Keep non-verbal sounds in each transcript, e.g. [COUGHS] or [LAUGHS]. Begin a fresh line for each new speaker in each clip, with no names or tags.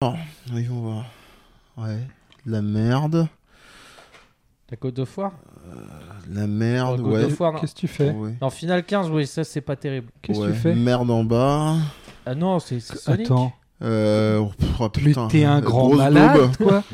Oh, voyons voir. Ouais, de la merde.
La Côte de Foire
de La merde,
Oh, God
ouais.
of War, non.
Qu'est-ce que tu fais
Ouais. Mmh.
Non, Final 15, oui, ça c'est pas terrible.
Qu'est-ce que
Ouais,
tu fais
Merde en bas.
Ah non, c'est c'est Sonic.
Attends,
Euh, oh, pff, oh,
mais
putain.
t'es un
euh,
grand
grosse daube.
malade,
[LAUGHS]
quoi.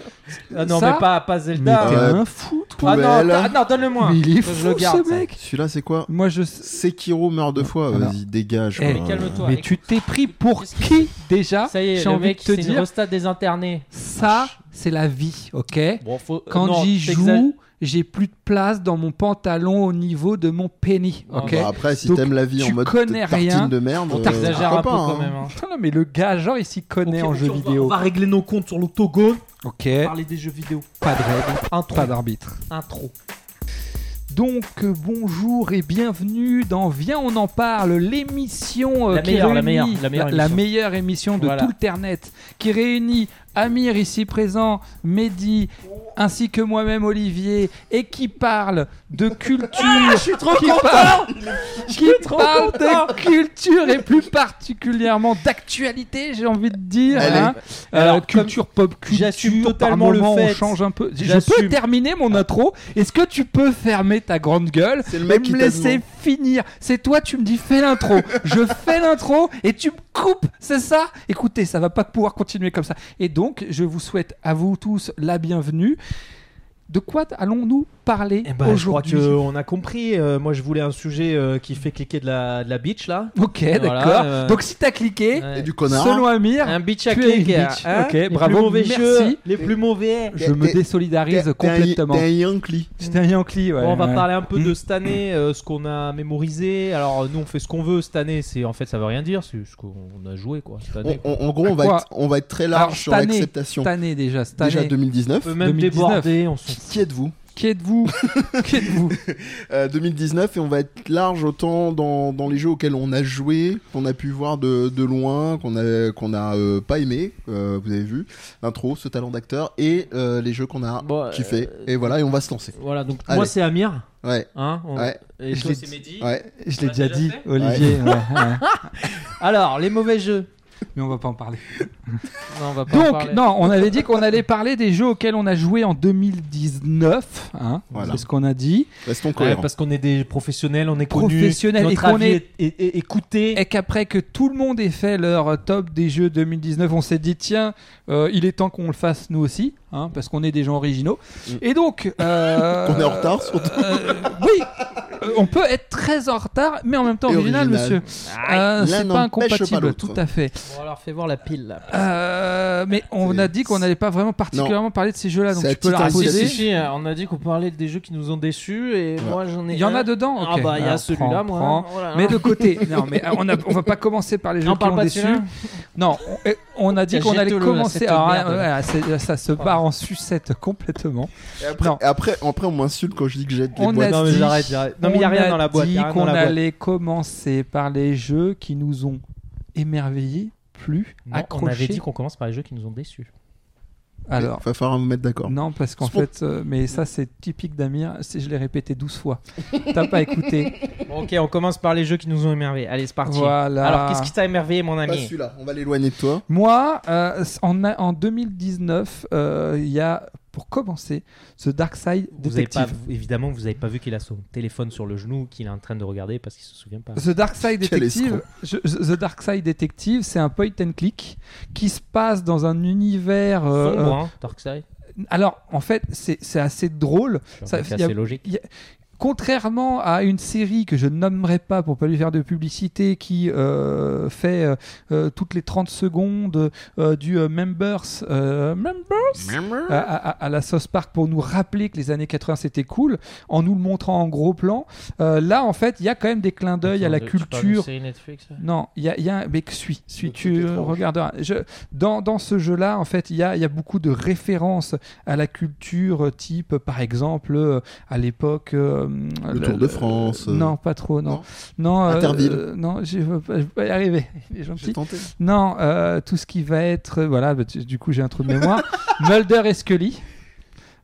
Ah non,
Ça
mais pas, pas
Mais t'es
Zelda.
Ouais.
un fou, toi.
Ah non,
poubelle.
ah non, donne-le-moi.
Mais il
Je
est fou,
le garde,
ce
ça.
mec.
Celui-là, c'est quoi
Moi, je. sais-
Sekiro meurt deux fois.
Alors.
Vas-y, dégage.
Eh,
quoi.
mais calme-toi.
Mais tu t'es pris pour qui déjà
Ça y est,
J'ai
le
envie
mec,
de te
c'est une
dire,
resta désinterné.
ça, c'est la vie, ok
Euh,
Bon, faut...
euh,
Quand
non,
j'y
t'exag-
joue, j'ai plus de place dans mon pantalon au niveau de mon pénis,
Non,
ok
bah,
Bah, après, si
Donc,
t'aimes la vie en
tu
mode
connais
tartine
rien.
de merde,
On
euh,
t'exagère un
pourquoi
peu
pas,
quand
hein.
même. hein.
Putain, non, mais le gars, genre, il s'y connaît
Ok,
en
ok,
jeu
on va-
vidéo.
On va régler nos comptes sur l'octogone,
Ok,
parler des jeux vidéo.
pas de règles,
Intro.
pas d'arbitre.
Intro.
Donc, euh, bonjour et bienvenue dans Viens, on en parle, l'émission euh,
La
qui
meilleure, la
réunit-
meilleure, la meilleure émission.
meilleure émission de
Voilà.
tout le Internet, qui réunit Amir ici présent, Mehdi, ainsi que moi-même Olivier, et qui parle
[LAUGHS]
de culture.
suis trop
qui parle, qui parle de culture et plus particulièrement d'actualité, j'ai envie de dire.
Allez.
hein. Euh,
Alors,
culture pop culture.
j'assume
par
totalement le
moment, on
fait.
change un peu. Je peux
J'assume.
terminer mon intro. Est-ce que tu peux fermer ta grande gueule
C'est le
et
mec qui
me
t'a
laisser
demandé.
finir C'est toi, tu me dis fais l'intro.
[LAUGHS]
je fais l'intro et tu me coupes. C'est ça Écoutez, ça va pas pouvoir continuer comme ça. Et donc, je vous souhaite à vous tous la bienvenue. De quoi allons-nous parler
Eh ben, je crois
aujourd'hui
qu'on a compris. Euh, moi, je voulais un sujet euh, qui fait cliquer de la, de la bitch, là.
Ok,
Voilà,
d'accord.
euh,
Donc si t'as cliqué,
ouais.
Et du connard.
selon Amir,
Euh,
Un bitch à
tu es une
cliquer,
bitch.
hein.
Ok,
Les plus
bravo,
mauvais
merci.
jeux.
Les plus mauvais.
je me
t'es- T'es- t'es
désolidarise
un-
complètement.
T'es un Yankee.
C'était un Yankee, ouais.
Bon, on va
ouais.
parler un peu
Mm.
de
Hmm.
cette année, euh, ce qu'on a mémorisé. Alors, nous, on fait ce qu'on veut cette année. C'est en fait, ça veut rien dire. C'est ce qu'on a joué, quoi. Cette année.
On- on- En gros, on va
Quoi
être- on va être très
Alors,
large sur
cette année,
l'acceptation.
Cette année déjà, cette
Déjà
année. Euh,
2019.
On peut même
2019.
déborder. On
Qui
s'en fout.
qui êtes-vous
Qui
[LAUGHS]
êtes-vous Qui êtes-vous
Bah,
Euh, 2019 et on va être large autant dans, dans les jeux auxquels on a joué, qu'on a pu voir de, de loin, qu'on a qu'on a euh, pas aimé, euh, vous avez vu, l'intro, ce talent d'acteur et euh, les jeux qu'on a
Bon,
kiffé.
euh,
Et voilà, et on va se lancer.
Voilà, donc
Allez.
moi, c'est Amir.
Ouais,
Hein, on-
ouais,
Et
Je
toi,
l'ai
c'est
dit.
Mehdi.
ouais.
Je
l'ai
l'ai
On déjà l'a
déjà
dit,
dit,
déjà fait
Olivier.
Alors, les mauvais jeux.
Mais on va pas en parler.
Non, on va pas en
Donc,
parler.
non, on avait dit qu'on allait parler des jeux auxquels on a joué en 2019. Hein,
Voilà.
C'est ce qu'on a dit.
Restons
Ouais,
cohérents.
parce qu'on est des professionnels, on est connus.
Professionnels,
notre
et qu'on
avis
est-
est- est- est écouté.
Et qu'après que tout le monde ait fait leur top des jeux 2019, on s'est dit tiens, euh, il est temps qu'on le fasse nous aussi, hein, parce qu'on est des gens originaux.
Mm.
Et donc,
[LAUGHS]
euh,
Qu'on est en retard, surtout.
euh, oui, euh, on peut être très en retard, mais en même temps
Et
original,
original.
monsieur. Euh,
Ah,
l'un
C'est pas
n'empêche pas
incompatible,
l'autre.
tout à fait.
Bon, alors fais voir la pile là.
Euh, mais on
C'est-
a dit qu'on n'allait pas vraiment particulièrement parler de ces jeux-là, donc
C'est
tu peux
à
la
titre
Si,
Posez.
si,
reposer.
si, euh, on a dit qu'on parlait des jeux qui nous ont déçus et
Voilà.
moi j'en ai.
Il y en
un.
a dedans
Ah
Ok.
bah il y a
Alors,
celui-là
prends,
moi.
prends.
Oh là là.
Mais de côté, [LAUGHS] non, mais euh, on, a, on va pas commencer par les jeux
on
qui
parle
ont
pas de
déçu.
celui-là.
Non, on, et on a dit qu'on allait
Jette-le, là,
commencer.
cette
Alors,
merde.
ouais, ouais, c'est- ça se barre en sucette complètement.
Et après,
Non.
et après, après, on m'insulte quand je dis que jette les
euh, On
boîtes.
a
Non, mais
dit-
j'arrête, j'arrête. Non, mais il n'y a
on
rien dans la boîte.
dit
y a rien
qu'on
dans la boîte.
allait commencer par les jeux qui nous ont émerveillés, plus
Non,
accrochés.
on avait dit qu'on commence par les jeux qui nous ont déçus.
Alors,
Va falloir me mettre d'accord.
non, parce qu'en
Spon-
fait, euh, mais ça c'est typique d'Amir. c'est- Je l'ai répété 12 fois. T'as
[LAUGHS]
pas écouté.
Bon, ok, on commence par les jeux qui nous ont émerveillés. Allez, c'est parti.
Voilà.
Alors, qu'est-ce qui t'a émerveillé, mon
Pas
ami
celui-là, on va l'éloigner de toi.
Moi, euh, en, en 2019, euh, il y a, pour commencer, ce Darkseid
vous avez pas,
Detective.
évidemment, vous n'avez pas vu qu'il a son téléphone sur le genou, qu'il est en train de regarder parce qu'il se souvient pas.
The Dark Side
Quel
Detective, je- je- The Dark Side Detective, c'est un point and click qui se passe dans un univers. euh,
Sombre, hein, Darkseid.
euh, alors, en fait, c'est c'est assez drôle. ça-
Ça, c'est
y a-
assez logique.
Contrairement à une série que je nommerai pas pour pas lui faire de publicité, qui euh, fait euh, euh, toutes les 30 secondes euh, du euh, Members, euh, Members à, à- à la sauce Park pour nous rappeler que les années 80 c'était cool, en nous le montrant en gros plan. Euh, là, en fait, il y a quand même des clins d'œil à la culture
C'est Netflix. ça
Non, il y a, il y a un... Mais que- suis, suis,
Tout
tu
étrange.
regarderas. Je... Dans, dans ce jeu-là, en fait, il y a, il y a beaucoup de références à la culture euh, type, par exemple, euh, à l'époque... euh,
Le Tour de France, euh,
Non, pas trop, non. Non, euh,
Interville.
euh, non, je veux pas- je vais pas y arriver. [LAUGHS] Il est gentil.
J'ai tenté.
Non, euh, tout ce qui va être... euh, Voilà, bah, tu- du coup, j'ai un trou de mémoire. Mulder et Scully.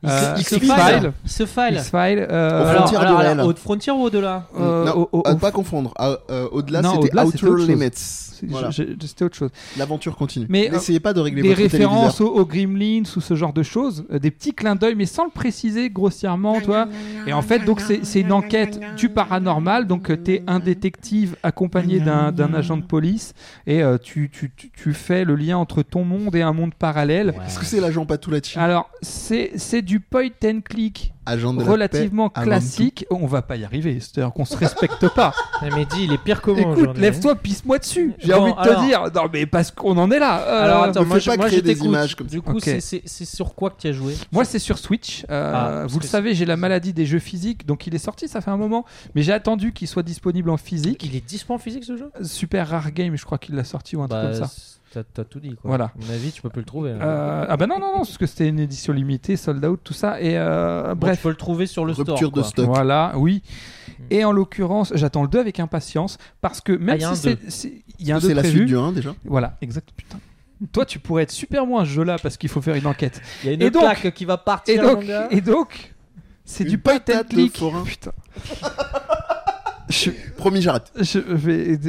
Il se-
Euh,
il se
X-Files.
file. Il se file.
X-Files, euh,
Aux
Alors,
frontières
alors,
de
alors,
réel.
Haute frontière ou au-delà
euh,
Non,
au- au-
à ne pas confondre. À- euh, Au-delà,
Non,
c'était
au-delà, c'était autre
Outer
chose.
Limits.
c'est-
Voilà.
je- je- C'était autre chose.
L'aventure continue.
Mais, euh,
N'essayez pas de régler
des
votre
références aux, aux Gremlins ou ce genre de choses, euh, des petits clins d'œil, mais sans le préciser grossièrement, toi. Et en fait, donc c'est c'est une enquête du paranormal. Donc euh, t'es un détective accompagné d'un d'un agent de police et euh, tu, tu, tu, tu fais le lien entre ton monde et un monde parallèle.
Est-ce que c'est l'agent Patulacci
Alors c'est c'est du point and click
Agent de
relativement
la paix avant
classique. On va pas y arriver, c'est-à-dire qu'on se respecte
[LAUGHS]
pas.
Eh,
mais dis, il est pire que moi
Écoute,
hein.
aujourd'hui.
lève-toi, pisse-moi dessus. J'ai
Bon,
envie de te
alors-
dire. Non mais parce qu'on en est là. Euh,
Alors attends,
me
moi
fais
je
pas
moi, je
créer des
t'écoute.
images comme ça.
Du coup,
Ok.
c'est- c'est c'est sur quoi que tu as joué
Moi, c'est sur Switch.
Ah,
Euh,
parce
vous le
que
savez, j'ai la maladie des jeux physiques, donc il est sorti, ça fait un moment. Mais j'ai attendu qu'il soit disponible en physique.
Il est dispo en physique ce jeu
Super Rare Game, je crois qu'il l'a sorti ou un truc comme ça.
Bah, c'est- t'as- T'as tout dit quoi.
Voilà.
À mon avis, tu peux plus le trouver. hein.
Euh, ah bah non, non, non, parce que c'était une édition limitée, sold out, tout ça. Et euh,
Bon,
bref.
Tu peux le trouver sur le
Rupture
store.
de
quoi.
stock.
Voilà, oui.
Mm.
Et en l'occurrence, j'attends le 2 avec impatience parce que
Ah,
même
il y a
si
un
c'est- c'est. Il y a un 2
C'est la
prévu.
suite du 1 déjà.
Voilà, exact. Putain. Toi, tu pourrais être super moins à ce jeu-là parce qu'il faut faire une enquête.
Il y a une
Et donc-
plaque qui va partir.
Et donc,
mon gars.
et donc, c'est
Une
du point and
patate, le
click.
forain.
Putain. Je-
Promis, j'arrête.
je vais.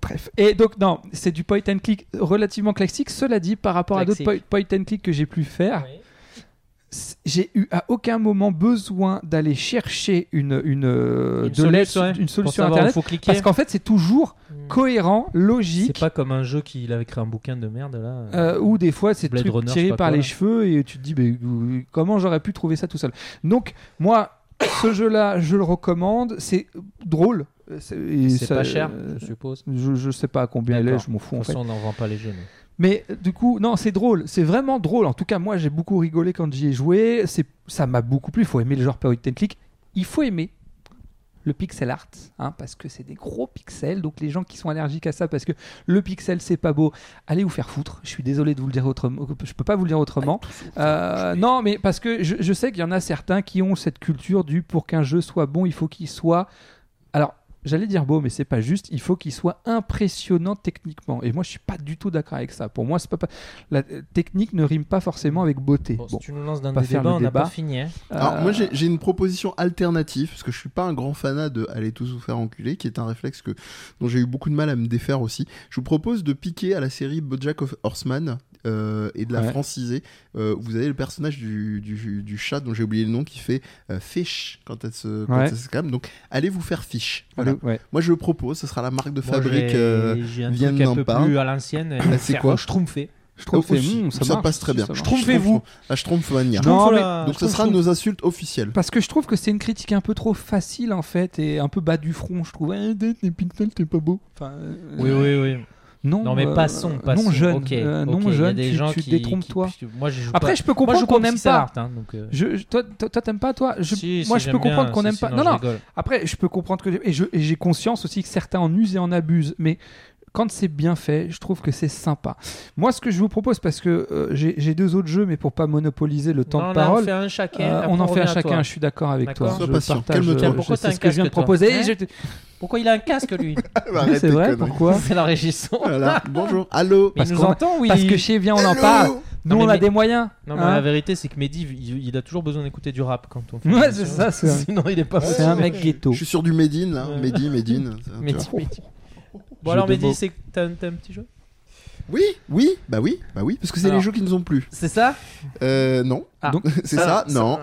Bref. Et donc, non, c'est du point and click relativement classique. Cela dit, par rapport à d'autres
Classique.
point, point and click que j'ai pu faire,
Oui.
c- j'ai eu à aucun moment besoin d'aller chercher une, une, euh,
Une
de l'aide,
solution, hein,
une
Pour
solution
savoir où
internet.
faut cliquer.
Parce qu'en fait, c'est toujours
Hmm.
cohérent,
C'est
logique.
pas comme un jeu qu'il avait créé un bouquin de merde là.
euh, ou des fois, c'est
Blade
truc
Runner, je sais
tiré
pas
par
quoi,
les
là.
cheveux et tu te dis, mais euh, comment j'aurais pu trouver ça tout seul Donc, moi, ce [COUGHS] jeu-là, je le recommande. C'est drôle. Euh, et
c'est
ça-
pas cher,
euh,
je suppose.
Je, je sais pas à combien il est,
D'accord.
je m'en fous
De
en
toute
fait.
façon, on n'en vend pas les jeux. nous.
Mais euh, du coup, non, c'est drôle, c'est vraiment drôle. En tout cas, moi j'ai beaucoup rigolé quand j'y ai joué, c'est, ça m'a beaucoup plu. Il faut aimer le genre point and click, il faut aimer le pixel art, hein, parce que c'est des gros pixels. Donc les gens qui sont allergiques à ça, parce que le pixel c'est pas beau, allez vous faire foutre. Je suis désolé de vous le dire autrement, je peux pas vous le dire autrement. Euh, non, mais parce que je, je sais qu'il y en a certains qui ont cette culture du pour qu'un jeu soit bon, il faut qu'il soit. Alors, j'allais dire beau, mais c'est pas juste. Il faut qu'il soit impressionnant techniquement. Et moi, je suis pas du tout d'accord avec ça. Pour moi, c'est pas, pas- la euh, technique ne rime pas forcément avec beauté.
Bon, Si
Bon,
tu nous lances dans
pas
des
faire
débats,
le
on n'a pas
débat.
fini. hein.
Alors
euh,
moi j'ai j'ai une proposition alternative parce que je suis pas un grand fanat de aller tous vous faire enculer qui est un réflexe que dont j'ai eu beaucoup de mal à me défaire aussi. Je vous propose de piquer à la série BoJack Ho- Horseman euh, et de la
Ouais.
franciser. Euh, vous avez le personnage du, du, du chat dont j'ai oublié le nom qui fait euh, fish quand elle se quand
Ouais.
elle se calme. Donc allez vous faire fish. Voilà.
allô, ouais.
Moi je le propose. Ce sera la marque de
Moi,
fabrique.
j'ai-
euh,
J'ai un
viennent
truc un
d'un
peu
pain.
plus à l'ancienne.
c'est quoi
Je trompe
Je trouve que c'est-
aussi.
hmm, ça,
Ça
marche,
passe très bien.
ça marche.
Trompez-vous.
la Schtroumpfmania.
Non, mais-
Donc ce sera nos insultes
[LAUGHS]
officielles.
Parce que je trouve que c'est une critique un peu trop facile en fait et un peu bas du front. Je trouve, Eh, dès que les pixels, t'es pas beau. Enfin, euh,
Oui, oui, oui.
Non,
Non, mais
euh,
passons, passons.
Non jeune,
Ok,
euh,
ok,
non
il y a
jeune,
des
tu,
gens
tu
qui-
détrompes-toi.
qui- Moi, je joue
Après,
pas-
je peux
Moi, je
comprendre
joue pas
qu'on
au
n'aime
pixel
pas.
art, hein, donc, euh,
Je, je- toi, toi, toi, t'aimes pas, toi Je-
si, si,
Moi, je
j'aime
peux
bien,
comprendre qu'on
si,
n'aime
si,
pas.
non,
Non,
je
non.
rigole.
Après, je peux comprendre que et je- et j'ai conscience aussi que certains en usent et en abusent, mais quand c'est bien fait, je trouve que c'est sympa. Moi, ce que je vous propose, parce que euh, j'ai j'ai deux autres jeux, mais pour pas monopoliser le temps
Non,
de
là,
parole,
On en fait un chacun.
euh,
après,
on en fait
revient
à
à
chacun.
toi.
Je suis d'accord avec toi.
D'accord.
Je
Sois patient,
partage.
calme-toi.
je-
Pourquoi
je
t'as
sais
un
ce que je viens de
casque, toi
proposer.
Hein
Je te-
Pourquoi il a un casque, lui
Arrête
c'est
tes
vrai.
conneries.
[LAUGHS] Pourquoi
C'est l'enregistrement.
Voilà. [LAUGHS] Bonjour. Allô.
Mais
Parce
il nous
qu'on-
entend, oui.
Parce que chez Viens, on en
Hello
parle. Nous,
mais-
on a
mais-
des moyens.
Non, mais
hein.
la vérité, c'est que Mehdi, il, il a toujours besoin d'écouter du rap quand
[LAUGHS]
on fait.
Ouais,
l'émission.
c'est ça, c'est un-
Sinon, il est pas.
C'est un mec ghetto.
Je suis sur du Médine là,
Ouais.
Médine,
[LAUGHS]
Médine. ça, tu vois.
Mehdi, Mehdi. Bon,
Jeu
alors,
de mots.
Mehdi, c'est que t'as t'as un petit jeu
Oui, oui, bah oui, bah oui, parce que c'est
Alors.
les jeux qui nous ont plu.
C'est ça
Euh, non. [LAUGHS]
Ah.
Donc-
c'est ça, Non.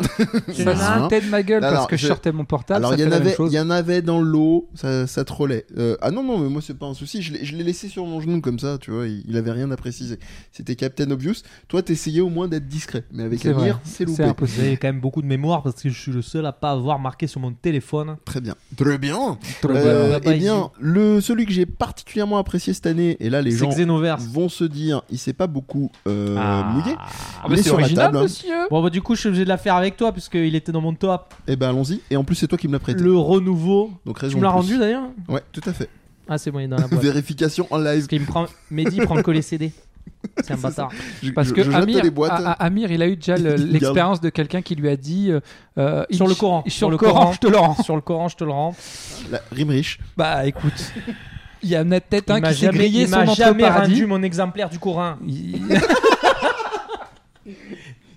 Je
Ça,
me
hein.
foutais de ma gueule
Alors,
parce que je
je-
sortais mon portable.
Alors
ça
il y
fait
en
la même
avait,
chose.
il y en avait dans l'eau, ça, ça trollait. Euh, ah non non, mais moi c'est pas un souci. Je l'ai je l'ai laissé sur mon genou comme ça, tu vois. Il, il avait rien à préciser. C'était Captain Obvious. Toi t'essayais au moins d'être discret, mais avec
C'est vrai.
Amir, c'est
C'est
loupé.
Vous
impossible.
avez quand même beaucoup de mémoire parce que je suis le seul à pas avoir marqué sur mon téléphone.
Très bien, très bien.
Très
Euh,
bien.
eh bien, le celui que j'ai particulièrement apprécié cette année, et là les
C'est
gens
Xenoverse.
vont se dire, il s'est pas beaucoup euh,
Ah.
mouillé.
Ah, mais
il est
c'est
sur la
original,
table.
monsieur.
Bon, bah, du coup, je suis obligé de la faire avec toi puisqu'il était dans mon top.
Eh ben allons-y. Et en plus c'est toi qui me l'as prêté.
Le renouveau.
Donc
Tu
raison.
me l'as
de plus.
rendu d'ailleurs
Ouais, tout à fait.
Ah, c'est bon, il est
[LAUGHS]
dans la boîte.
Vérification en live.
Parce qu'il me prend. Mehdi prend que les CD. C'est un bâtard.
Je-
Parce
je-
que
je jette
Amir,
les boîtes.
A- A- Amir, il a eu déjà le-
Il garde.
l'expérience de quelqu'un qui lui a dit euh, euh,
Sur
il-
le Coran.
Sur,
Sur
le
le
Coran,
Coran.
je te le rends.
Sur le Coran, je te le rends.
La rime riche.
Bah écoute, il y en a peut-être un
il m'a
qui s'est
jamais,
grillé
il
son
m'a
entrée au
jamais
paradis.
rendu mon exemplaire du Coran.
Il-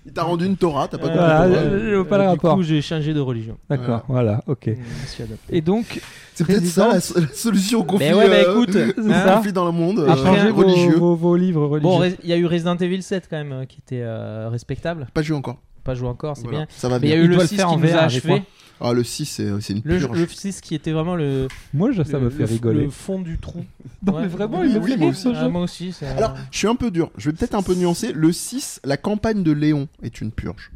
Il T'as rendu une Torah, t'as pas
Euh,
compris.
Voilà,
pourquoi.
je- je vois pas le
du
rapport.
coup, j'ai changé de religion.
D'accord, voilà, ok.
Je me suis adapté.
Et donc,
C'est peut-être
président.
ça la, so- la solution au conflit.
Mais ouais, mais
euh,
écoute, hein.
c'est
au
ça.
conflit dans Euh, le monde euh,
À changer vos,
religieux.
vos- vos livres religieux.
Bon, Ré- il y a eu Resident Evil 7 quand même euh, qui était euh, respectable.
Pas joué encore.
Pas joué encore, c'est
Voilà,
bien.
Ça va
Mais il y a
bien.
eu
Il
le
doit le
6
faire en
qui nous a
VR, je crois.
achevé.
Ah, le 6, c'est c'est une
Le,
purge.
le 6 qui était vraiment le,
moi, je- ça
le-
me fait
le-
rigoler.
le fond du trou.
Non,
Ouais.
mais vraiment,
Oui,
il me
oui,
fait
moi
rire,
aussi.
ce
Ah,
jeu.
moi aussi. ça-
Alors, je suis un peu dur. Je vais peut-être un peu nuancer. Le 6, la campagne de Léon est une purge.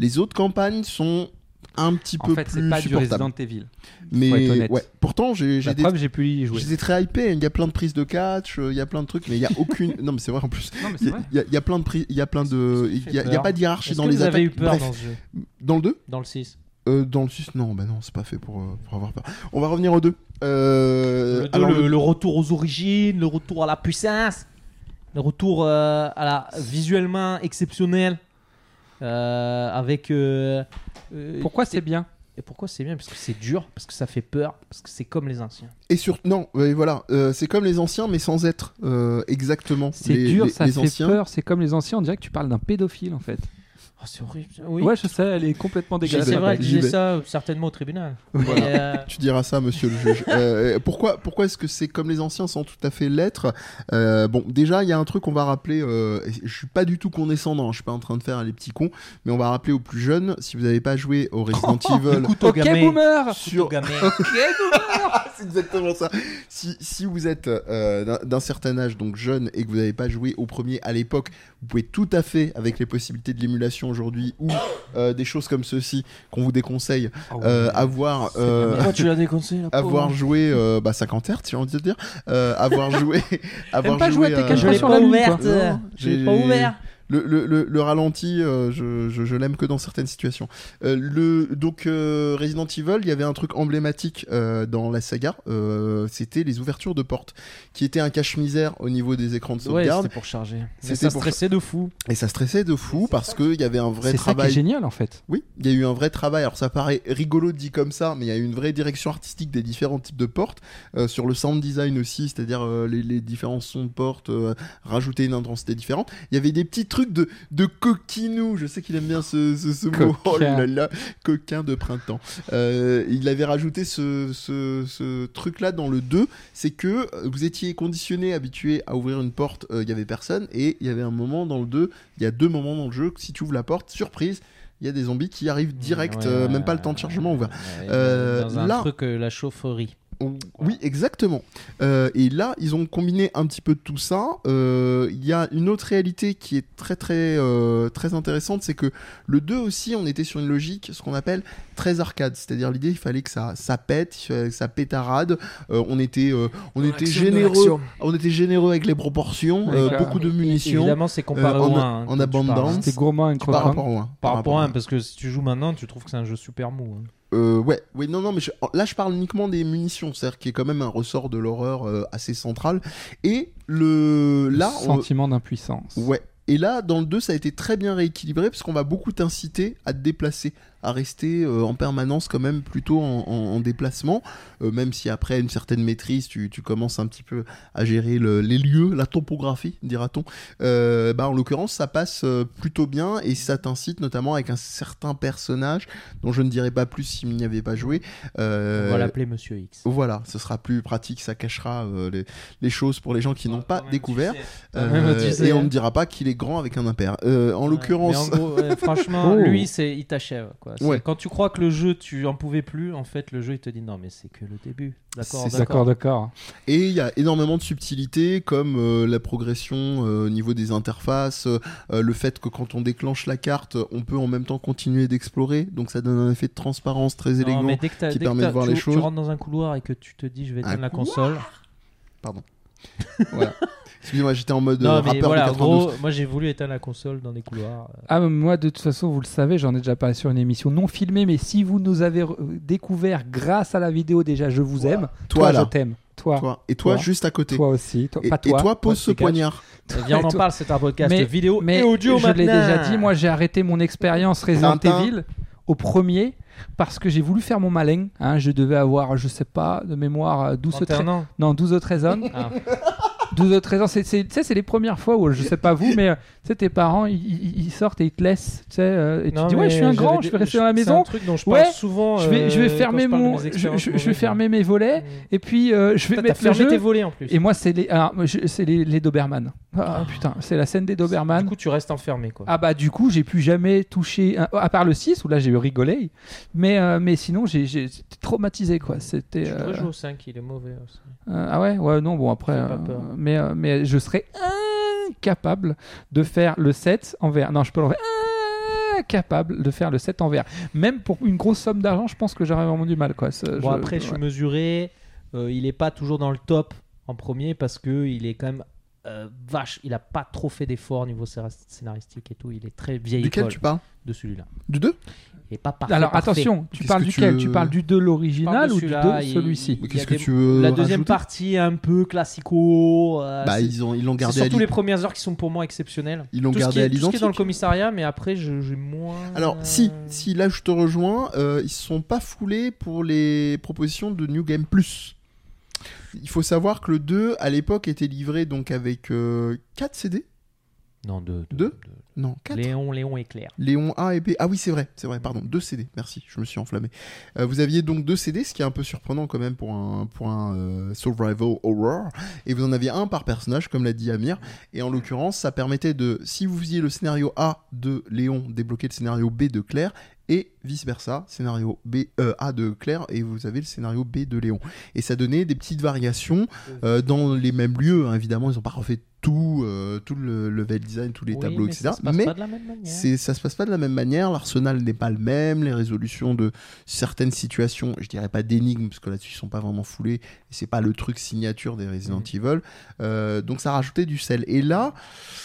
Les autres campagnes sont un petit peu plus supportables.
Evil. faut être
Mais
honnête.
ouais, pourtant j'ai j'ai
La
des
preuve, j'ai pu y jouer.
J'étais très hypé, hein. il y a plein de prises de catch, euh, il y a plein de trucs, mais il y a aucune. [LAUGHS] non, mais c'est vrai en plus.
Non, mais
Il y, a- il y a- il y a plein de prises, il y a plein de. Il y a, il y a pas de hiérarchie
Est-ce
dans
que
les
vous
attaques.
avez eu peur
Bref,
dans ce jeu
dans le 2
Dans le 6
Euh, dans le 6, non, bah non, c'est pas fait pour, euh, pour avoir peur. On va revenir au 2. Euh,
le, deux,
alors,
le-
le-
le retour aux origines, le retour à la puissance, le retour euh, à la visuellement exceptionnel. euh, avec. euh, euh,
Pourquoi c'est bien
Et pourquoi c'est bien Parce que c'est dur, parce que ça fait peur, parce que c'est comme les anciens.
Et surtout, non, ouais, voilà, euh, c'est comme les anciens, mais sans être euh, exactement
C'est
les,
dur,
les-
ça
les
fait
anciens.
peur. C'est comme les anciens. On dirait que tu parles d'un pédophile en fait.
Oh, c'est horrible. ça. Oui.
Ouais, je sais, elle est complètement
c'est
dégueulasse.
j'y
vrai,
vais.
elle disait ça euh, certainement au tribunal.
Voilà.
Mais, euh,
Tu diras ça, monsieur le
[LAUGHS]
juge. Euh, pourquoi, pourquoi est-ce que c'est comme les anciens sans tout à fait l'être Euh, Bon, déjà, il y a un truc qu'on va rappeler. euh, et je suis pas du tout condescendant. hein, Je suis pas en train de faire les petits cons, mais on va rappeler aux plus jeunes. Si vous n'avez pas joué au
[LAUGHS]
Resident Evil
couteau
Ok,
gammé.
boomer
sur
Couteau gammé.
C'est exactement ça. Si, si vous êtes euh, d'un- d'un certain âge, donc jeune, et que vous n'avez pas joué au premier à l'époque, vous pouvez tout à fait, avec les possibilités de l'émulation aujourd'hui ou [COUGHS] euh, des choses comme ceci qu'on vous déconseille,
Ah
euh, avoir, euh, [LAUGHS]
Pourquoi tu l'as déconseillé la pauvre
avoir joué euh, bah, 50 Hz, si j'ai envie de dire, euh, avoir [LAUGHS] joué, avoir
pas jouer à Tekken
Je
Pas
l'ai
sur
pas
la lune,
ouverte.
quoi.
euh,
Non,
Je l'ai
j'ai-
pas ouvert.
le, le, le, le ralenti, euh, je, je, je l'aime que dans certaines situations. Euh, le, donc euh, Resident Evil, il y avait un truc emblématique euh, dans la saga, euh, c'était les ouvertures de portes, qui étaient un cache-misère au niveau des écrans de
Ouais,
sauvegarde.
c'était pour charger.
C'était
Mais ça
pour
stressait de fou.
et ça stressait de fou parce qu'il y avait un vrai
C'est ça qui est
travail.
génial en fait.
oui, il y a eu un vrai travail. Alors ça paraît rigolo dit comme ça, mais il y a eu une vraie direction artistique des différents types de portes, euh, sur le sound design aussi, c'est-à-dire euh, les, les différents sons de porte, euh, rajouter une intensité différente. Il y avait des petits trucs de, de coquinou, je sais qu'il aime bien ce, ce, ce mot,
Coquin.
oh là là, coquin de printemps. Euh, il avait rajouté ce, ce, ce truc-là dans le 2, c'est que euh, vous étiez conditionné, habitué à ouvrir une porte, euh, il y avait personne, et il y avait un moment dans le 2, il y a deux moments dans le jeu, que si tu ouvres la porte, surprise, il y a des zombies qui arrivent direct,
Ouais,
euh,
ouais,
même pas le temps de
ouais,
chargement ouvert.
ouais,
Euh,
dans un
là-
truc, euh, la chaufferie.
Oui, exactement. Euh, et là, ils ont combiné un petit peu de tout ça. Euh, Il y a une autre réalité qui est très très euh, très intéressante, c'est que le 2 aussi, on était sur une logique, ce qu'on appelle très arcade, c'est-à-dire l'idée, il fallait que ça ça pète, il fallait que ça pétarade. Euh, on était euh, on était généreux, on était généreux avec les proportions,
Avec
euh,
la-
beaucoup de munitions
Évidemment, c'est comparé
euh,
au
en-
1. hein,
en
que tu
abondance.
parles.
C'était gourmand, un
par
croquant.
rapport au 1.
Par rapport à 1, parce que si tu joues maintenant, tu trouves que c'est un jeu super mou. hein.
Euh, ouais, oui, non, non, mais je- là je parle uniquement des munitions, c'est-à-dire qui est quand même un ressort de l'horreur euh, assez central. Et le là, on-
sentiment d'impuissance.
ouais, et là dans le 2 ça a été très bien rééquilibré parce qu'on va beaucoup t'inciter à te déplacer, à rester euh, en permanence quand même plutôt en, en- en déplacement, euh, même si après une certaine maîtrise tu, tu commences un petit peu à gérer le- les lieux, la topographie, dira-t-on. Euh, bah, en l'occurrence ça passe euh, plutôt bien et ça t'incite notamment avec un certain personnage dont je ne dirai pas plus s'il n'y avait pas joué. Euh,
On va l'appeler Monsieur X.
voilà, ce sera plus pratique, ça cachera euh, les, les choses pour les gens qui n'ont pas découvert.
Ah, même
Euh,
tu sais,
et on
hein.
ne dira pas qu'il est grand avec un impair. Euh, en
Ouais,
l'occurrence,
mais en gros, ouais,
[LAUGHS]
franchement,
Oh.
lui, c'est, il t'achève. Quoi. C'est-
Ouais.
Quand tu crois que le jeu, tu en pouvais plus, en fait, le jeu, il te dit non, mais c'est que le début. D'accord,
C'est-
D'accord,
d'accord.
d'accord.
et il y a énormément de subtilités comme euh, la progression euh, au niveau des interfaces, euh, euh, le fait que quand on déclenche la carte, on peut en même temps continuer d'explorer, donc ça donne un effet de transparence très
Non,
élégant.
mais dès que, t'as-
qui
dès que
permet de
t'as-
voir
tu,
les
tu
choses.
rentres dans un couloir et que tu te dis je vais
Un
éteindre la console.
Voilà. Excusez-moi, j'étais en mode euh,
Non, mais
rappeur
voilà,
de
en
92.
gros, moi j'ai voulu éteindre la console dans des couloirs.
Ah, mais moi, de toute façon, vous le savez, j'en ai déjà parlé sur une émission non filmée, mais si vous nous avez re- découvert grâce à la vidéo, déjà, je vous aime.
Toi,
je
là.
t'aime. Toi, toi,
Toi. Et toi,
Toi.
juste à côté.
aussi. Toi,
et,
pas
et
toi.
toi, pose
tu
ce
te caches.
poignard.
Eh bien, on en
toi.
parle, c'est un podcast
Mais-
vidéo
Mais
et audio
je
maintenant.
l'ai déjà dit, moi j'ai arrêté mon expérience Resident
Tintin.
Evil au premier parce que j'ai voulu faire mon malin. hein. je devais avoir, je sais pas, de mémoire euh, 12 ou 13
Concernant-
non, 12 ou 13 ans.
Ah.
12 ou 13 ans, c'est, c'est, tu sais, c'est les premières fois où, je sais pas vous, mais euh, tu sais, tes parents, ils- ils, ils sortent et ils te laissent, tu sais, euh, et tu
Non,
dis, ouais,
mais
je suis un grand,
j'avais des-
je vais rester dans la
C'est un
maison,
truc dont je
Ouais,
parle souvent.
je vais, je vais
euh, quand
fermer
parle de
mon,
mes
je,
expériences
je- je vais
mauvaises.
fermer mes volets, et puis euh, je vais
Toi, T'as
mettre le
fermé
jeu.
tes volets en plus.
Et moi, c'est les, alors, moi, je- c'est les, les Doberman. Ah putain, c'est la scène des Doberman.
Du coup, tu restes enfermé quoi.
Ah bah du coup j'ai plus jamais touché un- à part le 6 où là j'ai eu rigolé mais euh, mais sinon j'ai j'ai- j'étais traumatisé quoi c'était
Tu
euh,
devrais jouer au 5, il est mauvais
hein,
aussi.
euh, ah ouais ouais non bon après
Fais pas
euh,
peur.
mais euh, mais je serais incapable de faire le 7 en vert non je peux l'envers incapable de faire le 7 en vert même pour une grosse somme d'argent je pense que j'aurais vraiment du mal quoi Ça,
Bon,
je-
après, je suis
ouais.
mesuré. euh, il est pas toujours dans le top en premier parce que il est quand même euh, vache. Il a pas trop fait d'efforts au niveau scénar- scénaristique et tout. Il est très vieille
Duquel
école
tu parles
de celui-là.
Du 2
Il est pas parfait.
alors
parfait.
attention tu
Qu'est-ce
parles
que tu
duquel
veux-
tu, parles du 2 l'original
Parle de
ou du 2
celui-là, il-
celui-ci
il-
Qu'est-ce
y a
que
des-
tu veux
La deuxième
rajouter
partie est un peu classico. euh,
Bah,
c'est-
ils ont ils l'ont
c'est
gardé à
Surtout
l'i-
les premières heures qui sont pour moi exceptionnelles.
ils l'ont
Tout ce, qui
gardé à
est, tout ce qui est
l'identique.
dans le commissariat, mais après, je- j'ai moins.
Alors si si là je te rejoins, euh, ils se sont pas foulés pour les propositions de New Game Plus. Il faut savoir que le 2 à l'époque était livré donc avec euh, 4 CD
Non, deux.
Deux Non, 4.
Léon, Léon et Claire.
Léon A et B. Ah oui, c'est vrai, c'est vrai, pardon, deux CD, merci, je me suis enflammé. Euh, vous aviez donc deux CD, ce qui est un peu surprenant quand même pour un, pour un euh, Survival Horror, et vous en aviez un par personnage, comme l'a dit Amir, et en l'occurrence, ça permettait de, si vous faisiez le scénario A de Léon, débloquer le scénario B de Claire, et vice-versa, scénario B, euh, A de Claire, et vous avez le scénario B de Léon. Et ça donnait des petites variations euh, dans les mêmes lieux, hein, évidemment, ils n'ont pas refait tout, euh, tout le level design, tous les
Oui,
tableaux,
mais
etc.
ça se passe
mais
pas de la même manière.
c'est- ça se passe pas de la même manière, l'arsenal n'est pas le même, les résolutions de certaines situations, je dirais pas d'énigmes, parce que là-dessus ils sont pas vraiment foulés, et c'est pas le truc signature des Resident
Mhm.
Evil, Euh, donc ça rajoutait du sel. Et là,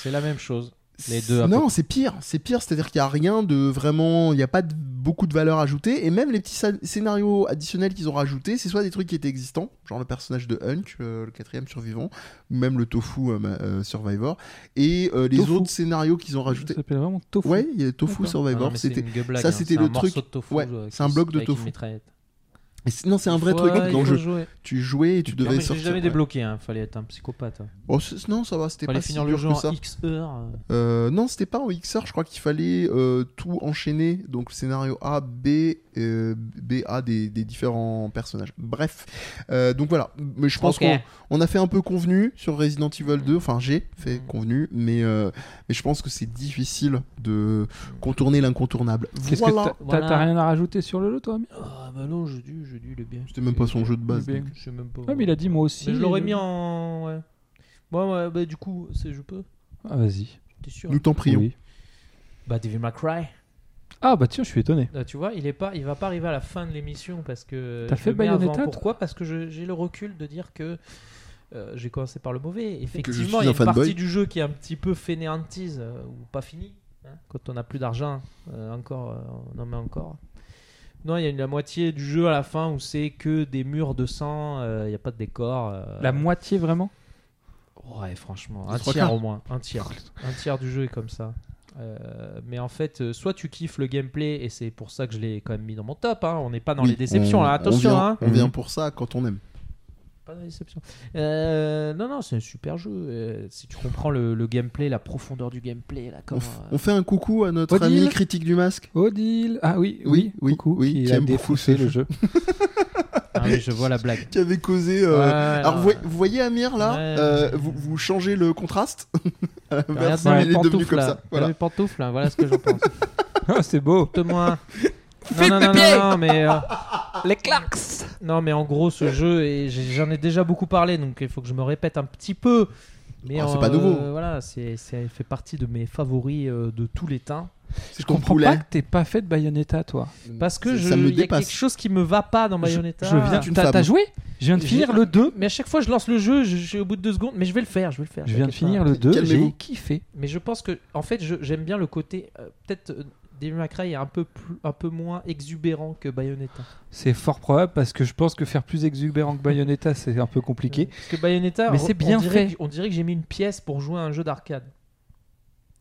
C'est la même chose. Les
c'est-
deux, à peu
non, c'est pire, c'est pire, c'est-à-dire qu'il y a rien de vraiment, il n'y a pas de- beaucoup de valeur ajoutée, et même les petits sa- scénarios additionnels qu'ils ont rajoutés, c'est soit des trucs qui étaient existants, genre le personnage de Hunk, euh, le quatrième survivant, ou même le Tofu euh, ma- euh, Survivor, et euh, les
Tofu.
autres scénarios qu'ils ont
ça
rajoutés.
s'appelle vraiment Tofu
Ouais, il y a Tofu
D'accord.
Survivor,
Non, non, mais c'est
c'était
une gueule blague,
ça,
hein.
c'était
C'est
le
un morceau
truc-
de tofu,
ouais,
euh,
c'est un
qui-
bloc de
avec une
tofu.
mitraillette.
Mais c'est- non, c'est un vrai
Ouais,
truc
il
dans le
faut
jeu.
jouer.
Tu jouais et tu
Non,
devais
Ah, mais j'ai
sortir.
jamais
ouais.
débloqué, hein. fallait être un psychopathe. hein.
Oh, c'est- non, ça va, c'était
Fallait
pas si
finir
dur
le jeu
que ça.
en X heures. euh.
Euh, non, c'était pas en XR, je crois qu'il fallait euh, tout enchaîner. Donc le scénario A, B, euh, B, A des, des différents personnages. Bref. Euh, donc voilà. Mais je pense
Ok.
qu'on on a fait un peu convenu sur Resident Evil 2. Enfin, j'ai fait
Mhm.
convenu. Mais, euh, mais je pense que c'est difficile de contourner l'incontournable.
Qu'est-ce que
Voilà.
t'as- t'as-
voilà.
t'as rien à rajouter sur le lot toi Amir
Ah bah non, je dis, je dis le bien.
C'était même pas son jeu de base.
Le bien.
donc.
Je sais même pas.
Ah, mais il a dit moi aussi.
Mais je l'aurais mis en. Ouais. Moi, ouais, bah du coup, c'est- je peux.
Ah, vas-y.
T'es sûr
Nous t'en prions.
Oui.
Bah Devil May Cry.
Ah, bah tiens, je suis étonné.
Là, tu vois, il est pas, il va pas arriver à la fin de l'émission parce que.
T'as
je
fait
le mets avant.
Bayonetta, toi
Pourquoi Parce que je- j'ai le recul de dire que euh, j'ai commencé par le mauvais.
suis
Effectivement, il y
un
a une
fanboy.
partie du jeu qui est un petit peu fainéantise euh, ou pas finie. hein, quand on n'a plus d'argent, euh, encore, euh, on en met encore. Non, il y a une- la moitié du jeu à la fin où c'est que des murs de sang. euh, Il n'y a pas de décor. euh,
La moitié vraiment
Ouais, franchement,
Les
un
trois
tiers
quarts.
au moins, un tiers, un tiers du jeu est comme ça. Euh, mais en fait, euh, soit tu kiffes le gameplay et c'est pour ça que je l'ai quand même mis dans mon top. hein, On n'est pas dans
Oui,
les déceptions
on-
là, attention.
On vient,
hein.
on vient pour ça quand on aime.
Pas dans les déceptions. Euh, non, non, c'est un super jeu. euh, si tu comprends le, le gameplay, la profondeur du gameplay, là,
On, [LAUGHS]
comment,
f-
euh,
on fait un coucou à notre
Odile
ami critique du masque.
Odile Ah oui,
Oui,
oui,
oui,
coucou,
oui, qui
qui a
aime beaucoup
défoussé
ce
le jeu.
Ah oui, je vois la blague.
qui avait causé. euh,
Ouais,
Alors,
non,
vous voyez, vous voyez Amir là
Ouais.
euh, vous, vous changez le contraste [LAUGHS] À la
Regarde
version,
dans mes
il est devenu
pantoufles,
comme
là.
ça.
Dans
Voilà.
mes pantoufles, là, voilà ce que j'en pense.
Ah, c'est beau
de [LAUGHS] moi Non, non, non, non, non, mais. [LAUGHS] Les Clarks Non, mais en gros, ce jeu, et j'ai- j'en ai déjà beaucoup parlé, donc il faut que je me répète un petit peu. Mais
Ah, c'est
euh,
pas nouveau.
Voilà, c'est, c'est- fait partie de mes favoris euh, de tous les temps.
C'est
Je comprends pas que t'aies pas fait de Bayonetta, toi.
Parce que je,
ça me
il y a
dépasse.
quelque chose qui me va pas dans Bayonetta.
Je, je viens...
C'est une
T'as
femme.
t'as joué Je viens de
J'ai-
finir le 2.
Mais à chaque fois, je lance le jeu, je, je suis au bout de deux secondes, mais je vais le faire, je vais le faire.
Je viens de
t'inquiète pas.
finir le 2,
Calmez-vous.
j'ai kiffé.
Mais je pense que, en fait, je- j'aime bien le côté. euh, peut-être euh, Devil May Cry est un peu, plus, un peu moins exubérant que Bayonetta.
C'est fort probable parce que je pense que faire plus exubérant que Bayonetta, c'est un peu compliqué.
Euh, Parce que Bayonetta,
Mais
on-
c'est bien
on dirait
fait.
que- on dirait que j'ai mis une pièce pour jouer à un jeu d'arcade.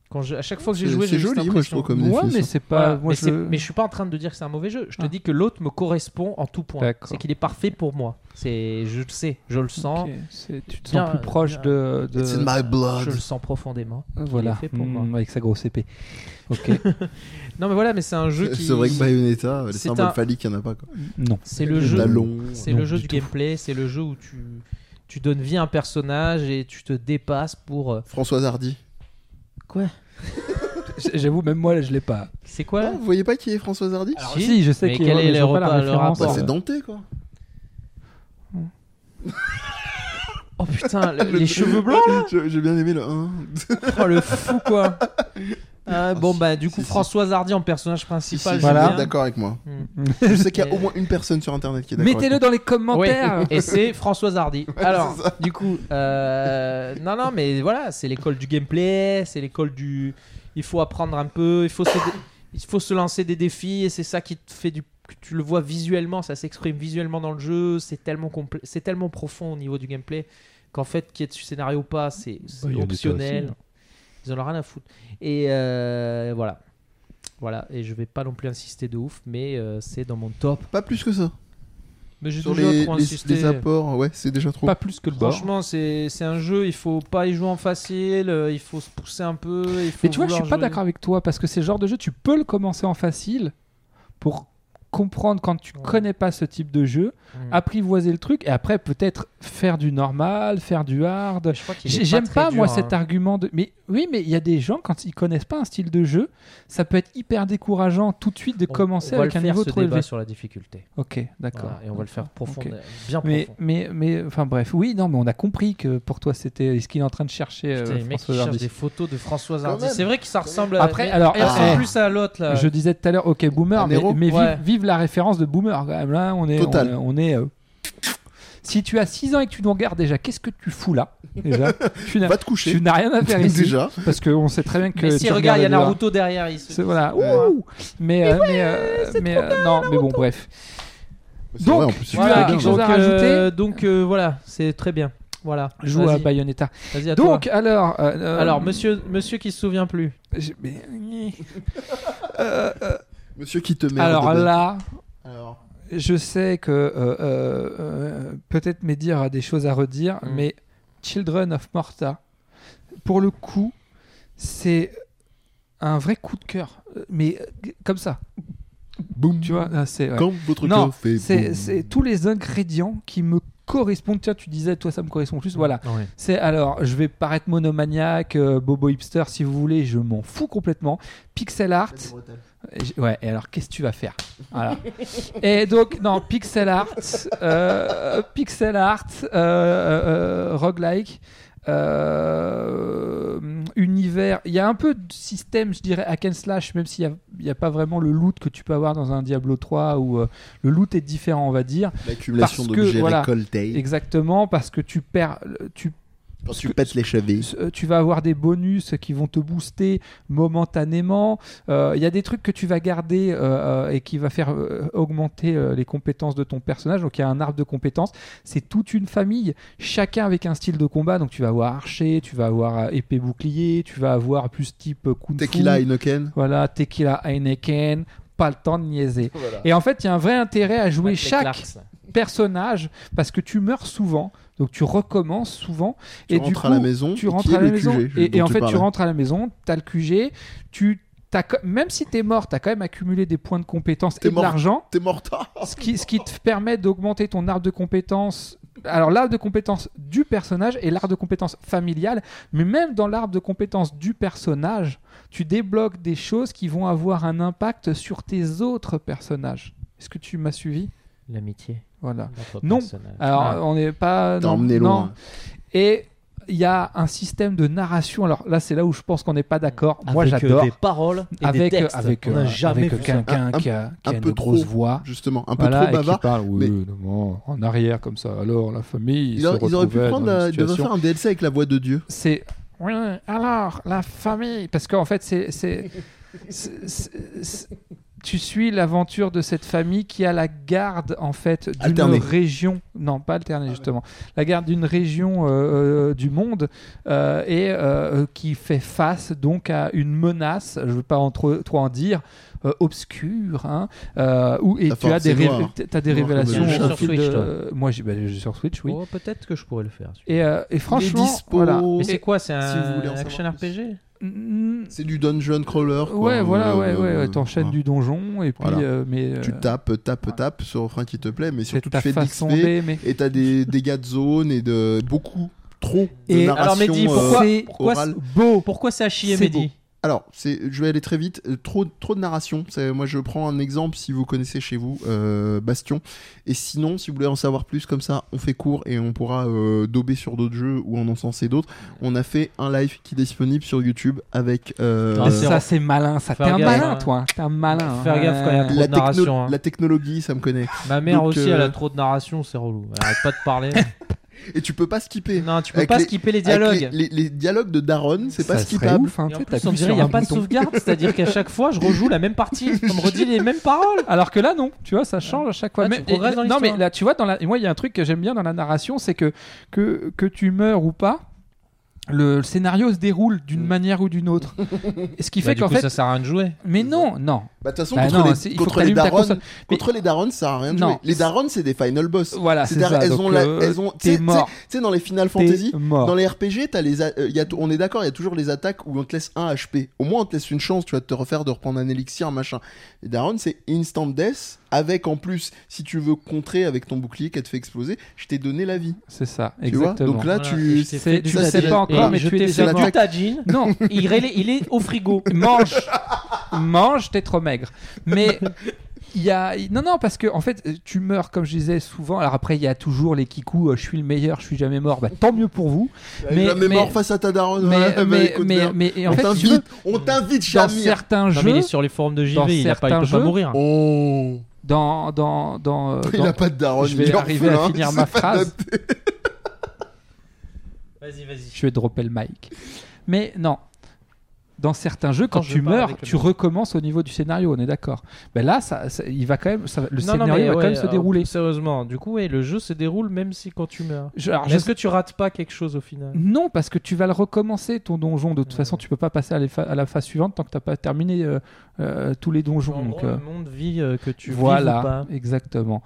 Quand je- à chaque fois que j'ai
C'est-
joué,
c'est
j'ai eu
joli,
cette
moi je
impression.
trouve comme
ouais,
effet,
mais
ça.
c'est pas.
Voilà.
moi,
mais,
je-
c'est- mais je suis pas en train de dire que c'est un mauvais jeu. Je te
Ah.
dis que l'autre me correspond en tout point.
D'accord.
C'est qu'il est parfait pour moi. C'est, je le sais, je le sens,
Ok, c'est- tu te
Bien,
sens plus proche
bien.
de. de-
It's in my
je
blood.
le sens profondément.
Voilà.
fait pour
Mm,
moi.
avec sa grosse épée. Ok. [LAUGHS]
Non, mais voilà, mais c'est un jeu qui.
C'est vrai que Bayonetta, les
C'est
symboles
un-
phalliques, il n'y en a pas. Quoi.
non.
c'est le
Les
jeu.
ballons.
C'est
Non,
le jeu
du
du,
tout.
gameplay, c'est le jeu où tu, tu donnes vie à un personnage et tu te dépasses pour. euh,
Françoise Hardy.
J'avoue, même moi, là, je l'ai pas.
C'est quoi là
Non, Oh, vous voyez pas qui est Françoise Hardy
Alors,
si,
Ah, si,
je sais
mais
qu'il
quel
ouais,
est
mais
le
je vois pas la
repas- le
référence. hein.
Bah,
rapport,
C'est Dante quoi.
Oh putain,
[LAUGHS]
le- les cheveux blancs là
J'ai j'ai bien aimé le 1.
Oh
[LAUGHS]
le fou quoi Ah, Bon
si,
bah du
si,
coup
si.
Françoise Hardy en personnage
Si, si,
principal.
si,
j'aime
voilà.
vous
bien.
êtes d'accord avec moi.
Hmm.
Je sais
[LAUGHS]
qu'il y a
Et-
au moins une personne sur internet qui est d'accord.
Mettez-le dans les
Ouais.
commentaires.
Et c'est Françoise Hardy. Alors,
c'est ça.
du coup, euh, non, non, mais voilà, c'est l'école du gameplay, c'est l'école du. Il faut apprendre un peu, il faut se, il faut se lancer des défis, et c'est ça qui te fait du. que Tu le vois visuellement, ça s'exprime visuellement dans le jeu, c'est tellement, complet- c'est tellement profond au niveau du gameplay qu'en fait, qu'il y ait du scénario ou pas, c'est c'est
Bah, il y en était
optionnel.
aussi,
Ils en ont rien à foutre. Et euh, voilà. Voilà, et je vais pas non plus insister de ouf, mais euh, c'est dans mon top.
Pas plus que ça.
Mais j'ai
Sur
déjà
les,
trop
les-
insisté.
les apports, ouais, c'est déjà trop.
Pas plus que le bord.
Franchement, c'est c'est un jeu, il faut pas y jouer en facile, euh, il faut se pousser un peu. Il faut
Mais tu vois, je
vouloir
suis pas
jouer.
d'accord avec toi parce que c'est le genre de jeu, tu peux le commencer en facile pour comprendre quand tu
Ouais.
connais pas ce type de jeu,
Mm.
apprivoiser le truc et après peut-être faire du normal, faire du hard.
Je crois qu'il est
J'ai- J'aime
très
pas,
dur,
moi
hein.
cet argument de mais oui mais il y a des gens quand ils connaissent pas un style de jeu, ça peut être hyper décourageant tout de suite de
On-
commencer
on va
avec
le
un
faire,
niveau
ce
trop
débat
élevé.
sur la difficulté.
OK, d'accord.
Voilà, et on va le faire profond,
Ok.
bien
Mais,
profond.
mais, mais, enfin bref, oui, non, mais on a compris que pour toi c'était ce qu'il est en train de chercher.
Putain,
euh,
les mecs qui
François
cherchent
Hardy.
des photos de Françoise
Quand
Hardy.
même.
C'est vrai que ça ressemble à.
Après,
mais-
alors, euh,
elle ressemble
ah.
plus à l'autre là.
Je disais tout à l'heure, ok, boomer,
Un
mais,
héros
mais vive,
Euh, Ouais.
vive la référence de boomer quand même. Là, on est. on-
Total.
On, est euh, Si tu as 6 ans et que tu nous regardes déjà, qu'est-ce que tu fous là
[LAUGHS]
Déjà, tu n'as
Va te coucher.
tu n'as rien à faire ici.
[LAUGHS] Déjà.
Parce qu'on sait très bien que.
Mais si,
tu
regarde, il y a
regardes déjà.
Naruto derrière. Il se-
C'est- Voilà.
Ouais.
ouh. mais euh, mais, euh, mais, euh, non, mais bon, bref.
C'est
Donc,
vrai, en plus, c'est
tu as
très
Voilà,
bien,
quelque chose
genre.
à
donc, euh,
rajouter
Donc euh, voilà, c'est très bien. Voilà.
Joue à
Vas-y,
Bayonetta.
Vas-y à toi.
Donc, alors. euh, euh,
Alors, monsieur, monsieur qui se souvient plus.
j'ai- mais-
Monsieur qui te met.
Alors
en dedans.
là.
Alors,
je sais que euh, euh, euh, peut-être Médir a des choses à redire,
Mm.
mais Children of Morta, pour le coup, c'est un vrai coup de cœur. Euh, Mais euh, comme ça,
boum.
tu vois, là, c'est. ouais.
Quand votre
Non,
cœur fait.
C'est
boum.
c'est tous les ingrédients qui me correspondent. Tiens, tu disais, toi, ça me correspond plus. Voilà. C'est alors, je vais paraître monomaniaque, euh, bobo hipster, si vous voulez, je m'en fous complètement. Pixel art. Et j- Ouais, et alors qu'est-ce que tu vas faire Voilà. Et donc, non, pixel art, euh, pixel art, euh, euh, roguelike, euh, univers. Il y a un peu de système, je dirais, hack and slash, même s'il n'y a, pas vraiment le loot que tu peux avoir dans un Diablo 3 où euh, le loot est différent, on va dire.
L'accumulation
parce que,
d'objets
voilà.
récoltés.
Exactement, parce que tu perds, le- tu
Quand tu pètes les chevilles.
euh, tu vas avoir des bonus qui vont te booster momentanément. Euh, Il y a des trucs que tu vas garder euh, euh, et qui va faire euh, augmenter euh, les compétences de ton personnage. Donc il y a un arbre de compétences. C'est toute une famille, chacun avec un style de combat. Donc tu vas avoir archer, tu vas avoir euh, épée bouclier, tu vas avoir plus type euh, kung fu.
Tequila, Heineken.
Voilà, tequila Heineken. Pas le temps de niaiser.
Voilà.
Et en fait, il y a un vrai intérêt à jouer
Matt
chaque
Clarks.
personnage parce que tu meurs souvent, donc tu recommences souvent.
Tu
et du
rentres
coup,
à la maison.
tu
et qui
rentres
est
à la
le
maison
QG,
et,
dont
et en fait tu
parlais
rentres à la maison, t'as le QG, tu t'as co- même si t'es mort, t'as quand même accumulé des points de compétences
T'es
et de
mort. Oh,
l'argent,
T'es morta.
ce qui ce qui te permet d'augmenter ton arbre de compétences. Alors l'arbre de compétences du personnage et l'arbre de compétences familiale, mais même dans l'arbre de compétences du personnage, tu débloques des choses qui vont avoir un impact sur tes autres personnages. Est-ce que tu m'as suivi
L'amitié.
Voilà.
notre
Non.
personnage.
Alors
Ah.
on n'est pas
T'as
non,
emmené
non.
loin.
Et il y a un système de narration. Alors là, c'est là où je pense qu'on n'est pas d'accord. Moi,
Avec, euh,
j'adore.
des paroles et des
Avec,
textes.
avec,
on n'a
euh,
jamais
avec
vu ça.
quelqu'un
Un-
qui a, qui
un
a une
peu
grosse
trop.
voix.
Justement, un peu
Voilà,
trop
et qui
bavard.
parle oui,
mais-
non, non, en arrière comme ça. Alors, la famille.
Ils, auraient-
se
ils auraient pu
retrouvait
prendre
dans une
la... Ils devraient
situation-
faire un DLC avec la voix de Dieu.
C'est. Oui, alors, la famille. Parce qu'en fait, c'est. c'est- c'est- c'est- tu suis l'aventure de cette famille qui a la garde en fait d'une
Alternée.
région, non pas
Ah,
alternée justement, la garde d'une région euh, euh, du monde euh, et euh, qui fait face donc à une menace, je veux pas en trop, trop en dire, euh, obscure, hein, euh, où, et
Ah,
La
tu as
force
des,
est
révé-
hein.
noire.
t'as des
Noire comme le
révélations
chat.
au
Sur
fil
Switch,
de-
toi.
moi j'ai bah, je suis sur Switch oui.
Oh, peut-être que je pourrais le faire. celui-là.
Et, euh, et franchement,
dispo.
voilà.
Mais c'est quoi C'est
si vous voulez en
un
savoir
action
plus.
RPG
Mm,
C'est du dungeon crawler. quoi.
ouais, voilà,
Euh,
ouais, ouais,
euh,
ouais, t'enchaînes
voilà.
du donjon et puis
Voilà.
euh, mais
Tu
euh,
tapes, tapes, tapes sur le frein qui te plaît, mais
c'est
surtout
ta
tu fais de
façon
l'XP
d'aimer.
et t'as des [LAUGHS] dégâts de zone et de beaucoup trop de
Et-
narration.
Alors, Mehdi,
euh,
pourquoi,
c'est
pourquoi,
orale.
Beau.
pourquoi c'est à chier,
C'est
Mehdi
Alors, c'est, je vais aller très vite. Euh, Trop, trop de narration. C'est- moi, je prends un exemple si vous connaissez chez vous euh, Bastion. Et sinon, si vous voulez en savoir plus, comme ça, on fait court et on pourra euh, dober sur d'autres jeux ou en encenser d'autres. On a fait un live qui est disponible sur YouTube avec euh,
Ah, c'est
ça Bah, c'est malin, ça. T'es
Faire
un
gaffe,
malin,
hein.
toi. T'es un malin.
Faire gaffe quand il y a
Ouais.
trop-
la,
de narration, hein.
la technologie, ça me connaît.
Ma mère
Donc,
aussi,
euh,
elle a trop de narration, c'est relou. Elle arrête pas de parler.
Et tu peux pas skipper.
non, tu peux
Avec
pas
les-
skipper les
Avec les-
dialogues.
Les, les dialogues de Daron, c'est pas
Ça serait
skippable.
ouf,
Et
hein, tu
en
sais,
plus,
t'appuies
on dirait
sur
qu'il n'y a
un
pas de
bouton.
sauvegarde, c'est-à-dire qu'à chaque fois, je rejoue la même partie, on me redit les mêmes
[LAUGHS]
paroles.
Alors que là, non, tu vois, ça change à chaque fois.
Là, Ah, tu
Mais-
progresses
et-
dans
non, mais
l'histoire.
là, tu vois, dans la... et moi, il y a un truc que j'aime bien dans la narration, c'est que, que que tu meurs ou pas, le scénario se déroule d'une manière ou
[LAUGHS]
d'une autre. Et ce qui
Mm. Bah,
fait
du
qu'en
coup,
fait,
ça sert à rien de jouer.
mais non, non,
Bah, de toute façon,
Bah
contre,
non, c'est-
les,
il faut
contre
que
les
t'allumes ta
darons,
console. Mais-
contre les darons, ça a rien de
Non.
joué. Les darons, c'est des final boss.
voilà, c'est
C'est-à-dire,
ça.
elles
Donc,
ont, la-
euh,
elles ont, tu sais-
t'es
tu sais-
mort,
tu sais, dans les Final
t'es
Fantasy,
mort.
dans les RPG, as les, a- euh, y a t- on est d'accord, il y a toujours les attaques où on te laisse un HP. Au moins, on te laisse une chance, tu vas te refaire de reprendre un élixir, machin. Et Darren, c'est instant death, avec en plus, si tu veux contrer avec ton bouclier qu'elle te fait exploser, je t'ai donné la vie.
C'est ça,
Tu vois
exactement.
Donc là,
Voilà, et
tu.
je t'ai
C'est-
fait
tu
du
le sais
tagine.
pas
encore,
Et
mais
je
tu es
t'ai
déjà
fait
mort.
du tagine.
[LAUGHS]
non,
Il est, il est au frigo.
mange, mange, t'es trop maigre. Mais il y a non non parce que en fait tu meurs comme je disais souvent. Alors après il y a toujours les kikou, euh, je suis le meilleur, je suis jamais mort. Bah tant mieux pour vous. Mais-
Mais, jamais
mais-
mort face à ta daronne.
Mais
Ouais, bah,
mais
écoute,
mais,
merde.
mais- et en
on
fait si tu
t'invite, on t'invite,
veux, dans
Jamir.
certains
Non, mais il
jeux,
est sur les forums de
Dans
JV, il, a pas, il peut
certains
pas
jeux,
mourir.
Oh.
dans dans dans, euh,
Il
dans-
a pas de daronne.
je vais
il est
arriver à
orphelin.
finir
C'est [LAUGHS]
ma
pas
phrase.
notre-
Vas-y, vas-y.
je vais dropper le mic. Mais non. Dans certains jeux, quand,
Quand je
tu
parle
meurs,
avec le
tu
mec.
recommences au niveau du scénario, on est d'accord. Ben là, ça, ça- il va quand même, ça va- le
Non, non,
scénario
mais
va
ouais,
quand même se
alors,
dérouler.
Sérieusement, du coup, ouais, le jeu se déroule même si quand tu meurs.
Je- alors,
Mais
je
Est-ce que tu rates pas quelque chose au final
Non, parce que tu vas le recommencer ton donjon. De toute façon, tu peux pas passer à, les fa- à la phase suivante tant que t'as pas terminé euh, euh, tous les donjons.
En
Donc,
gros,
euh,
le monde vit euh, que tu vives ou
voilà,
pas.
exactement.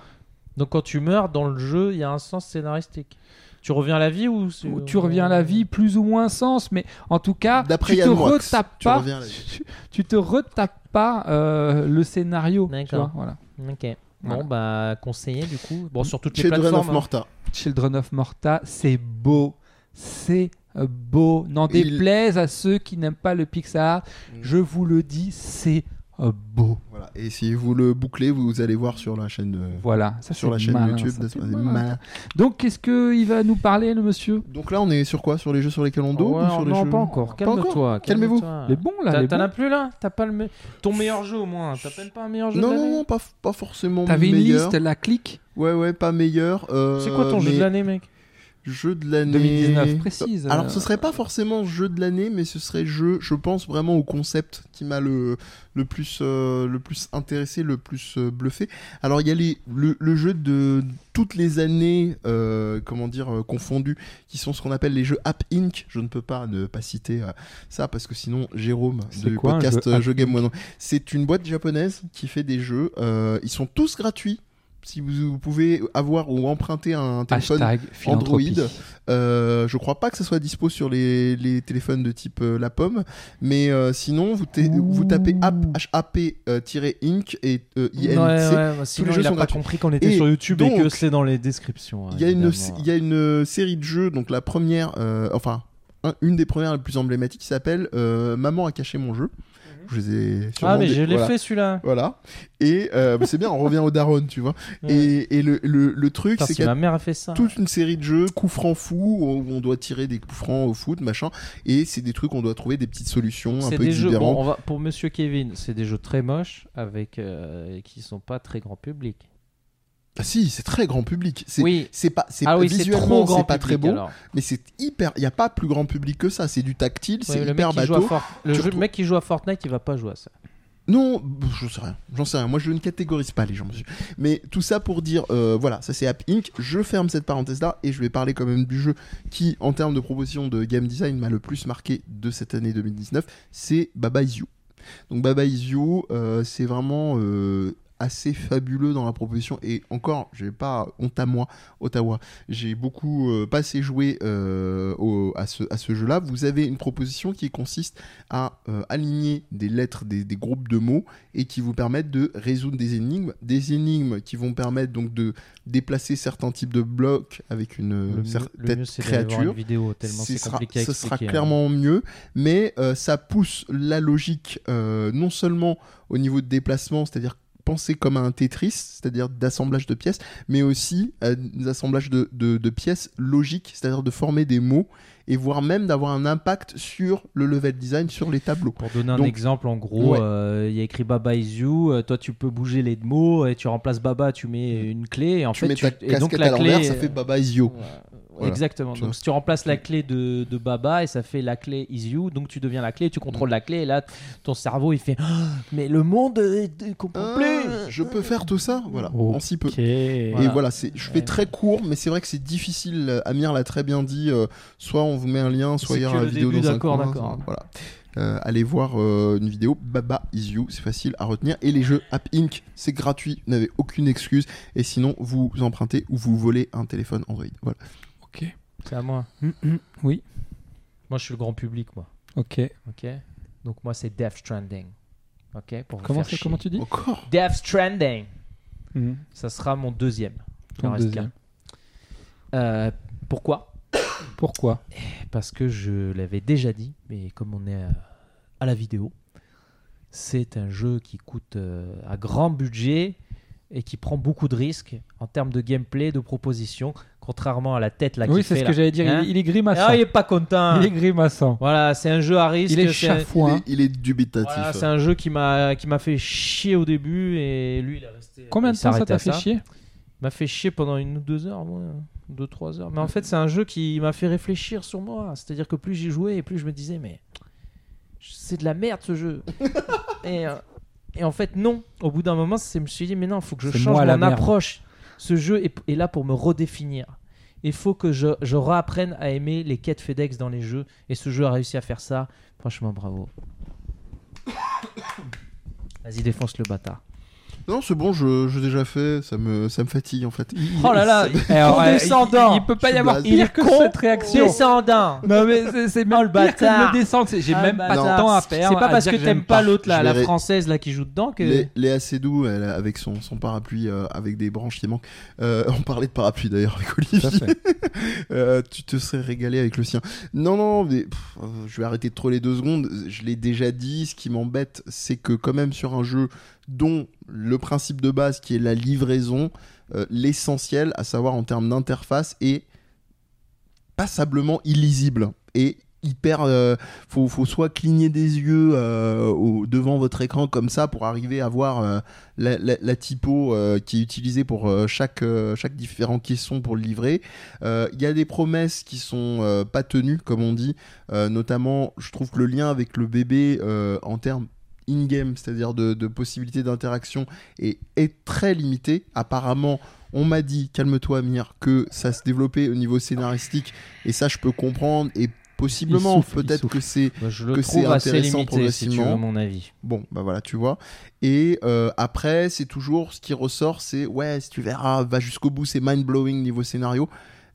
Donc quand tu meurs dans le jeu, il y a un sens scénaristique. Tu reviens à la vie ou c'est-
Tu, tu reviens à la vie plus ou moins sens, mais en tout cas,
D'après
tu te
Yann Moix,
retapes
tu
pas.
reviens à la vie.
[LAUGHS] Tu, tu te retapes pas euh, le scénario. tu
D'accord.
vois, voilà.
Ok.
Voilà.
Bon bah conseillé du coup. Bon sur toutes les
Children of
plateformes. hein.
Morta.
Children of Morta, c'est beau, c'est beau. N'en
Il- Mm.
déplaise à ceux qui n'aiment pas le Pixar, je vous le dis, c'est euh, beau.
Voilà. Et si vous le bouclez, vous allez voir sur la chaîne de-
Voilà, ça
sur
c'est
la chaîne
malin,
YouTube.
ça,
de-
c'est
c'est
malin.
malin.
Donc, qu'est-ce qu'il va nous parler, le monsieur
Donc là, on est sur quoi Sur les jeux sur lesquels on
Ouais,
dope ou sur les
non
jeux
pas encore. Calme-toi.
Calmez-vous.
calme-toi.
Il est bon, là, il
Ah. T'as-
est
T'en as
bon.
plus là T'as pas le me- ton meilleur jeu au moins. T'as même pas un meilleur jeu
Non,
de
non,
l'année
non, pas, pas forcément
T'avais une
meilleur.
liste, la clique
Ouais, ouais, pas meilleur. euh,
C'est quoi ton jeu
mais
de l'année mec
Jeu de l'année
2019 précise. euh.
Alors, ce serait pas forcément jeu de l'année, mais ce serait jeu, je pense vraiment au concept qui m'a le, le, plus, euh, le plus intéressé, le plus euh, bluffé. Alors, il y a les, le, le jeu de toutes les années, euh, comment dire, euh, confondues, qui sont ce qu'on appelle les jeux App Inc. Je ne peux pas ne pas citer euh, ça parce que sinon, Jérôme
C'est
du
quoi un
podcast
jeu
euh,
App
Jeux Game One, non. c'est une boîte japonaise qui fait des jeux. euh, ils sont tous gratuits. Si vous, vous pouvez avoir ou emprunter un téléphone
Hashtag philanthropie.
Android. euh, je crois pas que ça soit dispo sur les, les téléphones de type euh, la pomme, mais euh, sinon vous, ta-
Ouh.
vous tapez app hap-inc euh, et euh, inc.
bah, sinon,
les jeux
il
sont
a pas
gratuits.
compris qu'on était
Et
sur YouTube et
donc,
que c'est dans les descriptions. hein,
Il y a une
évidemment.
il y a une euh, série de jeux donc la première euh, enfin un- une des premières les plus emblématiques qui s'appelle euh, Maman a caché mon jeu. Je les ai sûrement
Mhm. Ah mais
dé-
je l'ai
voilà.
fait celui-là.
Voilà. Et euh, c'est bien, on revient au Daron, tu vois. Et, et le, le, le truc,
Putain,
c'est
si
qu'il y a
ma mère a fait ça.
toute une série de jeux, coups francs fous, où on doit tirer des coups francs au foot, machin. Et c'est des trucs, on doit trouver des petites solutions un
C'est
peu
des jeux,
exubérantes.
bon, on va, pour Monsieur Kevin, c'est des jeux très moches avec euh, qui sont pas très grand public.
Ah si, c'est très grand public. C'est
Oui.
c'est pas, c'est
Ah oui, c'est trop
visuellement,
grand
c'est pas
public,
très beau,
alors.
mais c'est hyper. Il y a pas plus grand public que ça. C'est du tactile,
Ouais,
c'est
le
hyper
mec qui joue à
bateau. Euh,
Fort- le
Tu
jeu-
retrouves-
mec qui joue à Fortnite, il va pas jouer à ça.
Non, pff, j'en sais rien. J'en sais rien. Moi, je ne catégorise pas les gens. monsieur. Mais tout ça pour dire, euh, voilà, ça c'est App Inc. Je ferme cette parenthèse là et je vais parler quand même du jeu qui, en termes de proposition de game design, m'a le plus marqué de cette année 2019. C'est Baba Is You. Donc Baba Is You, euh, c'est vraiment euh, assez fabuleux dans la proposition et encore, j'ai pas honte à moi, Ottawa. J'ai beaucoup euh, passé joué euh, au- à ce, à ce jeu-là. Vous avez une proposition qui consiste à euh, aligner des lettres, des, des groupes de mots et qui vous permettent de résoudre des énigmes, des énigmes qui vont permettre donc de déplacer certains types de blocs avec une euh,
Le mieux- le
certaine
mieux, c'est d'aller voir
créature
une vidéo tellement
ce
c'est
sera,
compliqué à
ce sera
expliquer, hein.
clairement mieux, mais euh, ça pousse la logique euh, non seulement au niveau de déplacement, c'est-à-dire penser comme à un Tetris, c'est-à-dire d'assemblage de pièces, mais aussi à des assemblages de, de- de pièces logiques, c'est-à-dire de former des mots, et voire même d'avoir un impact sur le level design, sur les tableaux.
Pour donner un
Donc-
exemple, en gros,
Ouais.
euh, il y a écrit Baba is you. euh, toi, tu peux bouger les mots et tu remplaces Baba, tu mets une clé. Et en
Mm. Tu
fait,
mets ta
et
casquette
donc
à
la
l'envers,
clé. euh,
ça fait Baba is you. Voilà.
Exactement.
Tu vois. Mm.
Donc, si tu remplaces la clé de, de Baba et ça fait la clé is you, donc tu deviens la clé, tu contrôles
Mm.
la clé et là, ton cerveau il fait Ah, Mais le monde euh, ne comprend
Ah,
plus
je peux faire tout ça, voilà,
Oh.
on s'y peut.
Ok.
Et voilà, c'est, je fais très court, mais c'est vrai que c'est difficile. euh, Amir l'a très bien dit. euh, soit on vous met un lien, soit
C'est
il y a
que
la
le
vidéo
début,
dans un
d'accord,
coin,
d'accord.
ça, Voilà. Euh, allez voir euh, une vidéo Baba Is You, c'est facile à retenir. Et les jeux App Inc, c'est gratuit, vous n'avez aucune excuse. Et sinon, vous empruntez ou vous volez un téléphone Android. Voilà.
Ok.
C'est à moi.
Mm, Oui.
Moi, je suis le grand public, moi.
Ok.
Ok Donc, moi, c'est Death Stranding. Ok Pour vous
Comment,
faire
ça- comment
chier.
tu dis
Encore
Death Stranding
Mhm.
Ça sera mon deuxième. Il
Ton
en reste
deuxième.
qu'un. Euh, pourquoi
Pourquoi
Parce que je l'avais déjà dit, mais comme on est à, à la vidéo, c'est un jeu qui coûte euh, un grand budget et qui prend beaucoup de risques en termes de gameplay, de proposition, contrairement à la tête là
Oui,
qui
c'est
fait,
ce
là.
que j'allais dire.
Hein
il, il est grimaçant.
Ah, il est pas content.
Il est grimaçant.
Voilà, c'est un jeu à risque.
Il est
c'est un-
il
chafouin.
est, il est dubitatif.
voilà, c'est un jeu qui m'a qui m'a fait chier au début et lui il est resté.
Combien
il
de temps ça
s'arrêtait à
t'a fait chier
m'a fait chier pendant une ou deux heures, moi. Deux, trois heures. Mais en fait, c'est un jeu qui m'a fait réfléchir sur moi. C'est-à-dire que plus j'y jouais et plus je me disais, mais c'est de la merde ce jeu. et, euh, et en fait, non. Au bout d'un moment, c'est- je me suis dit, mais non, faut que je
C'est
change
moi la
mon
merde.
approche. Ce jeu est, est là pour me redéfinir. Il faut que je, je réapprenne à aimer les quêtes FedEx dans les jeux. Et ce jeu a réussi à faire ça. Franchement, bravo. [COUGHS] Vas-y, défonce le bâtard.
Non, c'est bon, je, je l'ai déjà fait. Ça me, ça me fatigue en fait.
Oh là là, il est
Alors, euh,
condescendant.
il, il peut pas
Je
y
suis
avoir
blasé.
pire que
con.
cette réaction.
Descendant
Non mais c'est- c'est même
Oh, le
pire que de
bâtard.
me descendre. c'est- J'ai
Ah,
même
bah,
pas de
non.
temps à perdre.
C'est pas
à
parce
dire
que
j'aime
t'aimes pas l'autre là,
Je
la
verrai.
française là qui joue dedans que.
Lé- Léa Seydoux, elle, avec son, son parapluie euh, avec des branches qui manquent. Euh, on parlait de parapluie d'ailleurs avec
Tout à
Olivier.
fait.
[LAUGHS] Euh, tu te serais régalé avec le sien. Non, non, mais pff, euh, je vais arrêter de troller deux secondes. Je l'ai déjà dit. Ce qui m'embête, c'est que quand même sur un jeu dont le principe de base qui est la livraison, euh, l'essentiel, à savoir en termes d'interface, est passablement illisible et hyper. euh, faut, faut soit cligner des yeux euh, au- devant votre écran comme ça pour arriver à voir euh, la, la- la typo euh, qui est utilisée pour euh, chaque, euh, chaque différent caisson pour le livrer. Euh, Il y a des promesses qui sont euh, pas tenues, comme on dit. Euh, notamment, je trouve que le lien avec le bébé euh, en termes in-game, c'est-à-dire de, de possibilités d'interaction, est, est très limité. Apparemment, on m'a dit, calme-toi Amir, que ça se développait au niveau scénaristique, et ça je peux comprendre, et possiblement,
Il souffle, il
peut-être
souffle.
que c'est
je le
que c'est
trouve assez
intéressant
limité si tu veux
progressivement.
mon avis.
Bon, bah voilà, tu vois. Et euh, après, c'est toujours ce qui ressort, c'est ouais, si tu verras, va jusqu'au bout, c'est mind blowing niveau scénario.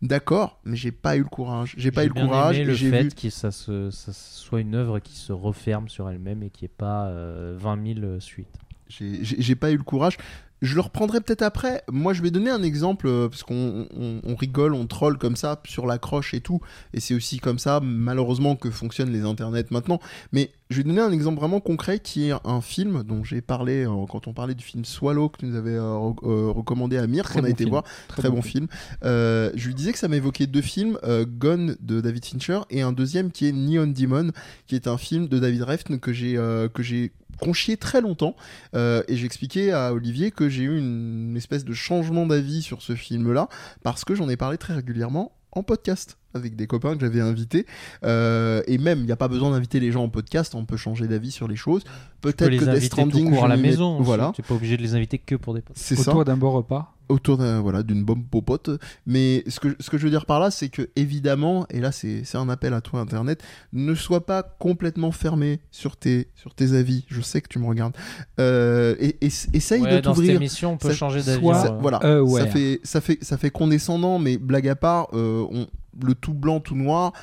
D'accord, mais j'ai pas eu le courage. J'ai pas eu le
bien
courage.
aimé
et
le
j'ai
fait
vu.
que ça, se- ça soit une œuvre qui se referme sur elle-même et qui est pas euh, 20 000 suites.
J'ai- J'ai j'ai pas eu le courage. Je le reprendrai peut-être après. Moi, je vais donner un exemple, euh, parce qu'on on- on rigole, on troll comme ça, sur la croche et tout. Et c'est aussi comme ça, malheureusement, que fonctionnent les internets maintenant. Mais je vais donner un exemple vraiment concret qui est un film dont j'ai parlé euh, quand on parlait du film Swallow que tu nous avais euh, re- euh, recommandé à Mire,
Très
qu'on a
bon
été
film.
voir. Très, bon, film. Euh, je lui disais que ça m'évoquait deux films, euh, Gone de David Fincher et un deuxième qui est Neon Demon, qui est un film de David Refn que j'ai euh, que j'ai conchié très longtemps. Euh, et j'expliquais à Olivier que j'ai eu une espèce de changement d'avis sur ce film-là parce que j'en ai parlé très régulièrement en podcast. avec des copains que j'avais invités. Euh, et même, il n'y a pas besoin d'inviter les gens en podcast, on peut changer d'avis sur les choses.
Tu peux
Peut-être
les
que Death
inviter
Stranding,
tout court à
je
la
m'y mets-
maison. aussi.
Voilà,
Tu n'es pas obligé de les inviter que pour des potes.
c'est ça.
Autour d'un bon repas.
autour d'un voilà d'une bombe popote mais ce que ce que je veux dire par là c'est que évidemment et là c'est c'est un appel à toi internet ne sois pas complètement fermé sur tes sur tes avis je sais que tu me regardes euh, et, et- essaye
Ouais,
de
dans cette
t'ouvrir
émission, on peut
Ça-
changer d'avis.
soit-
Ça-
euh,
voilà
Euh, ouais.
ça fait ça fait ça fait condescendant mais blague à part euh, on, le tout blanc tout noir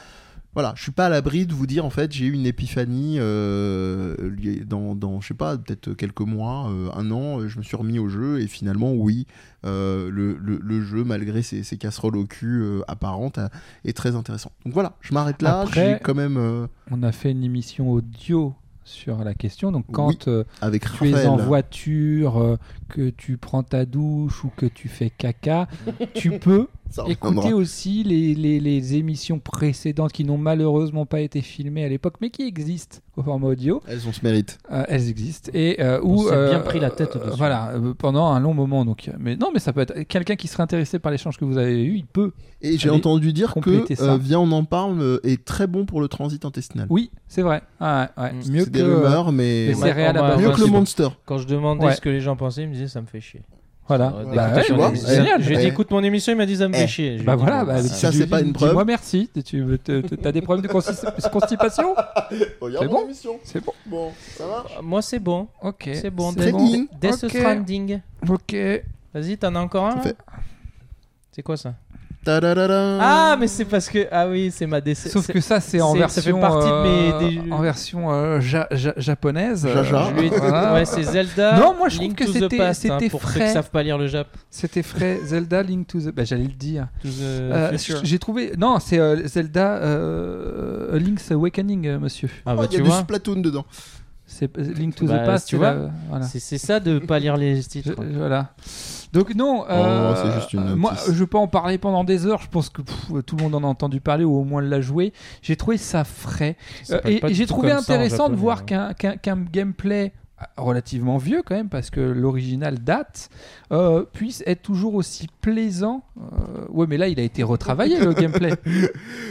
voilà, je suis pas à l'abri de vous dire en fait j'ai eu une épiphanie euh, liée- dans, dans je sais pas peut-être quelques mois, euh, un an, euh, je me suis remis au jeu et finalement oui euh, le, le- le jeu malgré ses, ses casseroles au cul euh, apparentes a- est très intéressant. Donc voilà, je m'arrête là,
Après-
j'ai quand même euh,
On a fait une émission audio sur la question. Donc quand
Oui.
euh,
avec
tu es en
Raphaël,
voiture, euh, que tu prends ta douche ou que tu fais caca,
[LAUGHS]
tu peux
ça
Écoutez
reviendra.
aussi les, les- les émissions précédentes qui n'ont malheureusement pas été filmées à l'époque, mais qui existent au format audio.
elles ont ce mérite.
Euh, elles existent. Et euh,
On
où.
s'est
euh,
bien pris la tête
euh,
dessus.
voilà, euh, pendant un long moment. Donc, mais non, mais ça peut être. Quelqu'un qui serait intéressé par l'échange que vous avez eu, il peut.
Et j'ai
Allez,
entendu dire
complétez
que
ça.
euh, Viens on en parle euh, est très bon pour le transit intestinal.
Oui, c'est vrai. Ah, ouais, ouais.
Mm.
Mieux
c'est
que.
des
euh,
rumeurs, mais
les
ouais.
céréales à
on va-
base
mieux
ouais,
que le
c'est bon.
Monster.
Quand je demandais
Ouais.
ce que les gens pensaient, ils me disaient ça me fait chier.
Voilà.
Euh,
Bah,
d'écouter
ouais,
tu
sur
vois,
des-
c'est
eh,
génial.
J'ai
Eh.
dit écoute mon émission, il m'a dit ça me
Eh.
fait chier. Je lui ai
Bah
dit,
voilà,
bon,
bah,
bah,
si
ça,
tu
c'est
dis-
pas une preuve.
Dis-moi merci. Tu- Tu tu- t'as des problèmes de constis-
[LAUGHS]
constipation
Regarde
C'est bon
émission.
C'est bon.
Bon, ça va.
Moi c'est bon,
Ok.
c'est bon.
Très
Death-
bon.
Death
Ok.
Stranding.
Ok.
Vas-y, t'en as encore un
Ça
là
fait-
C'est quoi ça
Ta-da-da-da.
Ah mais c'est parce que ah oui c'est ma déce.
Euh. Sauf que ça, c'est en
c'est- ça
version,
fait partie de mes-
euh,
des-
en version euh, ja- ja- japonaise. euh,
Jaja.
Je lui ai dit-
voilà.
Ouais, c'est Zelda.
Non, moi, je trouve
Link
que
to the
c'était-
Past, hein,
c'était
pour ceux
frais.
qui savent pas lire le Jap.
C'était frais. Zelda Link to the. Bah, j'allais le dire.
To the
Euh,
future.
J'ai trouvé. Non, c'est euh, Zelda euh, euh, Link's Awakening, euh, monsieur.
Ah
Oh, il
bah
y
tu
a du
vois.
Splatoon dedans.
C'est euh, Link to
Bah,
the Past.
tu
c'est
vois,
la- voilà.
C'est c'est ça de pas lire les
Je- euh,
titres.
voilà. Donc non, euh,
Oh, c'est juste une
euh, moi
notice.
je peux en parler pendant des heures. Je pense que pff, tout le monde en a entendu parler ou au moins l'a joué. J'ai trouvé ça frais.
Ça
Euh,
s'appelle
et
pas
et
du
j'ai
tout
trouvé
comme ça en
intéressant de
japonais,
voir
hein.
qu'un qu'un- qu'un gameplay euh, relativement vieux quand même parce que l'original date euh, puisse être toujours aussi plaisant Euh, ouais mais là il a été retravaillé le
[LAUGHS]
gameplay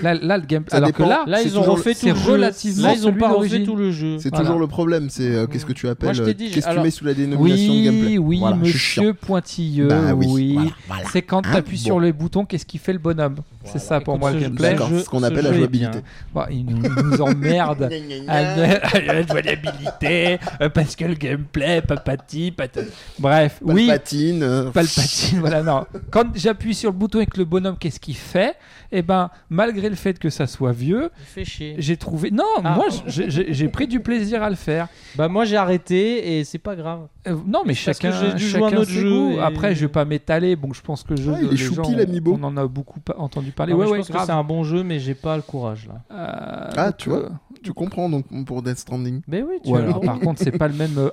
là, là, le game...
Ça
alors
dépend.
que là
Là,
C'est
ils ont
toujours-
refait tout
c'est
le jeu.
relativement
Là, ils ont
celui
pas refait
d'origine.
tout le jeu.
C'est
Voilà.
toujours le problème. C'est euh, qu'est-ce que tu
Moi,
appelles
je
euh,
t'ai dit,
Qu'est-ce que tu
alors-
mets sous la dénomination de
oui
gameplay
oui
Voilà, je suis
monsieur pointilleux
Bah
oui,
voilà, voilà.
c'est quand
Hein,
t'appuies sur
bon.
le bouton qu'est-ce qui fait le bonhomme c'est ça pour
Écoute,
moi
ce
le
jeu-
gameplay
D'accord,
jeu-
ce qu'on
ce
appelle la
jeu est
jouabilité.
Bon, il nous, il nous emmerde
Gna, gna, gna.
Annuel, annuel volabilité, euh, parce que le gameplay, papati, patati. Bref, oui,
Palpatine. euh,
Palpatine, voilà, non. Quand j'appuie sur le bouton et que le bonhomme, qu'est-ce qu'il fait Eh ben, malgré le fait que ça soit vieux,
Il fait chier.
j'ai trouvé. Non,
Ah.
moi, j'ai- j'ai j'ai pris du plaisir à le faire.
Bah moi j'ai arrêté et c'est pas grave.
Euh, non, mais
Parce que
chacun,
j'ai dû jouer à un
chacun
autre
ses
jeu
goûts.
et-
Après, je vais pas m'étaler. Bon, je pense que je.
Ah, il est
les
choupi,
gens,
l'amiibo.
On en a beaucoup pa- entendu parler.
Non, mais
ouais,
je
ouais,
pense que
grave.
c'est un bon jeu mais j'ai pas le courage là.
Euh,
Ah,
donc,
tu vois,
euh,
Tu comprends donc pour Death Stranding
Mais oui, tu
Ou
as
alors,
raison.
par contre, c'est pas le même euh,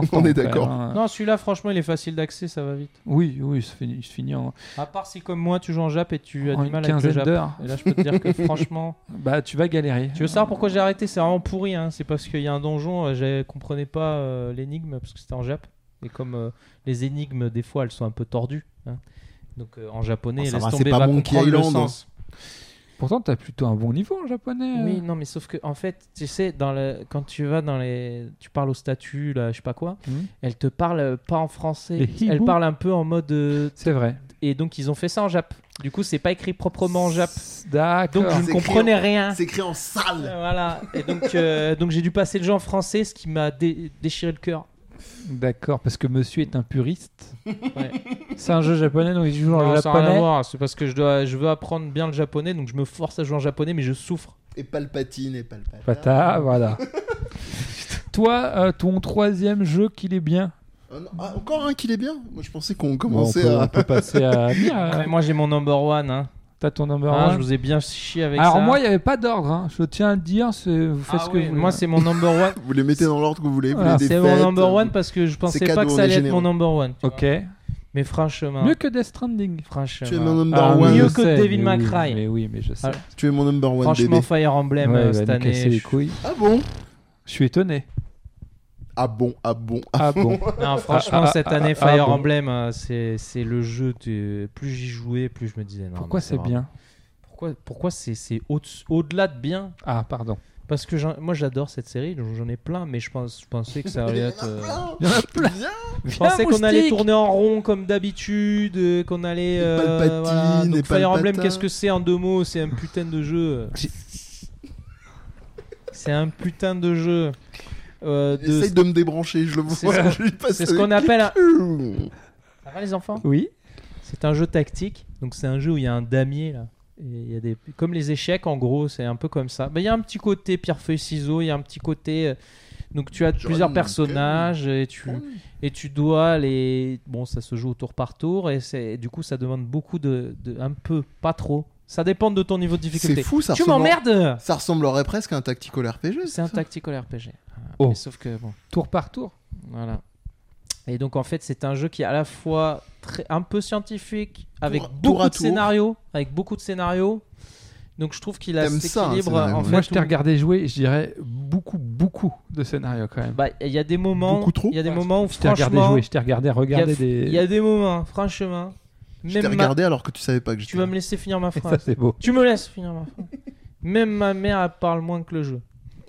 [LAUGHS] On
tant,
est
quand même,
d'accord.
hein.
Non, celui-là franchement, il est facile d'accès, ça va vite.
Oui, oui, se finit, se finit en,
À part si comme moi tu joues en Jap et tu as
Oh,
en
du
une
mal avec le
quinzaine
Jap.
d'heures.
Et là, je peux te dire que
[LAUGHS]
franchement,
Bah, tu vas galérer.
tu veux savoir pourquoi j'ai arrêté C'est vraiment pourri. Hein. C'est parce qu'il y a un donjon, euh, je comprenais pas euh, l'énigme parce que c'était en Jap. Et comme euh, les énigmes, des fois, elles sont un peu tordues. hein. Donc euh, en japonais,
Oh, ça
laisse
va,
tomber,
c'est pas
va
Monkey
comprendre le
Island. hein.
sens.
Pourtant, t'as plutôt un bon niveau en japonais. euh.
Oui,
Oui.
non, mais sauf que en fait, tu sais, dans le... quand tu vas dans les, tu parles aux statues, là, je sais pas quoi,
Hmm.
Mhm.
elle te parle euh, pas en français,
Les hibou.
elle parle un peu en mode, euh,
C'est vrai.
et donc ils ont fait ça en jap. Du coup, c'est pas écrit proprement en jap, donc
D'accord.
je ne
C'est
comprenais
écrit
rien.
C'est écrit en salle.
Voilà, et donc, euh, donc j'ai dû passer le jeu en français, ce qui m'a dé- déchiré le cœur.
D'accord, parce que monsieur est un puriste.
[LAUGHS] Ouais.
C'est un jeu japonais, donc il joue en
Non, ça n'a rien à
japonais.
voir, hein. c'est parce que je dois, je veux apprendre bien le japonais, donc je me force à jouer en japonais, mais je souffre.
Et Palpatine et Palpatine.
Pata, voilà. Toi, euh, ton troisième jeu, qu'il est bien.
Oh non, ah, encore un qui est bien. Moi je pensais qu'on
Bon, on,
commençait
peut, on
à.
peut passer à.
[LAUGHS]
Mira,
Mais moi j'ai mon number one, hein.
T'as ton number
Hein,
one.
je vous ai bien chié avec
Alors
ça.
moi, il n'y avait pas d'ordre. hein. Je tiens à le dire. c'est- Vous faites
Ah
ce que
oui,
vous
moi
voulez.
c'est mon
[LAUGHS]
number one.
Vous les mettez dans l'ordre que vous voulez. Vous
Voilà,
les
C'est mon
défaites,
number
vous-
one parce que je pensais
euh, cadeau,
pas que
on est
ça allait être
généreux.
mon number one. tu
Ok.
vois. Mais franchement,
Mieux que Death Stranding.
franchement,
Tu es mon number
Ah,
one.
mieux
je
que
sais,
Devil
mais
May
oui,
Cry.
Mais oui, mais je sais.
Ah,
euh, Tu es mon number one
franchement
bébé.
Fire Emblem
Ouais,
euh,
il va
cette
nous
année.
casser les
je-
couilles.
Ah bon
Je
[LAUGHS]
suis étonné.
Ah bon Ah bon
Ah bon.
Non, franchement,
Ah, ah,
cette
ah,
année,
ah,
Fire
bon.
Emblem, euh, c'est c'est le jeu. de- Plus j'y jouais, plus je me disais non.
Pourquoi
mais
c'est
va.
bien
pourquoi, pourquoi c'est c'est au- au-delà de bien
Ah, pardon.
Parce que j'en- moi j'adore cette série, donc j'en ai plein, mais je, pense, je pensais que
Ah,
ça allait être. euh,
Il y en a plein.
Bien.
Je pensais qu'on allait
moustique.
tourner en rond comme d'habitude, euh, qu'on allait.
Des
euh,
Palpatine,
voilà. Donc
des
Fire Emblem,
Palpatins.
qu'est-ce que c'est en deux mots C'est un putain de jeu. c'est un putain de jeu. Euh, de-
Essaye de me débrancher, je le
C'est
vois.
ce
[LAUGHS] je lui passe
C'est ce
le-
qu'on appelle. un- Ça va les enfants
Oui.
C'est un jeu tactique, donc c'est un jeu où il y a un damier là. Et il y a des... Comme les échecs en gros, c'est un peu comme ça. Mais il y a un petit côté pierre-feuille-ciseau, il y a un petit côté. euh, Donc tu as
Jordan
plusieurs
Montel.
personnages et tu, et tu dois les. Bon, ça se joue au tour par tour et c'est du coup ça demande beaucoup de, de. Un peu, pas trop. Ça dépend de ton niveau de
C'est
difficulté.
fou, ça
tu
ressemble-
m'emmerdes
Ça ressemblerait presque à un tactical RPG.
C'est un tactical RPG. Voilà.
Oh.
Mais sauf que bon.
Tour par tour.
Voilà. Et donc en fait, c'est un jeu qui est à la fois très, un peu scientifique, avec
Tour à-
beaucoup
tour à
de
tour.
scénarios, avec beaucoup de scénarios. Donc je trouve qu'il a
T'aimes
cet
ça, hein,
équilibre.
scénario,
en
ouais.
fait,
Moi, je t'ai
où-
regardé jouer, je dirais beaucoup, beaucoup de scénarios quand même.
bah, il y a des moments,
Beaucoup trop
il y a des
Ouais,
moments où
je t'ai regardé
franchement,
jouer,
il
je t'ai regardé
y, a-
regarder
il y a
[LAUGHS] des.
des moments, hein, franchement,
Je t'ai
même ma-
regardé alors que tu savais pas que j'étais.
tu vas me laisser finir
[LAUGHS]
ma
Ça,
phrase.
c'est beau.
tu me laisses finir ma phrase. même ma mère elle parle moins que le jeu.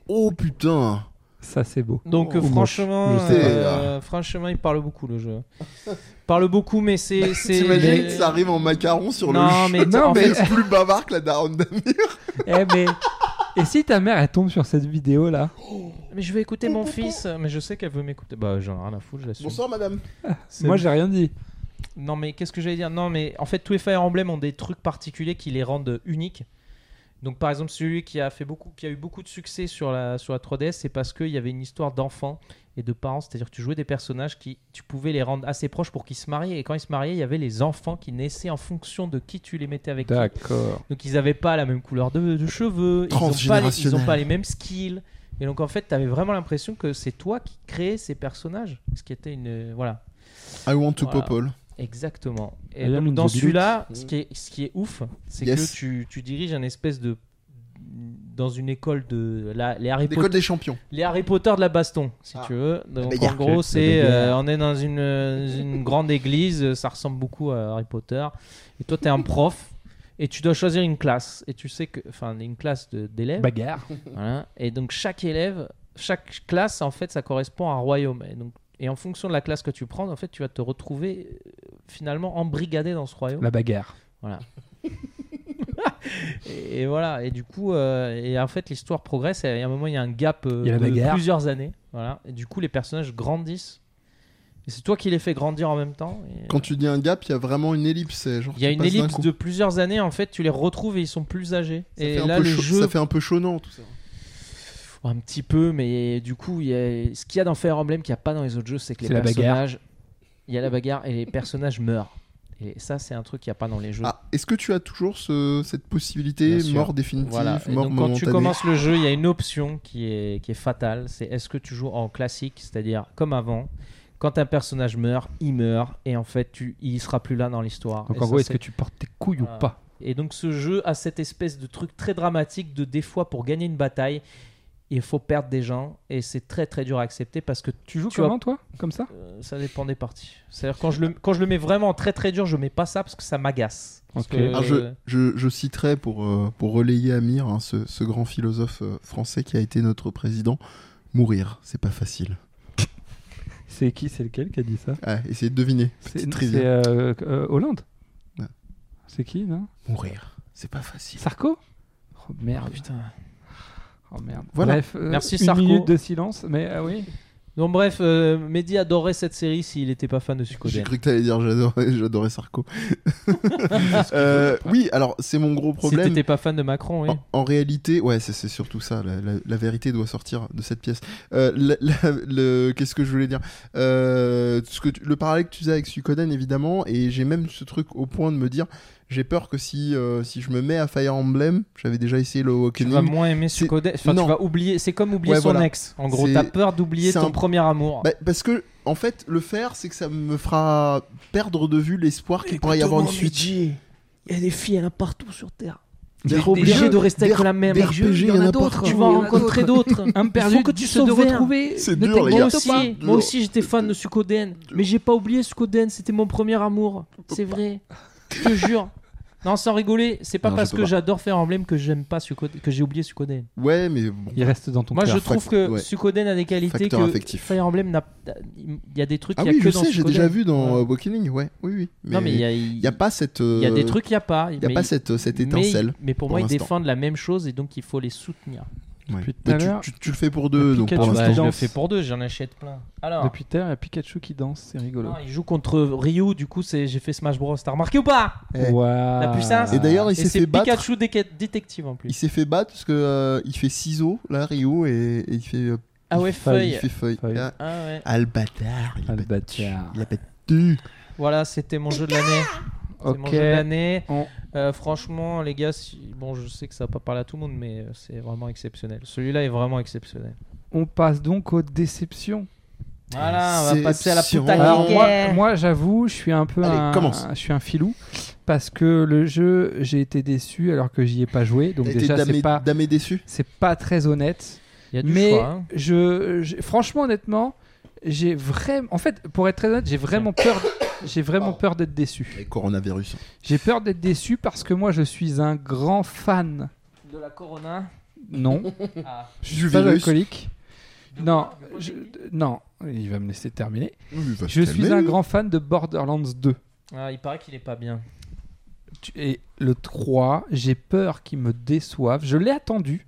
Oh putain
Ça,
[LAUGHS]
c'est beau.
Donc
Oh,
euh,
moche.
franchement,
Je sais,
euh, franchement, il parle beaucoup le jeu. Il parle beaucoup,
[LAUGHS]
mais c'est c'est.
T'imagines
mais-
que ça arrive en macaron sur le
Non,
jeu.
mais
Non,
en
mais-
fait,
C'est plus bavard que la daronne d'Amir.
Eh, mais. Et si ta mère, elle tombe sur cette vidéo là
Mais je vais écouter mon fils, mais je sais qu'elle veut m'écouter. Bah, j'en ai rien à foutre, je l'assume.
Bonsoir madame.
C'est- Eh
Moi, j'ai rien dit.
Non, mais qu'est-ce que j'allais dire Non, mais en fait, tous les Fire Emblem ont des trucs particuliers qui les rendent uniques. Donc, par exemple, celui qui a, fait beaucoup, qui a eu beaucoup de succès sur la, sur la 3DS, c'est parce qu'il y avait une histoire d'enfants et de parents. C'est-à-dire que tu jouais des personnages qui, tu pouvais les rendre assez proches pour qu'ils se marient. Et quand ils se mariaient, il y avait les enfants qui naissaient en fonction de qui tu les mettais avec qui.
D'accord.
Donc ils n'avaient pas la même couleur de, de cheveux, ils n'ont pas, les- ils ont
Transgénérationnel.
pas les mêmes skills. Et donc en fait, t'avais vraiment l'impression que c'est toi qui créais ces personnages, ce qui était une voilà
I want to
Voilà.
popole.
exactement. Et
I am
donc,
in
dans
the loop.
celui-là, ce qui est ce qui est ouf, c'est
Mm. Yes.
que tu, tu diriges un espèce de dans une école de la, les Harry
L'école
Potter
des champions.
les Harry Potter de la baston, si
Ah.
tu veux. Donc,
bagarre.
en gros,
Ok,
c'est
la
euh,
bagarre.
on est dans une, euh, une grande église, euh, ça ressemble beaucoup à Harry Potter. Et toi, t'es un prof et tu dois choisir une classe. Et tu sais que, enfin, une classe de- d'élèves.
Bagarre.
Voilà. Et donc chaque élève, chaque classe, en fait, ça correspond à un royaume. Et, donc, et en fonction de la classe que tu prends, en fait, tu vas te retrouver euh, finalement embrigadé dans ce royaume.
La bagarre.
Et, et voilà, et du coup, euh, et en fait, l'histoire progresse. Et à un moment, il y a un gap euh,
Il y a la
de
bagarre.
plusieurs années. Voilà. Et du coup, les personnages grandissent. Et c'est toi qui les fais grandir en même temps. Et,
Quand tu dis un gap, il y a vraiment une ellipse. c'est genre
il y a
tu
une
passes d'un
ellipse
coup.
de plusieurs années. En fait, tu les retrouves et ils sont plus âgés.
Ça
et
fait un
là,
peu
le
cha-
jeu
Ça fait un peu chaudant tout ça.
un petit peu, mais du coup, il y a- ce qu'il y a dans Fire Emblem qu'il n'y a pas dans les autres jeux, c'est que les
C'est la bagarre.
personnages, il y a la bagarre et les personnages meurent. Et ça, c'est un truc qu'il n'y a pas dans les jeux.
Ah, Est-ce que tu as toujours ce- cette possibilité
Bien sûr.
mort définitive,
Voilà. Et
mort
donc, quand
momentanée
tu commences le jeu, il y a une option qui est, qui est fatale. C'est est-ce que tu joues en classique, c'est-à-dire comme avant. Quand un personnage meurt, il meurt et en fait, tu, il sera plus là dans l'histoire.
Donc
Et
en
ça,
gros, est-ce
c'est- Ah.
que tu portes tes couilles
Voilà.
ou pas
Et donc ce jeu a cette espèce de truc très dramatique de des fois pour gagner une bataille, il faut perdre des gens et c'est très très dur à accepter parce que
Tu joues
Tu
comment toi Comme ça
Euh, ça dépend des parties. C'est-à-dire quand je le quand je le mets vraiment très très dur, je mets pas ça parce que ça m'agace. Parce
Ok.
que-
Alors, Ah, je, je- je citerai pour, euh, pour relayer Amir, hein, ce, ce grand philosophe euh, français qui a été notre président, mourir, c'est pas facile.
C'est qui C'est lequel qui a dit ça
Ah, essayez de deviner.
C'est
Petite
c'est,
trivia.
euh, euh, Hollande
Ouais.
C'est qui, non
euh,
Mourir, c'est pas facile.
Sarko Oh
Ah,
merde.
putain.
Oh merde.
Voilà.
Bref, euh,
Merci,
une
Sarko.
minute de silence, mais ah oui.
Donc bref, euh, Mehdi adorait cette série s'il n'était pas fan de
J'ai
Suikoden.
cru que t'allais dire j'adorais, [LAUGHS] j'adorais
[LAUGHS]
Sarko. Euh, oui, alors c'est mon gros
Si
problème. Oh,
t'étais pas fan de Macron, oui.
En, en réalité, ouais, c'est c'est surtout ça. La, la- la vérité doit sortir de cette pièce. Euh, la- [LAUGHS] la- le- Qu'est-ce que je voulais dire Euh, ce que tu- Le parallèle que tu faisais avec Suikoden, évidemment, et j'ai même ce truc au point de me dire j'ai peur que si, euh, si je me mets à Fire Emblem, j'avais déjà essayé le
Tu vas
Awakening.
moins aimer
c'est-
Suikoden. Enfin,
non.
tu vas oublier. C'est comme oublier
Ouais,
son
voilà.
ex. En gros,
C'est-
t'as peur d'oublier
c'est
ton
un-
premier amour.
Bah, parce que, en fait, le faire, c'est que ça me fera perdre de vue l'espoir qu'il pourrait y avoir une suite.
Il y a des filles hein, partout sur Terre.
Des
T'es obligé
jeux-
de rester
des-
avec la même.
des RPG, il y en a d'autres.
Tu vas en
[LAUGHS]
rencontrer d'autres.
Un
perdu,
perdu,
faut que tu
tu
tu te
te
sauves un.
retrouver.
C'est dur, les
Moi
gars. hein.
aussi,
C'est dur.
moi aussi j'étais fan de Sukoden, mais j'ai pas oublié Sukoden, c'était mon premier amour, c'est vrai. Je te jure.
Non, sans rigoler, c'est pas
Non, je
parce
peux
que
pas.
j'adore Fire Emblem que j'aime pas Suikoden- que j'ai oublié Suikoden.
Ouais, mais bon.
Il reste dans ton
Moi, je
cœur.
trouve
fact-
que
ouais.
Suikoden a des qualités
Facteur
que
affectif.
Fire Emblem n'a. Il y a des trucs
Ah
qu'il y a
oui,
que
je
dans
sais, j'ai
Suikoden.
déjà vu dans
Ouais.
euh, Awakening, ouais, oui, oui.
Non, mais il y a, il
il y a pas cette. euh,
y a des trucs, il y a pas.
Il n'y a pas cette, cette étincelle.
Mais, mais pour,
pour
moi, ils
l'instant.
défendent la même chose et donc il faut les soutenir.
Ouais.
Depuis tout
Mais
à
tu,
l'heure,
tu- tu le fais pour deux,
le
donc pour
Pikachu,
l'instant.
bah,
je le
danse.
fais pour deux, j'en achète plein. Alors,
Depuis terre, il y a Pikachu qui danse, c'est rigolo.
non, il joue contre Ryu, du coup, c'est- j'ai fait Smash Bros. T'as remarqué ou pas
Eh.
Ouah.
La puissance.
Et d'ailleurs, il
Et
s'est
c'est
fait battre.
Pikachu déca- détective en
Il
plus.
s'est fait battre parce que euh, il fait ciseaux là, Ryu, et, et il fait euh,
Ah ouais,
il
il
faille.
feuille.
fait feuille.
Feuille.
Ah,
Ah ouais.
ah, le bâtard, il a
Ah, le
battu.
bâtard.
Il a battu.
Voilà, c'était mon jeu de l'année. C'est mon
Ok.
jeu de l'année.
On-
Euh, franchement, les gars, si- bon, je sais que ça va pas parler à tout le monde, mais euh, c'est vraiment exceptionnel. Celui-là est vraiment exceptionnel.
On passe donc aux déceptions.
Voilà, on va passer à la
Exception.
puta
Alors,
guerre.
moi, moi, j'avoue, je suis un peu
Allez,
un,
commence.
je suis un filou parce que le jeu, j'ai été déçu alors que j'y ai pas joué, donc
T'as été
déjà
damé,
c'est pas
damé déçu.
c'est pas très honnête.
Il y a du
Mais
choix. hein.
je, j'ai- franchement, honnêtement, j'ai vraiment, en fait, pour être très honnête, j'ai vraiment peur, j'ai vraiment
Oh.
peur d'être déçu.
Et coronavirus.
J'ai peur d'être déçu parce que moi, je suis un grand fan.
De la Corona.
Non.
[LAUGHS]
Ah.
Je suis
Du
pas
virus.
alcoolique. Non, je- non, il va me laisser terminer.
Oui, va se
Je suis
calmer,
un
lui.
grand fan de Borderlands 2.
Ah, il paraît qu'il est pas bien.
Tu- Et le 3, j'ai peur qu'il me déçoive. Je l'ai attendu.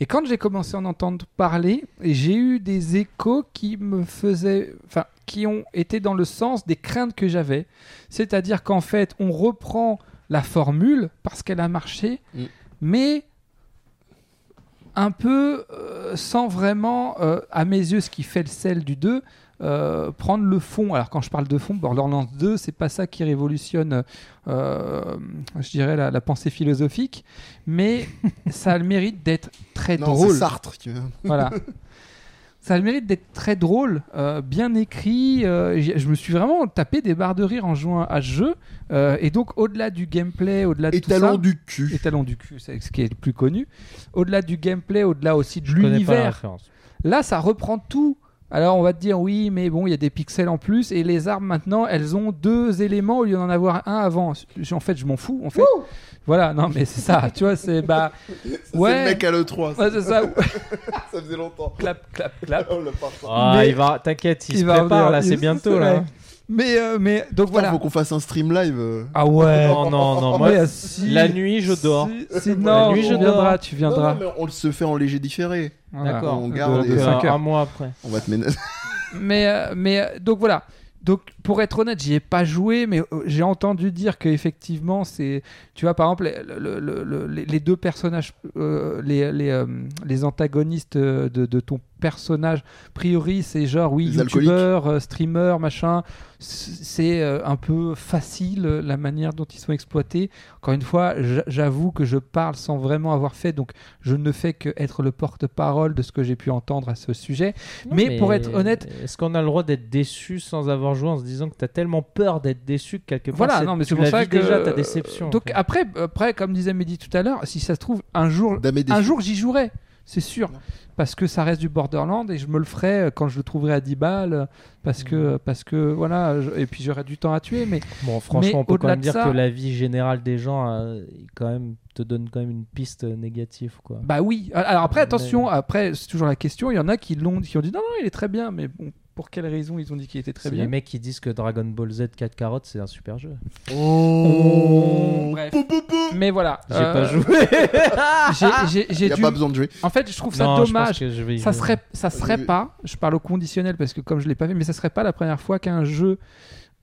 Et quand j'ai commencé à en entendre parler, j'ai eu des échos qui me faisaient. Enfin, qui ont été dans le sens des craintes que j'avais. C'est-à-dire qu'en fait, on reprend la formule parce qu'elle a marché,
Mm.
mais un peu euh, sans vraiment, euh, à mes yeux, ce qui fait le sel du 2, euh, prendre le fond. Alors quand je parle de fond, Borderlands 2, c'est pas ça qui révolutionne, euh, je dirais, la, la pensée philosophique,
[LAUGHS]
mais ça a le mérite d'être très
Non, c'est
drôle.
Sartre. tu vois.
Voilà. [LAUGHS] Ça a le mérite d'être très drôle, euh, bien écrit. euh, j- je me suis vraiment tapé des barres de rire en jouant à ce jeu. euh, et donc, au-delà du gameplay, au-delà de tout ça...
Étalon du cul.
Étalon du cul, c'est ce qui est le plus connu. Au-delà du gameplay, au-delà aussi de
Je connais pas la
l'univers,
référence.
là, ça reprend tout. Alors, on va te dire, oui, mais bon, il y a des pixels en plus. Et les armes, maintenant, elles ont deux éléments au lieu d'en avoir un avant. Je- En fait, je m'en fous. En fait. Voilà, non, mais c'est ça. tu vois, c'est... Bah,
[LAUGHS] C'est
Ouais.
le mec à l'E3.
ouais, c'est ça. [LAUGHS]
Ça faisait longtemps. [LAUGHS]
clap, clap, clap.
Oh, le parfum.
Ah,
Mais-
il va, t'inquiète, il,
il
se
va
prépare
revenir.
là, c'est
Il-
bientôt là.
Mais, euh, mais donc
Putain,
voilà.
Faut qu'on fasse un stream live. euh. Oh,
Ah ouais.
Non, non, non, moi,
Ouais, si-
la nuit je dors.
Si, si- non,
nuit,
tu
je
viendras,
dors.
tu
Non,
viendras.
non, mais on se fait en léger différé.
Voilà.
D'accord.
On
De-
garde
de
et-
Euh,
cinq heures.
un mois après.
On va te [LAUGHS] ménager.
Mais, euh, mais euh, donc voilà. Donc pour être honnête, j'y ai pas joué, mais euh, j'ai entendu dire que effectivement c'est, tu vois par exemple le- le- le- le- les, les deux personnages, euh, les les, euh, les antagonistes euh, de, de ton personnage, a priori c'est genre oui
Les
youtubeur, euh, streamer, machin, C- c'est euh, un peu facile euh, la manière dont ils sont exploités. Encore une fois, j- j'avoue que je parle sans vraiment avoir fait, donc je ne fais que être le porte-parole de ce que j'ai pu entendre à ce sujet. Mais pour être honnête-
est-ce qu'on a le droit d'être déçu sans avoir joué en se disant que t'as tellement peur d'être déçu que quelque part
Voilà,
c'est-
non, mais
tu
c'est pour
la
ça
vis
que euh,
déjà ta déception.
Donc
en fait.
après, après, comme disait Mehdi tout à l'heure, si ça se trouve un jour,
Damé
un
déçu.
jour j'y jouerai, c'est sûr,
Non.
parce que ça reste du Borderland et je me le ferai euh, quand je le trouverai à 10 balles, euh, parce que parce que voilà, je- et puis j'aurai du temps à tuer, mais
bon, franchement, on peut quand
au-delà
même
de
dire
ça-
que la vie générale des gens euh, quand même te donne quand même une piste euh, négative quoi.
bah oui. Alors après, attention, après c'est toujours la question. Il y en a qui l'ont, qui ont dit non, non, il est très bien, mais bon, pour quelles raisons ils ont dit qu'il était très
C'est Les
bien
mecs qui disent que Dragon Ball Z 4 carottes c'est un super jeu.
Oh. Bref.
Pou, pou, pou.
Mais voilà,
J'ai
euh,
pas joué.
j'ai- j'ai-
Y
j'ai
a
dû.
pas besoin de jouer.
En fait, je trouve ça
Non, je pense
dommage.
que je vais y
Ça
jouer.
serait, ça serait
Oui.
pas, je parle au conditionnel parce que comme je l'ai pas fait, mais ça serait pas la première fois qu'un jeu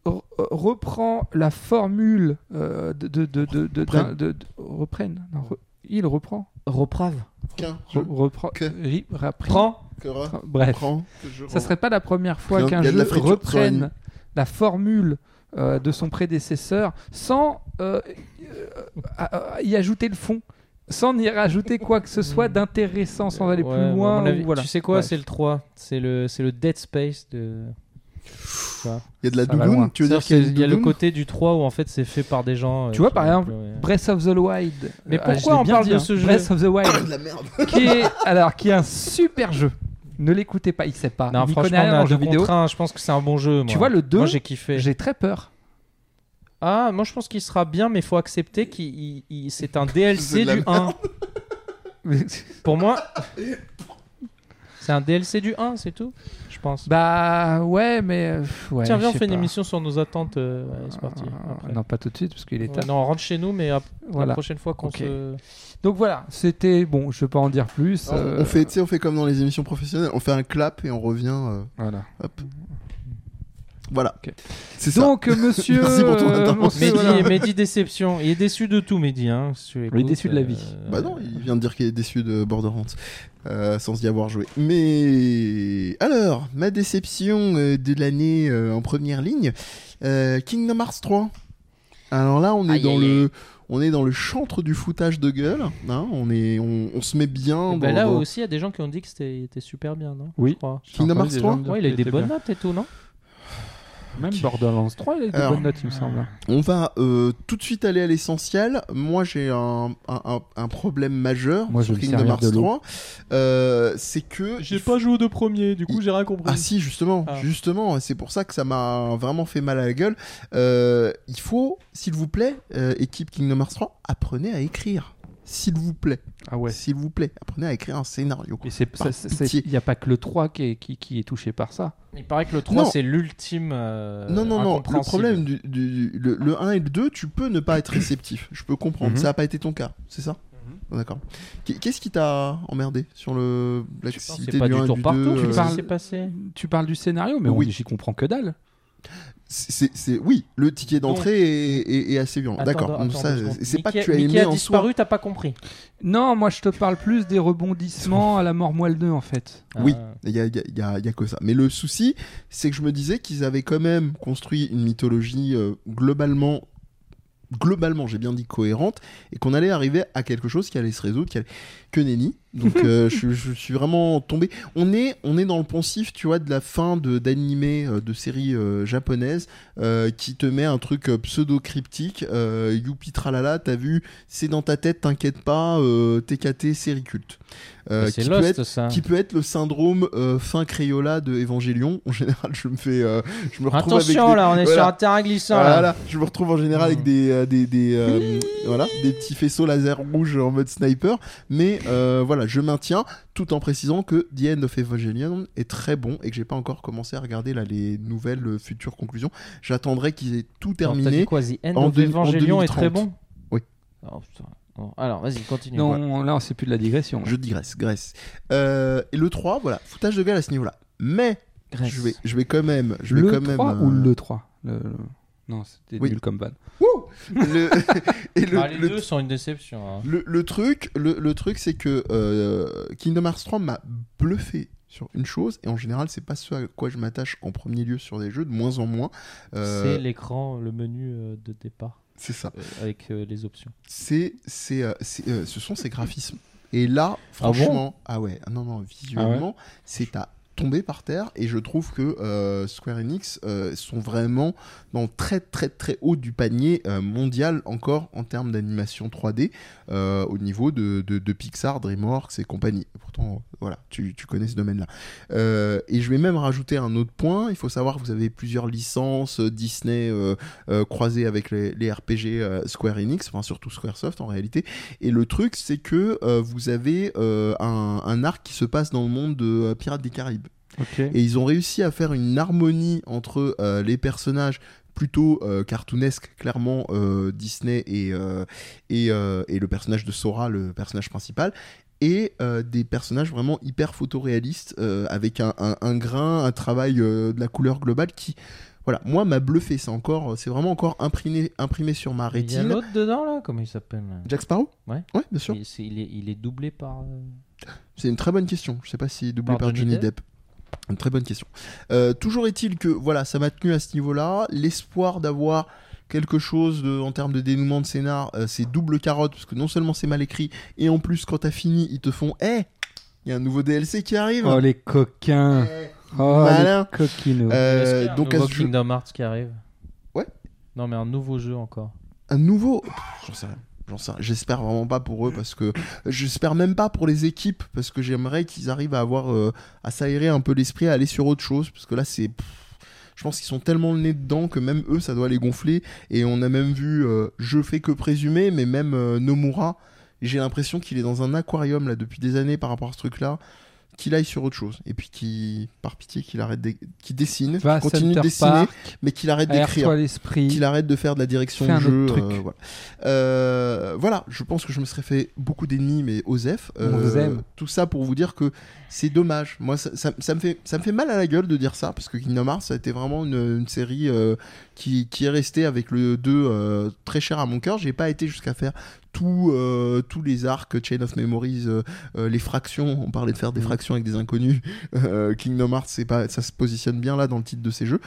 re- reprend la formule euh, de, de, de, de, de-
Reprenne.
de- de- reprenne. Non, re- il reprend.
reprave.
Qu'un. je-
Re- reprend.
Que-
ri- rapri-
Prends.
que re-
Oh. Bref.
prends, que je
Ça
re-
serait pas la première fois
Il y a-
qu'un
il y a de
jeu
la friture sur
reprenne
une-
la formule euh, de son prédécesseur sans euh, euh, à- à y ajouter le fond, sans y rajouter quoi que
[LAUGHS]
ce soit d'intéressant, sans aller
Ouais,
plus
à
loin.
mon avis-
ou voilà.
Tu sais quoi,
Bref.
c'est le 3, c'est le c'est le Dead Space de
Il y a de la
Ça va loin.
doudoune. Tu veux dire qu'il y a, une
il y a le
doudoune
côté du 3 où en fait c'est fait par des gens. euh,
Tu vois,
qui-
par exemple,
ouais.
Breath of the Wild.
Mais
Ah, je
pourquoi
l'ai
on
bien
parle
dit,
de
hein.
ce jeu
Breath
[LAUGHS]
of the
Ah, de
Wild,
la merde.
qui est alors qui est un super jeu. Ne l'écoutez pas, il sait pas.
Non,
il y connaît
franchement,
rien
on a
en jeu
deux
vidéo.
contre un, je pense que c'est un bon jeu. Moi.
Tu vois le 2,
Moi j'ai kiffé.
j'ai très peur.
Ah, moi je pense qu'il sera bien, mais faut accepter qu'il il- il- c'est un DLC
de la
du 1. Pour moi, c'est un DLC du 1, c'est tout, je pense.
bah ouais, mais. euh, pff, ouais,
Tiens, viens,
je
on
sais
fait une
pas.
émission sur nos attentes. euh, ouais, c'est parti.
Euh,
après.
Non, pas tout de suite, parce qu'il est
Ouais,
tard.
non, on rentre chez nous, mais ap- la
Voilà.
prochaine fois qu'on
Ok.
se.
Donc [LAUGHS] voilà, c'était. Bon, je peux pas en dire plus.
Alors,
euh,
Ah, On fait, tu sais, on fait comme dans les émissions professionnelles, on fait un clap et on revient. euh,
Voilà.
voilà.
Ok.
C'est ça.
Donc, euh,
[LAUGHS]
monsieur.
Merci pour ton
euh,
intervention.
monsieur,
Mehdi,
voilà.
Mehdi déception. Il est déçu de tout, Mehdi. Hein, si tu
est
écoutes,
déçu de la vie.
euh,
Bah non, il vient de dire qu'il est déçu de Borderlands euh, sans y avoir joué. Mais alors, ma déception euh, de l'année euh, en première ligne, euh, Kingdom Hearts 3. Alors là, on est
Aïe,
dans
aïe,
le on est dans le chantre du foutage de gueule, hein, on est on, on se met bien
Eh
dans,
ben là
dans-
aussi, il y a des gens qui ont dit que c'était il était super bien, non
Oui.
Je crois.
Kingdom Hearts
J'ai entendu des
3?
gens me dire
Ouais, il a eu
qu'il
des
était
bonnes
bien.
notes et tout, non
Même Borderlands 3, il a eu des
Alors.
bonnes notes, il me semble.
On va euh, tout de suite aller à l'essentiel. Moi, j'ai un, un- un- un problème majeur
Moi, je
sur
vais me
Kingdom
servir de
Hearts
l'eau.
3. euh, c'est que. il faut-
joué de premier, du
coup,
j'ai rien compris.
Ah si, justement,
Ah.
justement, c'est pour ça que ça m'a vraiment fait mal à la gueule. Euh, il faut, s'il vous plaît, euh, équipe Kingdom Hearts 3, apprenez à écrire. S'il vous plaît,
Ah ouais.
s'il vous plaît, apprenez à écrire un scénario.
Mais c'est-
Par
ça- ça-
pitié.
il n'y a pas que le 3 qui est, qui, qui est touché par ça.
Il paraît que le 3,
Non.
c'est l'ultime. euh,
non, non, non, le
incompréhensible.
problème du, du- du- le, le 1 et le 2, tu peux ne pas être réceptif. Je peux comprendre,
Mhm.
ça n'a pas été ton cas, c'est ça
Mhm.
D'accord. Qu'est- Qu'est-ce qui t'a emmerdé sur le la
Non,
cité
C'est pas
du
du
1 et
tour
du
par
2
tour,
euh,
tu parles.
parles-
s'est passé
Tu parles du scénario, mais
Oui.
on, j'y comprends que dalle.
c'est- c'est- oui, le ticket d'entrée est, est- est assez violent.
Attends,
D'accord.
attends,
Donc ça,
deux secondes.
c'est pas que
Mickey-
tu as
Mickey
aimé
a
en soi.
disparu, t'as pas compris.
Non, moi je te parle plus des
[LAUGHS]
rebondissements à la mort moelle 2 en fait.
Oui.
Euh,
Il y a, il y a- il y a- il y a que ça. Mais le souci, c'est que je me disais qu'ils avaient quand même construit une mythologie euh, globalement, globalement, j'ai bien dit cohérente, et qu'on allait arriver à quelque chose qui allait se résoudre, qui allait... que nenni. Donc euh, je, suis- je suis vraiment tombé. On est, on est dans le poncif, tu vois, de la fin de d'animé euh, de séries euh, japonaises euh, qui te met un truc pseudo cryptique. Euh, Youpi tralala, t'as vu, c'est dans ta tête, t'inquiète pas, euh, TKT, série culte. Euh,
Bah, c'est
qui peut être
Lost, ça.
qui peut être le syndrome euh, fin Crayola de Evangelion. En général, je me fais, euh, je me retrouve
Attention,
avec des...
là, on est
Voilà.
sur un terrain glissant.
Voilà,
là.
voilà. je me retrouve en général avec
Mm.
des euh, des des, euh, voilà des petits faisceaux laser rouges en mode sniper. Mais euh, voilà, je maintiens tout en précisant que The End of Evangelion est très bon et que j'ai pas encore commencé à regarder là les nouvelles euh, futures conclusions. J'attendrai qu'ils aient tout
Alors, t'as
terminé.
dit quoi, The End
en
of
deux- en
Evangelion est
2030.
très bon
Oui.
Oh, putain. Bon, Alors, vas-y, continue.
Non, là c'est plus de la digression.
Je digresse, Grèce. Euh, et le 3, voilà, foutage de gueule à ce niveau-là. Mais
Grèce.
je vais, je vais quand même, je vais
le
quand
3
même.
ou
euh,
le 3 Le- le- Non, c'était
Oui.
nul comme ban.
le- [LAUGHS] et le,
Ah, les
le
deux sont une déception. hein.
Le, le truc, le, le truc, c'est que euh, Kingdom Hearts 3 m'a bluffé sur une chose, et en général, c'est pas ce à quoi je m'attache en premier lieu sur des jeux, de moins en moins. Euh,
C'est l'écran, le menu euh, de départ
c'est ça.
euh, avec euh, les options.
C'est, c'est, euh, c'est, euh, ce sont ces graphismes. Et là, franchement, ah, ouais, ah non non, visuellement, c'est à tomber par terre. Et je trouve que euh, Square Enix euh, sont vraiment dans le très très très haut du panier euh, mondial encore en termes d'animation 3D euh, au niveau de, de, de Pixar, DreamWorks et compagnie. Et pourtant, euh, voilà, tu, tu connais ce domaine-là. Euh, et je vais même rajouter un autre point. Il faut savoir que vous avez plusieurs licences euh, Disney euh, euh, croisées avec les, les RPG euh, Square Enix, enfin surtout Squaresoft en réalité. Et le truc, c'est que euh, vous avez euh, un, un arc qui se passe dans le monde de euh, Pirates des Caraïbes. Et ils ont réussi à faire une harmonie entre euh, les personnages plutôt euh, cartoonesques, clairement euh, Disney et, euh, et, euh, et le personnage de Sora, le personnage principal, et euh, des personnages vraiment hyper photoréalistes euh, avec un, un- un grain, un travail euh, de la couleur globale qui, voilà, moi m'a bluffé. C'est encore, c'est vraiment encore imprimé, imprimé sur ma
Il y a
rétine.
l'autre dedans, là Comment il s'appelle là
Jack Sparrow
Ouais.
Ouais, bien sûr.
il, c'est- il est, il est doublé par. euh,
C'est une très bonne question. Je sais pas si doublé
Par
par
Johnny
Johnny Depp. Une très bonne question. Euh, toujours est-il que voilà, ça m'a tenu à ce niveau-là. L'espoir d'avoir quelque chose de- en termes de dénouement de scénar, euh, c'est double carotte parce que non seulement c'est mal écrit et en plus quand t'as fini, ils te font "Eh, il y a un nouveau DLC qui arrive."
Oh les coquins
Eh.
Oh
Malin.
les coquinaux
Euh,
Est-ce qu'il y a un
donc à
nouveau
ce jeu-
Kingdom Hearts qui arrive.
Ouais.
Non, mais un nouveau jeu encore.
un nouveau j'en sais rien J'en sais rien. J'espère vraiment pas pour eux parce que j'espère même pas pour les équipes parce que j'aimerais qu'ils arrivent à avoir euh, à s'aérer un peu l'esprit à aller sur autre chose parce que là c'est pff, je je pense qu'ils sont tellement le nez dedans que même eux, ça doit les gonfler. Et on a même vu, euh, je fais que présumer, mais même euh, Nomura, j'ai l'impression qu'il est dans un aquarium là depuis des années par rapport à ce truc-là. Qu'il aille sur autre chose et puis qu'il, par pitié, qu'il arrête, d'é- qu'il dessine, qu'il
Va à
continue de
Center
dessiner,
Park,
mais qu'il arrête d'écrire
aère-toi l'esprit.
qu'il arrête de faire de la direction
Fais un
de jeu.
autre
euh,
truc.
voilà. Euh, voilà, je pense que je me serais fait beaucoup d'ennemis, mais Osef. euh,
On vous aime.
Tout ça pour vous dire que c'est dommage. Moi, ça, ça- ça me fait, ça me fait mal à la gueule de dire ça, parce que Kingdom Hearts, ça a été vraiment une, une série euh, qui, qui est restée avec le 2 euh, très cher à mon cœur. J'ai pas été jusqu'à faire tout, euh, tous les arcs, Chain of Memories, euh, euh, les fractions. On parlait de
Mm.
faire des fractions avec des inconnus. [LAUGHS] Euh, Kingdom Hearts, c'est pas, ça se positionne bien là dans le titre de ces jeux.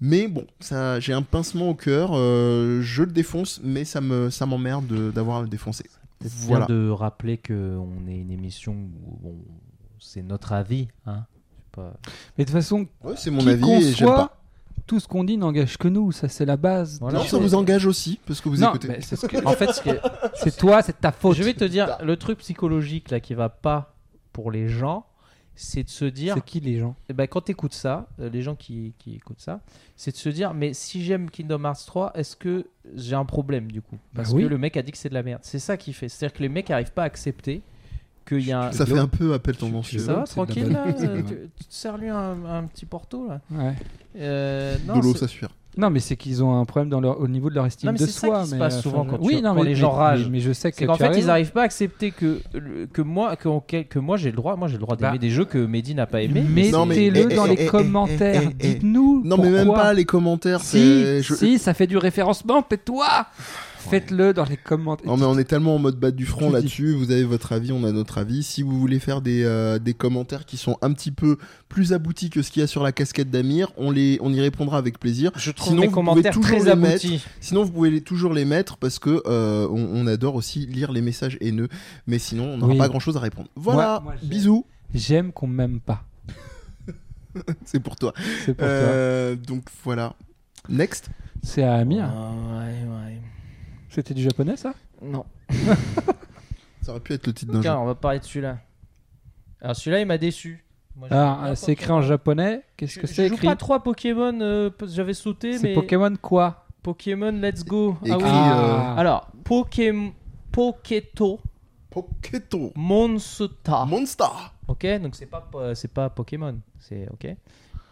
Mais bon, ça, j'ai un pincement au cœur, euh, je le défonce, mais ça me, ça m'emmerde de- d'avoir à le défoncer.
Peut-être
Voilà.
bien de rappeler qu'on est une émission où bon, c'est notre avis. Hein Je sais pas.
Mais de toute façon,
Ouais, c'est mon
qui
avis
qu'on
et j'aime
soit,
pas.
tout ce qu'on dit n'engage que nous. Ça, c'est la base.
Voilà.
Non, ça vous engage aussi parce que vous
Non,
écoutez.
mais c'est ce que-
En fait, ce qui est-
c'est toi, c'est de ta faute.
je vais te
Bah.
dire, le truc psychologique là qui va pas pour les gens, c'est de se dire,
C'est qui les gens
eh ben, quand tu écoutes ça, euh, les gens qui, qui écoutent ça, c'est de se dire, mais si j'aime Kingdom Hearts 3, est-ce que j'ai un problème du coup Parce
oui.
que le mec a dit que c'est de la merde. C'est ça qui fait. C'est-à-dire que les mecs n'arrivent pas à accepter qu'il y a un.
Ça fait un peu appel euh, tendancieux.
Ça va,
C'est de la
tranquille
bonne-
là
[LAUGHS] c'est de la
euh,
bonne.
tu, tu te sers lui un, un petit porto là
Ouais.
Euh,
de
non,
l'eau,
c'est-
ça suffit.
Non, mais c'est qu'ils ont un problème dans leur, au niveau de leur estime
Non, mais
de
c'est ça
soi.
qui se
mais,
passe
euh,
souvent quand
enfin, oui,
tu-
non,
quand
mais,
les
mais-
gens ragent.
mais- mais je sais que
C'est qu'en
tu as
fait, ils
raison.
n'arrivent pas à accepter que, que moi, que, que moi j'ai le droit, moi j'ai le droit d'aimer
Bah.
des jeux que Mehdi n'a pas aimé.
mais- Non, mais-
Mettez-le
eh,
dans
eh, eh,
les
eh,
commentaires.
eh, eh, eh.
Dites-nous.
Non, mais même
pourquoi.
pas les commentaires.
Si,
c'est- je-
si, ça fait du référencement, tais-toi Faites-le dans les commentaires.
Non mais on est tellement en mode battre du front
Tu dis.
là-dessus, vous avez votre avis, on a notre avis. Si vous voulez faire des, euh, des commentaires qui sont un petit peu plus aboutis que ce qu'il y a sur la casquette d'Amir, on, les, on y répondra avec plaisir.
Je trouve
Sinon,
mes
vous pouvez
commentaires
toujours
très
les
aboutis.
Sinon vous pouvez les- toujours les mettre parce que euh, on, on adore aussi lire les messages haineux. Mais sinon on n'aura
Oui.
pas grand-chose à répondre. Voilà,
Moi- moi, j'ai-
bisous. [LAUGHS]
J'aime qu'on m'aime pas.
C'est pour toi.
C'est pour toi.
Euh, donc voilà. Next.
C'est à Amir.
Ah, Ouais, ouais.
C'était du japonais, ça
Non.
Ça aurait pu être le titre d'un jeu.
Tiens, on va parler de celui-là. Alors celui-là, il m'a déçu. Moi, j'ai-
Alors,
Ah,
euh, c'est
quand-
écrit en japonais.
Je-
Qu'est-ce que
je
c'est
joue
écrit
pas trois Pokémon, euh, parce que j'avais sauté,
C'est
mais
Pokémon quoi
Pokémon Let's Go.
Écrit,
Ah oui.
Ah.
Alors, Pokémon, Pokéto,
Poketo.
Monster.
Monster.
Ok, donc c'est pas euh, c'est pas Pokémon, c'est ok.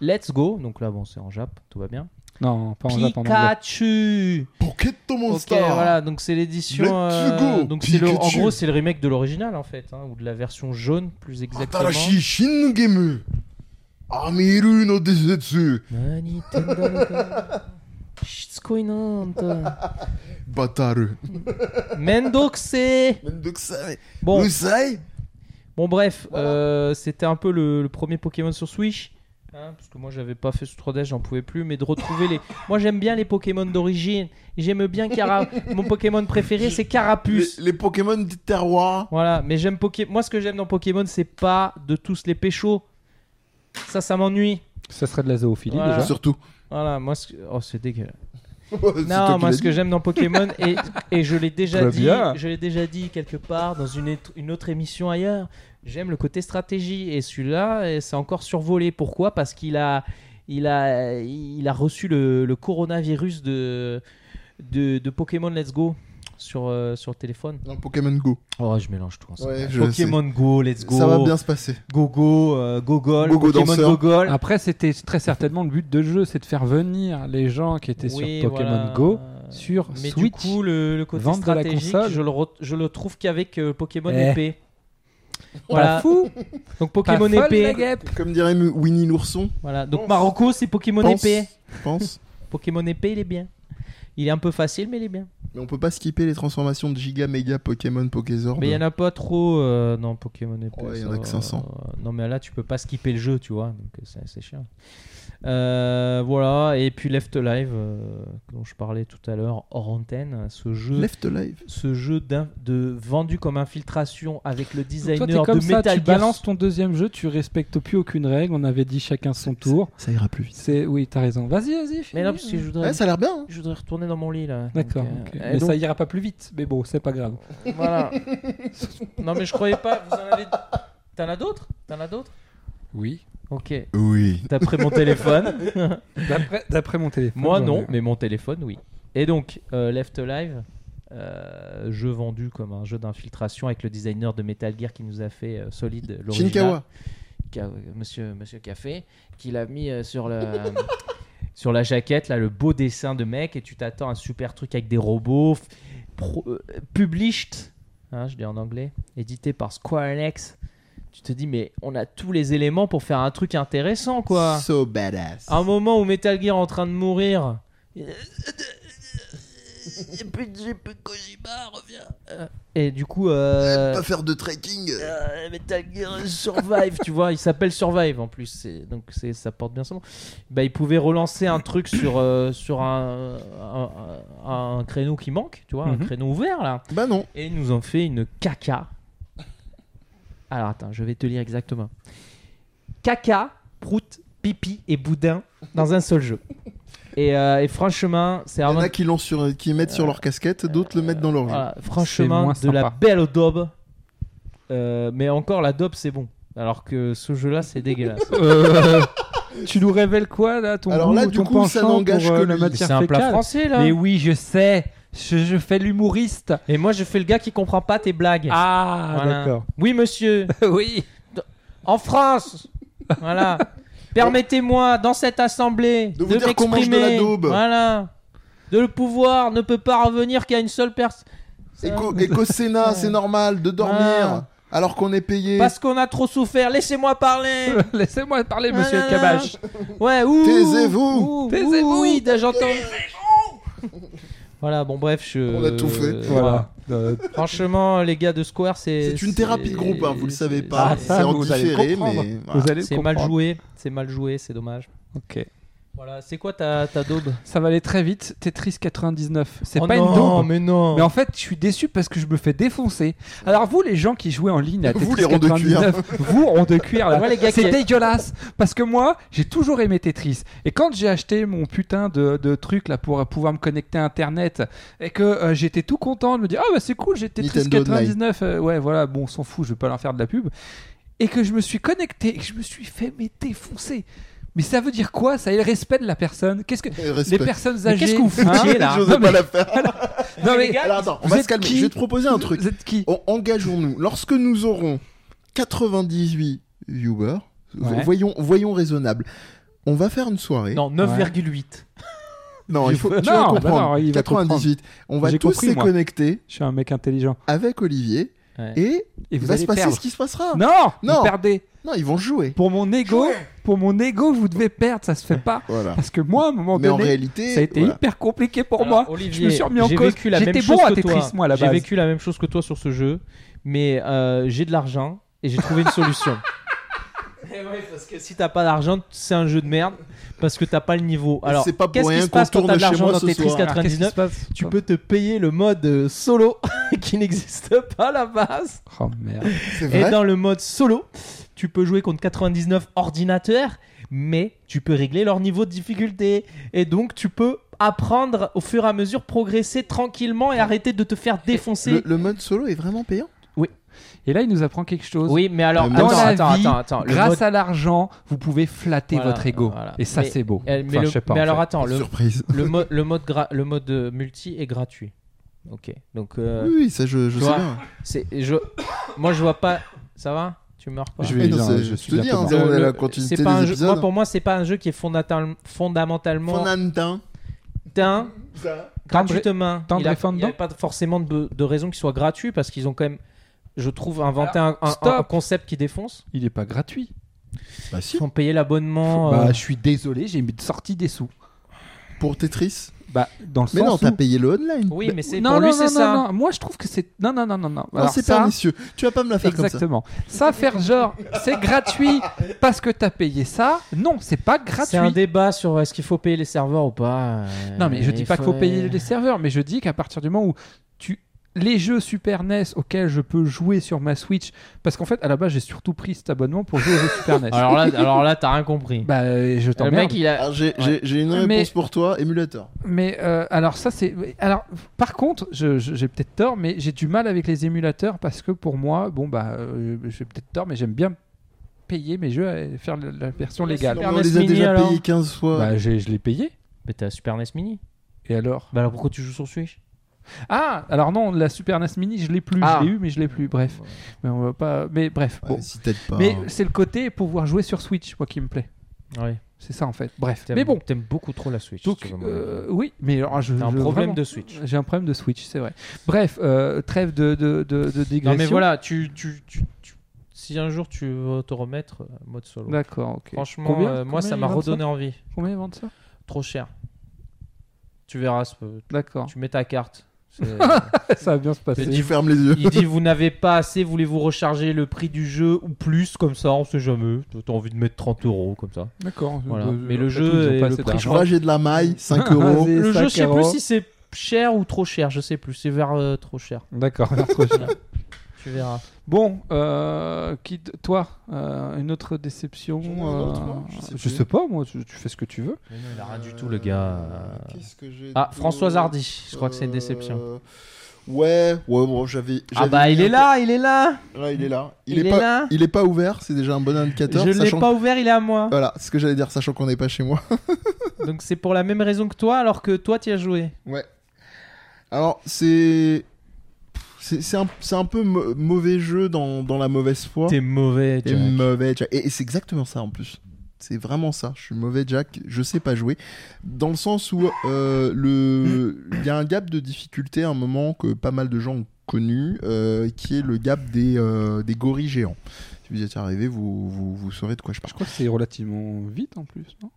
Let's go, donc là bon c'est en Jap, tout va bien.
Non, pas en japonais.
Pikachu.
Poketo
Ok,
Monster.
voilà, donc c'est l'édition.
Let's
euh,
go,
donc c'est le, en
Pikachu.
gros c'est le remake de l'original en fait, hein, ou de la version jaune plus
Ah,
exactement.
Atarashi Shingemu. Amiru no Desetsu.
Ah, Nintendo, le
[LAUGHS]
gars. Shitsukoi non, toi.
Bataru.
Mendokse. Bon,
Usai.
bon bref, euh, c'était un peu le, le premier Pokémon sur Switch. hein, parce que moi j'avais pas fait ce 3D, j'en pouvais plus, mais de retrouver les. Moi j'aime bien les Pokémon d'origine. J'aime bien Cara. Mon Pokémon préféré c'est
Les,
Carapuce.
les Pokémon du terroir.
Voilà, mais j'aime Poké... Moi, ce que j'aime dans Pokémon, c'est pas de tous les péchos. Ça, ça m'ennuie.
Ça serait de la zoophilie
Voilà.
déjà.
Surtout. [LAUGHS]
Voilà, moi, ce que- oh, c'est dégueulasse.
C'est toi qui
Non, moi,
l'as
ce que
dit.
j'aime
[LAUGHS]
dans Pokémon et, et je l'ai déjà
Très
dit,
bien.
je l'ai déjà dit quelque part dans une, étr- une autre émission ailleurs. J'aime le côté stratégie et celui-là, eh, c'est encore survolé. Pourquoi Parce qu'il a, il a, il a reçu le, le coronavirus de, de, de Pokémon Let's Go sur euh, sur le téléphone.
Non, Pokémon Go.
Oh, je mélange tout ensemble.
Ouais, je
Pokémon Go, Let's Go.
Ça va bien se passer.
Gogo, euh, Gogol,
Gogo
Pokémon
danseur.
Gogol.
Après, c'était très certainement le but de jeu, c'est de faire venir les gens qui étaient
Oui,
sur Pokémon
voilà. Euh,
Go sur
Mais
Switch.
du coup, le, le côté
Vente de la
stratégique,
console.
je, le re- je le trouve qu'avec euh, Pokémon
Eh.
épée.
Pas
Voilà.
fou,
Donc Pokémon
pas folle, la
épée.
guêpe.
Comme dirait Mu- Winnie l'ourson.
Voilà. Donc
Pense.
Marocco, c'est Pokémon
Pense.
épée.
Pense.
Pokémon épée, il est bien. Il est un peu facile, mais il est bien.
Mais on peut pas skipper les transformations de Giga, Mega, Pokémon, Pokézord.
Mais il y en
ben.
a pas trop euh, non Pokémon épée.
Ouais, il y en
ça
a que
va.
500.
Euh, non mais là tu peux pas skipper le jeu, tu vois, donc euh, c'est c'est chiant. Euh, voilà et puis Left Live dont je parlais tout à l'heure hors antenne, ce jeu
euh, Left Live.
ce jeu d'in- de vendu comme infiltration avec le
Toi,
designer
t'es comme
de
ça,
Metal
tu
Gear.
balances ton deuxième jeu, tu respectes plus aucune règle. On avait dit chacun son tour.
Ça ira plus vite.
C'est oui, t'as raison. Vas-y, vas-y. finis.
Mais non, parce que je voudrais,
Ouais, ça a l'air bien. hein.
je voudrais retourner dans mon lit là.
D'accord.
Donc,
ok.
euh, et
Mais
donc,
ça ira pas plus vite. Mais bon, c'est pas grave.
[LAUGHS] Voilà. non mais je croyais pas. Vous en avez. T'en as d'autres T'en as d'autres
Oui.
Ok.
Oui.
T'as pris mon [LAUGHS] téléphone
D'après- D'après mon téléphone.
Moi
j'en ai
non,
eu.
mais mon téléphone oui. Et donc, euh, Left Alive, euh, jeu vendu comme un jeu d'infiltration avec le designer de Metal Gear qui nous a fait euh, solide l'original.
Shinkawa.
Ka- Monsieur, Monsieur Café, qui l'a [LAUGHS] mis euh, sur le. Sur la jaquette, là, le beau dessin de mec, et tu t'attends à un super truc avec des robots, f- pro- euh, published, hein, je dis en anglais, édité par Square Enix. Tu te dis, mais on a tous les éléments pour faire un truc intéressant,
[LAUGHS]
quoi.
So badass.
À un moment où Metal Gear est en train de mourir. Et du coup,
[LAUGHS]
euh,
Pas faire de trekking.
euh, Metal Gear Survive, tu vois, il s'appelle Survive en plus, c'est- donc c'est- ça porte bien son nom. Bah, il pouvait relancer un truc sur, euh, sur un, un- un créneau qui manque, tu vois,
Mhm.
un créneau ouvert là.
Bah non.
Et ils nous ont fait une caca. Alors attends, je vais te lire exactement. Caca, prout, pipi et boudin dans un seul jeu. Et, euh, et franchement, c'est
Il y en
vraiment.
a qui, l'ont sur, euh, qui mettent sur leur casquette, d'autres le mettent dans leur jeu.
voilà, franchement, de
C'est moins
la
sympa.
belle daube. Euh, mais encore, la daube, c'est bon. Alors que ce jeu-là, c'est dégueulasse.
Euh, [LAUGHS] tu nous révèles quoi là ton
Alors
goût,
là, du
ton
coup, ça
penchant
n'engage
pour,
que
euh, la
lui.
matière
c'est un plat
fécale
français, là.
Mais oui, je sais. Je, je fais l'humoriste.
Et moi, je fais le gars qui comprend pas tes blagues.
Ah,
Voilà.
d'accord.
Oui, monsieur.
[LAUGHS] oui. [LAUGHS]
En France Voilà. Permettez-moi, dans cette assemblée,
De
de,
vous dire qu'on mange de
m'exprimer.
la daube.
Voilà. De le pouvoir ne peut pas revenir qu'à une seule personne.
Et qu'au- et qu'au Sénat, c'est normal de dormir
Ah.
alors qu'on est payé.
Euh, Parce qu'on a trop souffert.
[LAUGHS]
Laissez-moi parler.
Laissez-moi parler,
Ah,
monsieur
là, là,
Cabache.
Ouais, ouh
Taisez-vous.
ouh,
Taisez-vous.
ouh, Oui, déjà, j'entends. Voilà, bon, bref, je.
On a tout fait.
Voilà.
Voilà. Euh,
Franchement, les gars de Square, c'est.
C'est une thérapie de groupe, hein, vous le savez
c'est-
pas.
Ah, ça,
c'est en
vous allez
différé,
comprendre.
mais. voilà.
Vous allez
C'est mal
comprendre.
joué, c'est mal joué, c'est dommage.
Ok.
Voilà, c'est quoi ta, ta daube
Ça va aller très vite. Tetris 99. C'est
Oh
pas
non,
une daube.
mais non.
Mais en fait, je suis déçu parce que je me fais défoncer. Alors vous, les gens qui jouez en ligne à
Vous,
Tetris
les ronds de cuir.
99, vous ronds de cuir, là,
Moi, les gars
c'est
qui-
dégueulasse. Parce que moi, j'ai toujours aimé Tetris. Et quand j'ai acheté mon putain de, de truc là pour pouvoir me connecter à Internet et que euh, j'étais tout content de me dire ah bah c'est cool, j'ai Tetris
Nintendo Online.
99. euh, ouais, voilà, bon, on s'en fout, je vais pas leur faire de la pub. Et que je me suis connecté et que je me suis fait mais défoncer. Mais ça veut dire quoi Ça est le respect de la personne. Qu'est-ce que
Et
les
Respect. [LAUGHS]
personnes
Mais
âgées
qu'est-ce que vous
hein
foutiez là
J'osais
Non,
pas
mais-
la faire.
Non mais
Alors attends, on
vous
va se
êtes
calmer.
qui
Je vais te proposer un truc.
vous êtes qui
En- Engageons-nous. Lorsque nous aurons 98 viewers,
Ouais.
voyons, voyons raisonnable. On va faire une soirée.
Non, 9,8.
Non, il faut, tu vas
Non, bah
comprendre.
non, il va
98. On va
J'ai
tous
compris,
se
moi.
connecter
Je suis un mec intelligent.
avec Olivier
Ouais.
et
Et
il
vous
va
allez
se passer
perdre.
ce qui se passera.
Non,
Non.
Vous perdez.
Non, ils vont jouer.
Pour mon ego, pour mon ego, vous devez perdre. Ça se fait pas.
Voilà.
Parce que moi, à un moment
Mais en
donné,
réalité,
ça a été
voilà.
hyper compliqué pour
Alors,
moi.
Olivier,
je me suis remis en
j'ai
cause.
vécu la même
J'étais
chose
bon à
que toi.
Tetris, moi, à la
J'ai
base.
vécu la même chose que toi sur ce jeu, mais euh, j'ai de l'argent et j'ai trouvé une
[LAUGHS]
solution. Eh ouais, parce que si t'as pas d'argent, c'est un jeu de merde parce que t'as pas le niveau.
Et
Alors,
c'est pas pour
qu'est-ce qui
rien
se passe
qu'on
quand t'as
tourne
de l'argent
chez moi
dans
ce
Tetris
soir.
Alors, qu'est-ce qui
99
se passe
Tu peux te payer le mode euh, solo [LAUGHS] qui n'existe pas à la base.
Oh merde.
c'est
Et
vrai.
dans le mode solo, tu peux jouer contre 99 ordinateurs, mais tu peux régler leur niveau de difficulté. Et donc, tu peux apprendre au fur et à mesure, progresser tranquillement et arrêter de te faire défoncer.
Le, le mode solo est vraiment payant.
Et là, il nous apprend quelque chose.
Oui, mais alors,
Euh,
attends,
Dans la
attends,
vie,
attends, attends, le
grâce
mode-
à l'argent, vous pouvez flatter
Voilà,
votre ego.
voilà.
Et ça,
Mais-
c'est beau.
euh, mais
Enfin,
le-
je sais pas,
mais
en
alors,
fait.
attends, le,
Surprise.
[LAUGHS] le, mode, le, mode gra- le mode euh, multi est gratuit. Ok, donc euh,
Oui, oui, ça je, je
tu
sais
vois,
bien.
c'est, je, moi je vois pas. Ça va Tu meurs pas
Je
Et
vais
non,
dire,
c'est-
je
je
suis
te dis,
bientôt
hein,
mort.
on a
Le-
la
c'est
continuité
pas
des
un jeu, moi,
épisodes.
pour moi, c'est pas un jeu qui est fondata- fondamentalement
Fonantin.
teint
Ça.
gratuitement.
tendre
Il a-
et fendre
il y a pas forcément de, be- de raison qu'il soit gratuit parce qu'ils ont quand même, je trouve, inventé un- un,
stop.
un concept qui défonce.
Il est pas gratuit.
Bah
Ils
si.
ont payé l'abonnement. euh,
Bah, je suis désolé, j'ai mis- sorti des sous.
Pour Tetris.
Bah, dans le
Mais
sens
non, t'as
où...
payé le online.
Oui, mais c'est
non,
pour
non,
lui,
non,
c'est
non,
ça.
non. Moi, je trouve que c'est. Non, non, non, non, non.
Non,
Alors,
c'est
ça,
pernicieux. Tu vas pas me la faire comme
Exactement. Ça, faire genre, c'est gratuit parce que t'as payé ça. Non, c'est pas
C'est un
gratuit.
débat sur euh, est-ce qu'il faut payer les serveurs ou pas. euh,
Non, mais je
il
dis pas qu'il faut payer les serveurs, mais je dis qu'à partir du moment où tu les jeux Super NES auxquels je peux jouer sur ma Switch, parce qu'en fait, à la base, j'ai surtout pris cet abonnement pour jouer aux jeux Super NES.
Alors là, alors là, t'as rien compris.
bah, euh,
le
je
mec,
t'emmerde.
il
ça.
a.
Alors, j'ai j'ai- j'ai une réponse
Mais-
pour toi, émulateur.
Mais euh, alors ça c'est. Alors par contre, je- je- j'ai peut-être tort, mais j'ai du mal avec les émulateurs parce que pour moi, bon bah, euh, j'ai peut-être tort, mais j'aime bien payer mes jeux et faire la, la version légale.
Non,
Super
mais on les a
Nesmini,
déjà
alors
payés 15 fois.
Bah, j'ai- je l'ai payé.
Mais t'as Super NES Mini.
Et alors
Bah alors pourquoi tu joues sur Switch
Ah, alors non, la Super NES Mini, je l'ai plus.
Ah.
Je l'ai eu, mais je l'ai plus. Bref. Mais on va pas. Mais bref.
Ouais,
bon.
Si t'aides pas. hein.
Mais c'est le côté pouvoir jouer sur Switch, moi, qui me plaît.
Ouais.
C'est ça en fait. Bref.
T'aimes-
Mais bon.
T'aimes beaucoup trop la Switch.
Donc,
tu vois, mon avis.
euh, oui, mais alors je.
T'as un
je-
problème
vraiment-
de Switch.
J'ai un problème de Switch, c'est vrai. Bref, euh, trêve de, de, de, de digression.
Non mais voilà, tu, tu, tu, tu- si un jour tu veux te remettre, euh, mode solo.
D'accord, ok.
Franchement,
Combien-
euh, moi
combien
ça
ils
m'a
vendent
redonné envie.
Combien ils vendent ça
Trop cher. Tu verras, c'est- [LAUGHS]
D'accord.
tu mets ta carte. C'est-
ça va bien se passer.
Tu fermes les
[LAUGHS]
yeux.
Il dit vous n'avez pas assez, voulez-vous recharger le prix du jeu ou plus comme ça, on sait jamais. T'as envie de mettre 30 euros comme ça.
D'accord.
Voilà.
Euh,
Mais
euh,
le
après
jeu
tout, ils ont
et
pas
le
assez
prix, je
d'argent. Ah,
Moi j'ai de la
Ah,
maille, 5
[LAUGHS]
euros.
Et
Le
ça,
jeu, je sais
Caro.
plus si c'est cher ou trop cher, je sais plus. C'est vers euh, trop cher.
D'accord.
[LAUGHS]
trop cher.
Tu verras.
bon, euh, qui t- toi, euh, une autre déception euh,
J'en ai un autre, moi, je sais
je
plus.
sais pas, moi, tu, tu fais ce que tu veux.
il a rien du
Euh,
tout, le gars.
qu'est-ce que j'ai
Ah,
d'autre
Françoise Hardy, je crois que c'est une déception.
Euh, Ouais, ouais, bon, j'avais.
Ah
j'avais
bah
mis
il
un
est là, il est là,
peu- Ouais, il est là.
il, est,
pas,
là.
il est pas ouvert, c'est déjà un bon indicateur.
Je l'ai
sachant-
pas ouvert, il est à moi.
Voilà, c'est ce que j'allais dire, sachant qu'on n'est pas chez moi.
Donc c'est pour la même raison que toi, alors que toi tu as joué.
Ouais. Alors, c'est. C'est c'est un, c'est un peu mau- mauvais jeu dans, dans la mauvaise foi.
T'es mauvais,
T'es mauvais, Jack. Et, et c'est exactement ça en plus. C'est vraiment ça. Je suis mauvais, Jack. Je sais pas jouer. Dans le sens où euh, le il y a un gap de difficulté à un moment que pas mal de gens ont connu, euh, qui est le gap des, euh, des gorilles géants. Si vous y êtes arrivé, vous, vous, vous saurez de quoi je
Je
parle.
crois que c'est relativement vite en plus, non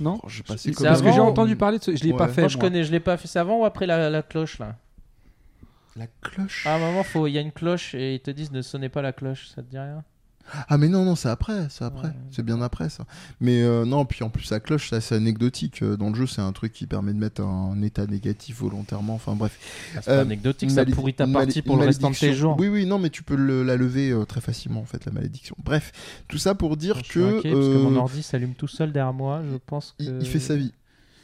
Non
J'ai passé
Bah, C'est
comme-
Parce que
avant
j'ai
ou-
entendu parler de ce. Je l'ai
Ouais.
pas fait.
Moi je
moi.
connais, je l'ai pas fait, c'est avant ou après la, la cloche là
La cloche.
Ah maman, faut, il y a une cloche et ils te disent ne sonnez pas la cloche, ça te dit rien
Ah mais non non c'est après c'est après c'est bien après ça mais euh, non puis en plus la cloche ça c'est anecdotique Euh, dans le jeu c'est un truc qui permet de mettre un état négatif volontairement enfin bref
Ah, C'est
Euh,
pas
Une
anecdotique, ça
malédi-
pourrit ta
une
partie
malé-
pour
une
le restant de
malédiction.
tes jours.
Oui, oui, non, mais tu peux le- la lever euh, très facilement, en fait, la malédiction. Bref, tout ça pour dire
Je suis
que,
inquiet parce que
euh,
mon ordi s'allume tout seul derrière moi, je pense que...
il, il fait sa vie.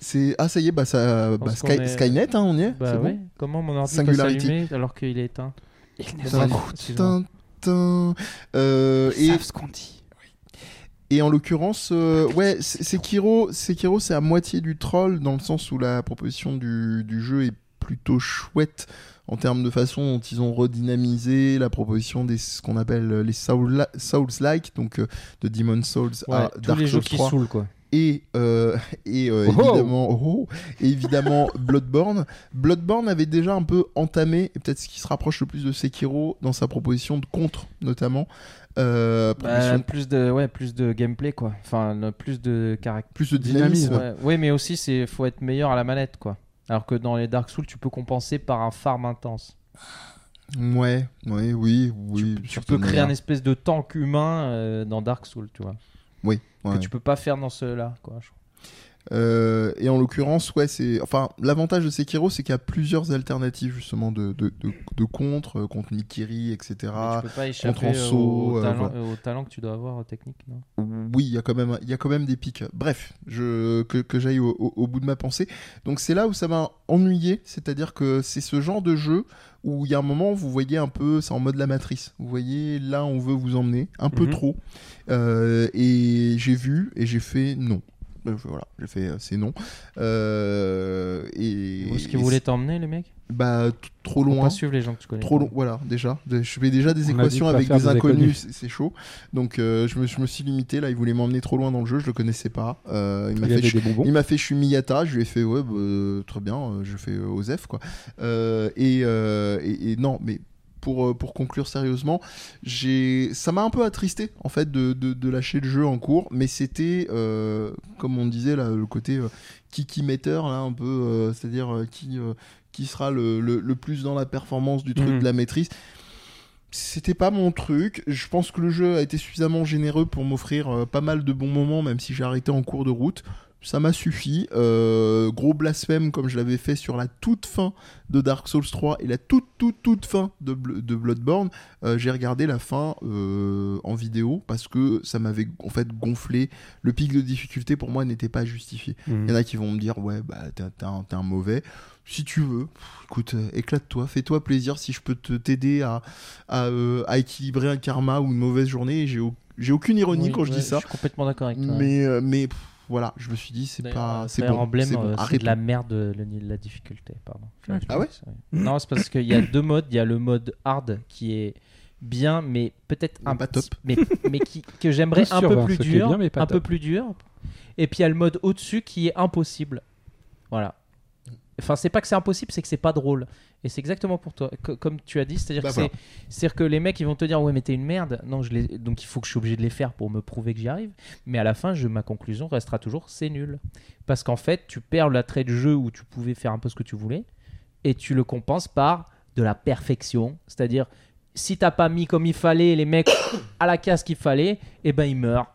C'est ah ça y est, bah ça, bah,
pense qu'on
Sky-
est-
Skynet, hein, on y est.
Bah
c'est
ouais, comment mon ordi peut
Singularity.
s'allumer alors qu'il est éteint Il
bon. Ça va. Tin, tin. Euh,
Ils
et,
savent ce qu'on dit.
et en l'occurrence, euh, ouais, c'est- Sekiro, Sekiro, c'est à moitié du troll dans le sens où la proposition du, du jeu est plutôt chouette en termes de façon dont ils ont redynamisé la proposition des ce qu'on appelle les soul- Souls-like, donc euh, de Demon Souls à
Ah, tous
Dark
les jeux
Souls
qui
3.
saoulent quoi.
et, euh, et euh,
Oh oh.
évidemment, oh, et évidemment [LAUGHS] Bloodborne. Bloodborne avait déjà un peu entamé, et peut-être ce qui se rapproche le plus de Sekiro dans sa proposition de contre, notamment. Euh, proposition de
plus de ouais, plus de gameplay quoi. Enfin, le- plus de caractère.
plus de
dynamisme,
dynamisme.
Ouais. Ouais, mais aussi c'est faut être meilleur à la manette quoi. Alors que dans les Dark Souls, tu peux compenser par un farm intense.
Ouais, ouais, oui, oui.
tu peux créer un espèce de tank humain euh, dans Dark Souls, tu vois.
Oui, ouais.
Que tu peux pas faire dans ceux-là quoi. je crois.
Euh, et en l'occurrence, ouais, c'est. Enfin, l'avantage de Sekiro, c'est qu'il y a plusieurs alternatives, justement, de, de, de, de contre, euh, contre Mikiri, etc.
Mais tu peux pas échapper
Ah, en
euh,
saut,
au,
euh,
talent,
voilà.
euh, au talent que tu dois avoir euh, technique, non
Oui, il y a quand même, il y a quand même des pics. Bref, je, que, que j'aille au, au- au bout de ma pensée. Donc c'est là où ça m'a ennuyé, c'est-à-dire que c'est ce genre de jeu où il y a un moment, vous voyez un peu, c'est en mode la matrice. Vous voyez, là, on veut vous emmener un peu
Mhm.
trop. Euh, et j'ai vu et j'ai fait non. Euh, Voilà, j'ai fait euh, c'est non. Euh, et
Où est-ce
et
qu'ils voulaient t'emmener les mecs
c'est- Bah, t- trop
Pour
loin.
pas suivre les gens que tu connais.
Trop
pas.
long, voilà, déjà. De- Je fais déjà des
On a dit de
équations
pas
avec
faire
des
des
inconnus,
inconnus.
c'est c'est chaud. Donc euh, je, me, je me suis limité, là, il voulait m'emmener trop loin dans le jeu, je le connaissais pas. Euh, il m'a
Il y
fait,
avait
je-
des bonbons.
il m'a fait, je suis Miyata, je lui ai fait, ouais, bah, euh, très bien, euh, je fais euh, Osef, quoi. Euh, et, euh, et- et non, mais pour, euh, pour conclure sérieusement, j'ai ça m'a un peu attristé, en fait, de, de- de lâcher le jeu en cours, mais c'était, euh, comme on disait, là, le côté euh, kiki meter, là, un peu, euh, c'est-à-dire euh, qui, euh, qui sera le, le- le plus dans la performance du truc,
Mhm.
de la maîtrise. C'était pas mon truc. Je pense que le jeu a été suffisamment généreux pour m'offrir euh, pas mal de bons moments, même si j'ai arrêté en cours de route. Ça m'a suffi. Euh, gros blasphème comme je l'avais fait sur la toute fin de Dark Souls 3 et la toute toute toute fin de, Bl- de Bloodborne. Euh, j'ai regardé la fin euh, en vidéo parce que ça m'avait en fait gonflé. Le pic de difficulté pour moi n'était pas justifié. Il y en a qui vont me dire, ouais, bah, t'es t'es un, t'es un mauvais. Si tu veux, pff, écoute, euh, éclate-toi, fais-toi plaisir. Si je peux te t'aider à, à, euh, à équilibrer un karma ou une mauvaise journée, j'ai au- j'ai aucune ironie
Oui,
quand je
ouais,
dis ça.
Je suis complètement d'accord avec toi.
Mais, euh, mais pff, voilà, je me suis dit, c'est
D'ailleurs,
pas.
euh,
C'est
Fire
bon.
Emblem,
c'est bon,
euh, c'est
arrête.
de la merde le niveau de la difficulté, pardon.
Ah ouais
Non, c'est parce qu'il y a deux modes. Il y a le mode hard qui est bien, mais peut-être
Mais
un
pas
petit-
top.
mais, mais qui, que j'aimerais
Plus
un
sur
peu
vingt,
plus
ce qui est
dur,
bien, mais pas
un peu
top.
plus dur. Et puis il y a le mode au-dessus qui est impossible. Voilà. Enfin, c'est pas que c'est impossible, c'est que c'est pas drôle. Et c'est exactement pour toi, co- comme tu as dit, c'est-à-dire
Bah
que
voilà.
c'est- c'est-à-dire que les mecs ils vont te dire ouais mais t'es une merde. Non, je les... donc il faut que je suis obligé de les faire pour me prouver que j'y arrive. Mais à la fin, je... ma conclusion restera toujours c'est nul. Parce qu'en fait, tu perds l'attrait de jeu où tu pouvais faire un peu ce que tu voulais et tu le compenses par de la perfection. C'est-à-dire, si t'as pas mis comme il fallait les mecs [COUGHS] à la casse qu'il fallait, et ben ils meurent.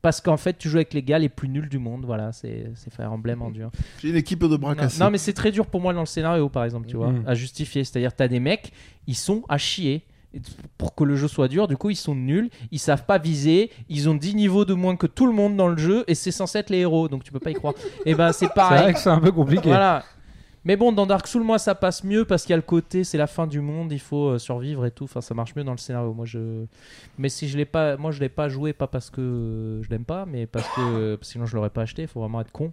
Parce qu'en fait, tu joues avec les gars les plus nuls du monde. Voilà, c'est c'est Fire Emblem en
Mm-hmm.
dur.
J'ai une équipe de bras
Non,
cassés.
non, mais c'est très dur pour moi dans le scénario, par exemple, tu vois,
Mhm.
à justifier. C'est-à-dire, t'as des mecs, ils sont à chier. Et Pour que le jeu soit dur, du coup, ils sont nuls, ils savent pas viser, ils ont 10 niveaux de moins que tout le monde dans le jeu, et c'est censé être les héros, donc tu peux pas y croire. et ben, c'est
C'est vrai
pareil.
que c'est un peu compliqué.
Voilà. Mais bon, dans Dark Souls, moi, ça passe mieux parce qu'il y a le côté, c'est la fin du monde, il faut euh, survivre et tout. Enfin, ça marche mieux dans le scénario. Moi, je. Mais si je l'ai pas, moi, je l'ai pas joué, pas parce que euh, je l'aime pas, mais parce que euh, sinon je l'aurais pas acheté. Il faut vraiment être con.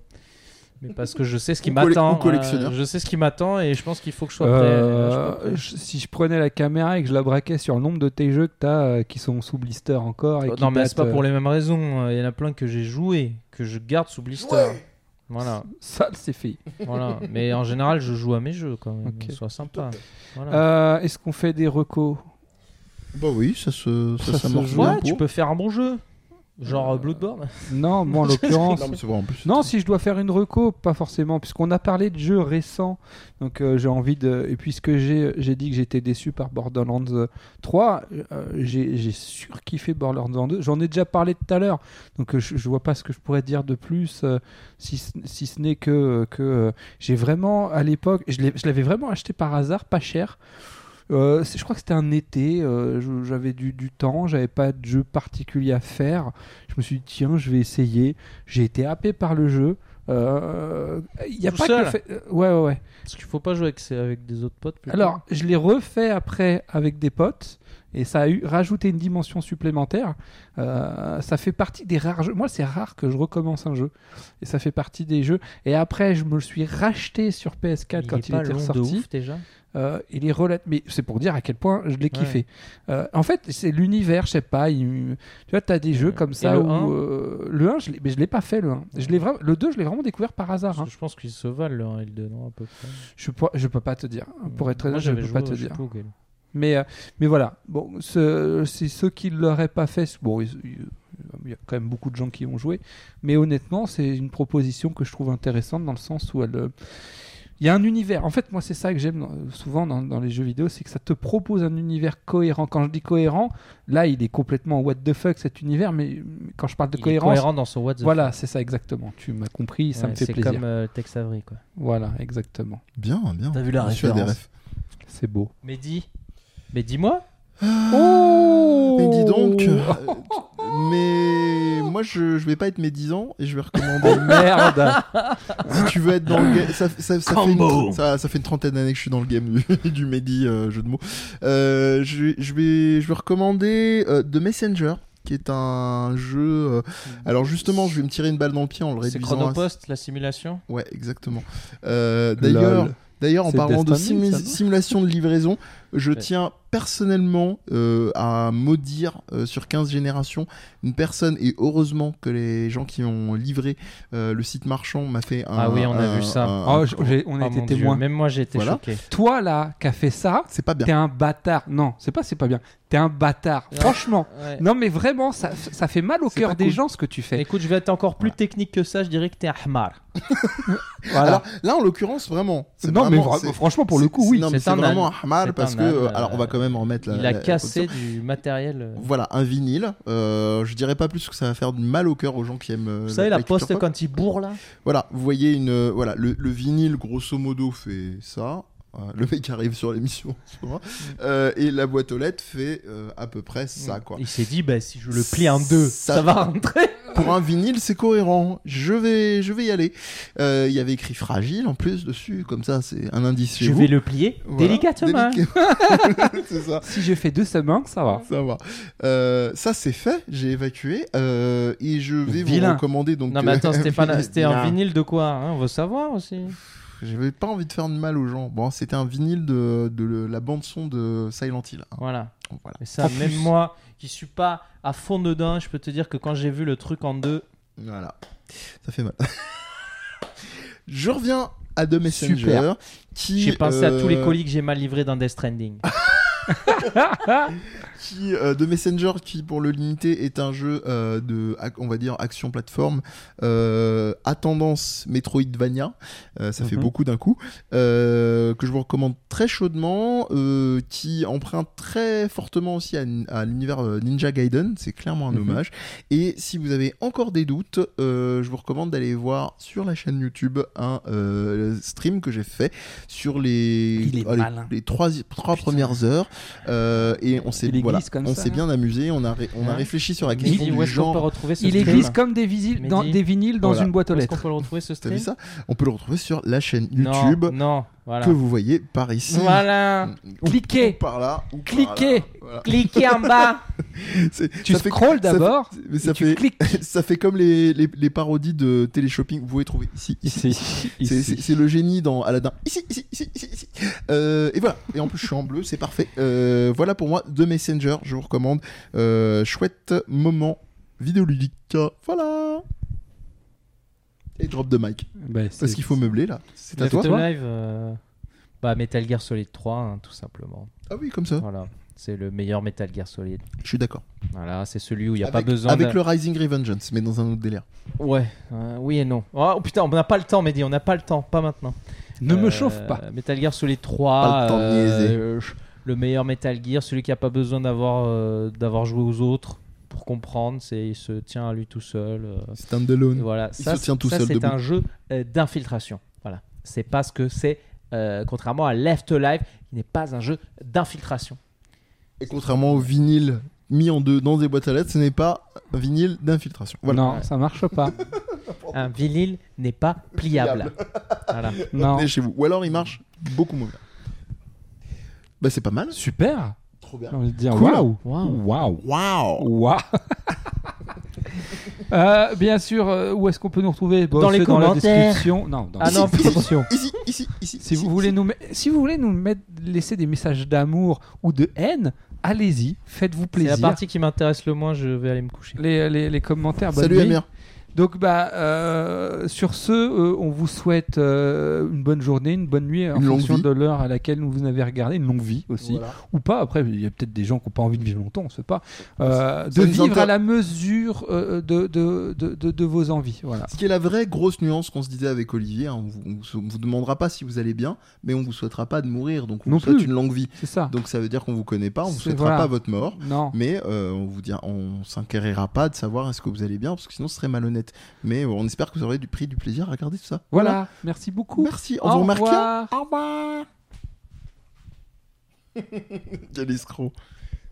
Mais parce que je sais ce qui
Ou colle-
m'attend.
ou collectionneur.
euh, je sais ce qui m'attend et je pense qu'il faut que je sois prêt.
Euh,
euh, je suis
je- si je prenais la caméra et que je la braquais sur le nombre de tes jeux que t'as euh, qui sont sous blister encore
pas
et
prêt.
qui
Non, mais c'est
datent,
pas pour
euh,
les mêmes raisons. Euh, Il y en a plein que j'ai joué, que je garde sous blister. Voilà,
ça c'est fait.
voilà. Mais en général, je joue à mes jeux quand même.
Ok.
Ils soient sympas. Voilà.
Euh, Est-ce qu'on fait des recos
Bah oui, ça se. Ça,
Ça
ça
se
marche
joue.
bien
Ouais, tu
pour.
peux faire un bon jeu. Genre euh, Bloodborne. [LAUGHS]
Non, moi en l'occurrence.
Non, mais c'est vrai en plus.
Non, si je dois faire une reco, pas forcément, puisqu'on a parlé de jeux récents. Donc euh, j'ai envie de. Et puisque j'ai j'ai dit que j'étais déçu par Borderlands euh, 3, euh, j'ai j'ai surkiffé Borderlands 2. J'en ai déjà parlé tout à l'heure. Donc euh, je, je vois pas ce que je pourrais dire de plus, euh, si, ce- si ce n'est que, euh, que euh, j'ai vraiment, à l'époque, je l'ai- je l'avais vraiment acheté par hasard, pas cher. Euh, c'est- je crois que c'était un été, euh, je- j'avais du, du temps, j'avais pas de jeu particulier à faire. Je me suis dit, tiens, je vais essayer. J'ai été happé par le jeu. Euh, Il y a
Tout
pas que
seul
le fait- euh, Ouais, ouais, ouais.
Parce qu'il faut pas jouer avec, ses- avec des autres potes. plutôt.
Alors, je l'ai refait après avec des potes. Et ça a eu, rajouté une dimension supplémentaire. Euh, ça fait partie des rares jeux. Moi, c'est rare que je recommence un jeu. Et ça fait partie des jeux. Et après, je me le suis racheté sur PS4
il
quand
est
il
pas
était
long de
ressorti.
ouf, déjà.
Euh, il est relat- mais c'est pour dire à quel point je l'ai kiffé. Euh, en fait, c'est l'univers, je sais pas. il- Tu vois, t'as des jeux comme ça
le
où
1?
euh, le 1, je l'ai- mais je l'ai pas fait le 1. Je l'ai vraiment, le 2, je l'ai vraiment découvert par hasard.
Parce
hein.
que Je pense qu'ils se valent le 1 et le 2, non, à peu près.
Je, pour- je peux pas te dire. Pour être très
Moi,
honnête, je
j'avais
peux
joué
pas
au-
te
je sais
dire.
pas auquel.
Mais, euh, mais voilà, bon, ce- c'est ceux qui ne l'auraient pas fait. c'est- Bon, ils- ils- il y a quand même beaucoup de gens qui ont joué. Mais honnêtement, c'est une proposition que je trouve intéressante dans le sens où elle. euh, Il y a un univers. En fait, moi, c'est ça que j'aime dans- souvent dans, dans les jeux vidéo, c'est que ça te propose un univers cohérent. Quand je dis cohérent, là, il est complètement what the fuck cet univers, mais mais quand je parle de
Il est
cohérence,
cohérent dans son What the
voilà, c'est ça exactement. Tu m'as compris,
fuck.
ça
Ouais,
me fait
c'est
plaisir.
comme euh, Tex Avery, quoi.
Voilà, exactement.
Bien, bien.
T'as vu la
Je suis à des
référence
refs.
C'est beau.
Mais dis. Mais dis-moi.
Oh
Mais dis donc. euh, Mais moi, je, je vais pas être médisant et je vais recommander.
[LAUGHS] Merde
si tu veux être dans le game, ça, ça, ça fait une,
Combo.
tr- ça, ça fait une trentaine d'années que je suis dans le game du, [LAUGHS] du Mehdi, euh, jeu de mots. Euh, je, vais- je vais, je vais recommander euh, The Messenger, qui est un jeu. euh, alors justement, je vais me tirer une balle dans le pied en le
C'est
réduisant. à-
Chronopost, la simulation.
Ouais, exactement. Euh, D'ailleurs,
Lol.
D'ailleurs, en
C'est
parlant de
Destiny,
simu-
ça, non
simulation de livraison, je
Ouais.
tiens personnellement euh, à maudire euh, sur 15 générations une personne, et heureusement que les gens qui ont livré euh, le site marchand m'a fait un.
Ah oui, on a
un-
vu ça.
un-
Oh, j- j'ai- on a
Ah,
été
mon Dieu,
témoins.
Même moi, j'ai été
Voilà.
choqué.
Toi là, qui a fait ça,
C'est pas bien.
t'es un bâtard. Non, c'est pas c'est pas bien. T'es un bâtard. Franchement.
Ouais.
Non mais vraiment, ça, ça fait mal au
C'est pas
cœur des
cool.
gens ce que tu fais.
Écoute, je vais être encore plus technique que ça. Je dirais que t'es un Ahmar.
Voilà.
Alors là, en l'occurrence, vraiment. c'est
non mais
vraiment-
vra-
c'est-
franchement pour le
c'est-
coup oui.
Non, mais
C'est
c'est
un
vraiment un
âne.
hamal
C'est
parce
un
que.
âne,
euh,
euh,
alors, on va quand même en remettre la.
Il
la-
a
la-
cassé du matériel. euh.
Voilà, un vinyle. Euh, je dirais pas plus que ça va faire du mal au cœur aux gens qui aiment. euh,
Vous savez, la
culture
poste
pop.
quand il bourre là
Voilà, vous voyez une euh, voilà le, le vinyle grosso modo fait ça. Euh, Le mec arrive sur l'émission, tu vois.
Mm.
Euh, et la boîte aux lettres fait euh, à peu près [LAUGHS] ça, quoi.
Il s'est dit, bah, si je le plie en deux,
Ça- [LAUGHS]
ça va rentrer.
pour un vinyle, c'est cohérent. Je vais, je vais y aller. Euh, Il y avait écrit fragile en plus dessus, comme ça, c'est un indice chez
Je
vous.
vais le hein. plier
Voilà.
délicatement.
Délicat- [LAUGHS] c'est ça.
Si je fais deux semaines, ça va.
Ça va. Euh, ça c'est fait, j'ai évacué euh, et je vais vous
Vilain.
recommander donc.
Non mais
[LAUGHS]
attends,
euh,
c'était pas- c'était un
Non.
vinyle de quoi hein On veut savoir aussi.
J'avais pas envie de faire de mal aux gens. Bon, c'était un vinyle de, de le- la bande son de Silent Hill. hein.
Voilà.
Voilà.
Mais ça,
En
même
plus.
moi, qui suis pas à fond dedans, je peux te dire que quand j'ai vu le truc en deux,
Voilà. Ça fait mal. [LAUGHS] je reviens à The Messenger
Super.
qui.
j'ai pensé à tous les
euh,
colis que j'ai mal livrés dans Death Stranding.
qui, euh, de Messenger qui pour le limiter est un jeu euh, de ac- on va dire action plateforme euh, à tendance Metroidvania Euh, ça fait
Mhm.
beaucoup d'un coup euh, que je vous recommande très chaudement euh, qui emprunte très fortement aussi à, à l'univers euh, Ninja Gaiden c'est clairement un
Mhm.
hommage et si vous avez encore des doutes euh, je vous recommande d'aller voir sur la chaîne YouTube un euh, stream que j'ai fait sur les
Il est
ah, les-
malin.
les trois, trois premières heures euh, et on s'est
Il glisse
voilà,
comme
on
ça,
s'est
là.
bien amusé, on a ré- on a
Hein
réfléchi sur la
Mais
question
dis, où
du
est-ce qu'on peut
genre.
retrouver ce
Il
stream
existe comme des, visi- dans-
Mehdi.
des vinyles dans
Voilà.
une boîte aux
Où est-ce qu'on
lettres.
peut le retrouver ce
T'as
stream
vu ça On peut le retrouver sur la chaîne
Non,
YouTube
Non, voilà.
que vous voyez par ici,
Voilà.
ou
Cliquez,
par là, ou par
Cliquez.
là. Voilà.
Cliquez en
[LAUGHS]
bas.
C'est-
tu
ça fait-
scrolls d'abord,
mais
et
ça
tu
fait
cliques
[LAUGHS] ça fait comme les, les, les parodies de téléshopping. Vous pouvez trouver ici, ici. C'est- C'est c'est le génie dans Aladdin. Ici, ici, ici, ici, ici. Euh, et voilà. Et en plus, je suis en bleu, c'est parfait. Euh, voilà pour moi, The Messenger, je vous recommande. Euh, chouette moment vidéoludique. Voilà. Et drop de mic. Parce qu'il faut meubler là. C'est à
Left
toi.
Alive, euh, bah Metal Gear Solid 3, hein, tout simplement.
Ah oui, comme ça.
Voilà. C'est le meilleur Metal Gear Solid.
Je suis d'accord.
Voilà, c'est celui où il n'y a
Avec-
pas besoin
Avec
de-
le Rising Revengeance, mais dans un autre délire.
Ouais, euh, oui et non. Oh putain, on n'a pas le temps, Mehdi, on n'a pas le temps, pas maintenant.
Ne
Euh,
me chauffe pas.
Metal Gear Solid 3,
Pas le temps de
euh,
niaiser.
euh, le meilleur Metal Gear, celui qui n'a pas besoin d'avoir euh, d'avoir joué aux autres pour comprendre, c'est il se tient à lui tout seul. euh, et
Standalone.
voilà,
Il
ça,
se tient tout
ça,
seul
c'est
debout.
un jeu euh, d'infiltration. Voilà, c'est pas ce que c'est. euh, contrairement à Left Alive, qui n'est pas un jeu d'infiltration.
Et contrairement au vinyle mis en deux dans des boîtes à lettres, ce n'est pas un vinyle d'infiltration. Voilà.
Non, ça marche
[LAUGHS]
pas.
Oh.
Un vinyle n'est pas pliable.
[LAUGHS]
voilà.
non.
Venez chez vous. Ou alors il marche beaucoup moins bien. Bah c'est pas mal.
Super.
Trop bien.
J'ai envie de dire
Cool. Ah.
waouh.
Waouh.
Waouh.
Waouh.
Waouh. [LAUGHS] Euh, bien sûr, euh, où est-ce qu'on peut nous retrouver Bon,
Dans les
c'est la
commentaires.
description. Non, dans
Ah
la
non,
description.
Ici, ici, ici.
Si
ici,
vous voulez nous, met- si vous voulez nous mettre, laisser des messages d'amour ou de haine, allez-y, faites-vous
C'est la
plaisir.
partie qui m'intéresse le moins, je vais aller me coucher.
Les, les, les commentaires.
ici.
bonne
Salut
nuit.
Amir.
Donc bah euh, sur ce, euh, on vous souhaite euh, une bonne journée, une bonne nuit en
Une longue
fonction
vie.
de l'heure à laquelle vous avez regardé, une longue vie aussi
Voilà.
ou pas. Après, il y a peut-être des gens qui n'ont pas envie de vivre longtemps, on ne sait pas. Euh,
Ça
de
nous
vivre
inter-
à la mesure euh, de, de, de, de- de vos envies. Voilà.
Ce qui est la vraie grosse nuance qu'on se disait avec Olivier, hein, on, vous, on vous- on vous demandera pas si vous allez bien, mais on vous souhaitera pas de mourir, donc on
Non
vous souhaite
plus.
une longue vie.
C'est ça.
Donc ça veut dire qu'on vous connaît pas, on vous
C'est-
souhaitera
voilà.
pas votre mort,
Non.
mais euh, on vous dira, on s'inquérira pas de savoir est-ce que vous allez bien, parce que sinon ce serait malhonnête. Mais euh, on espère que vous aurez du prix du plaisir à regarder tout ça.
Voilà. Merci beaucoup.
Merci. On
Au
vous remarque.
revoir.
Quel escroc.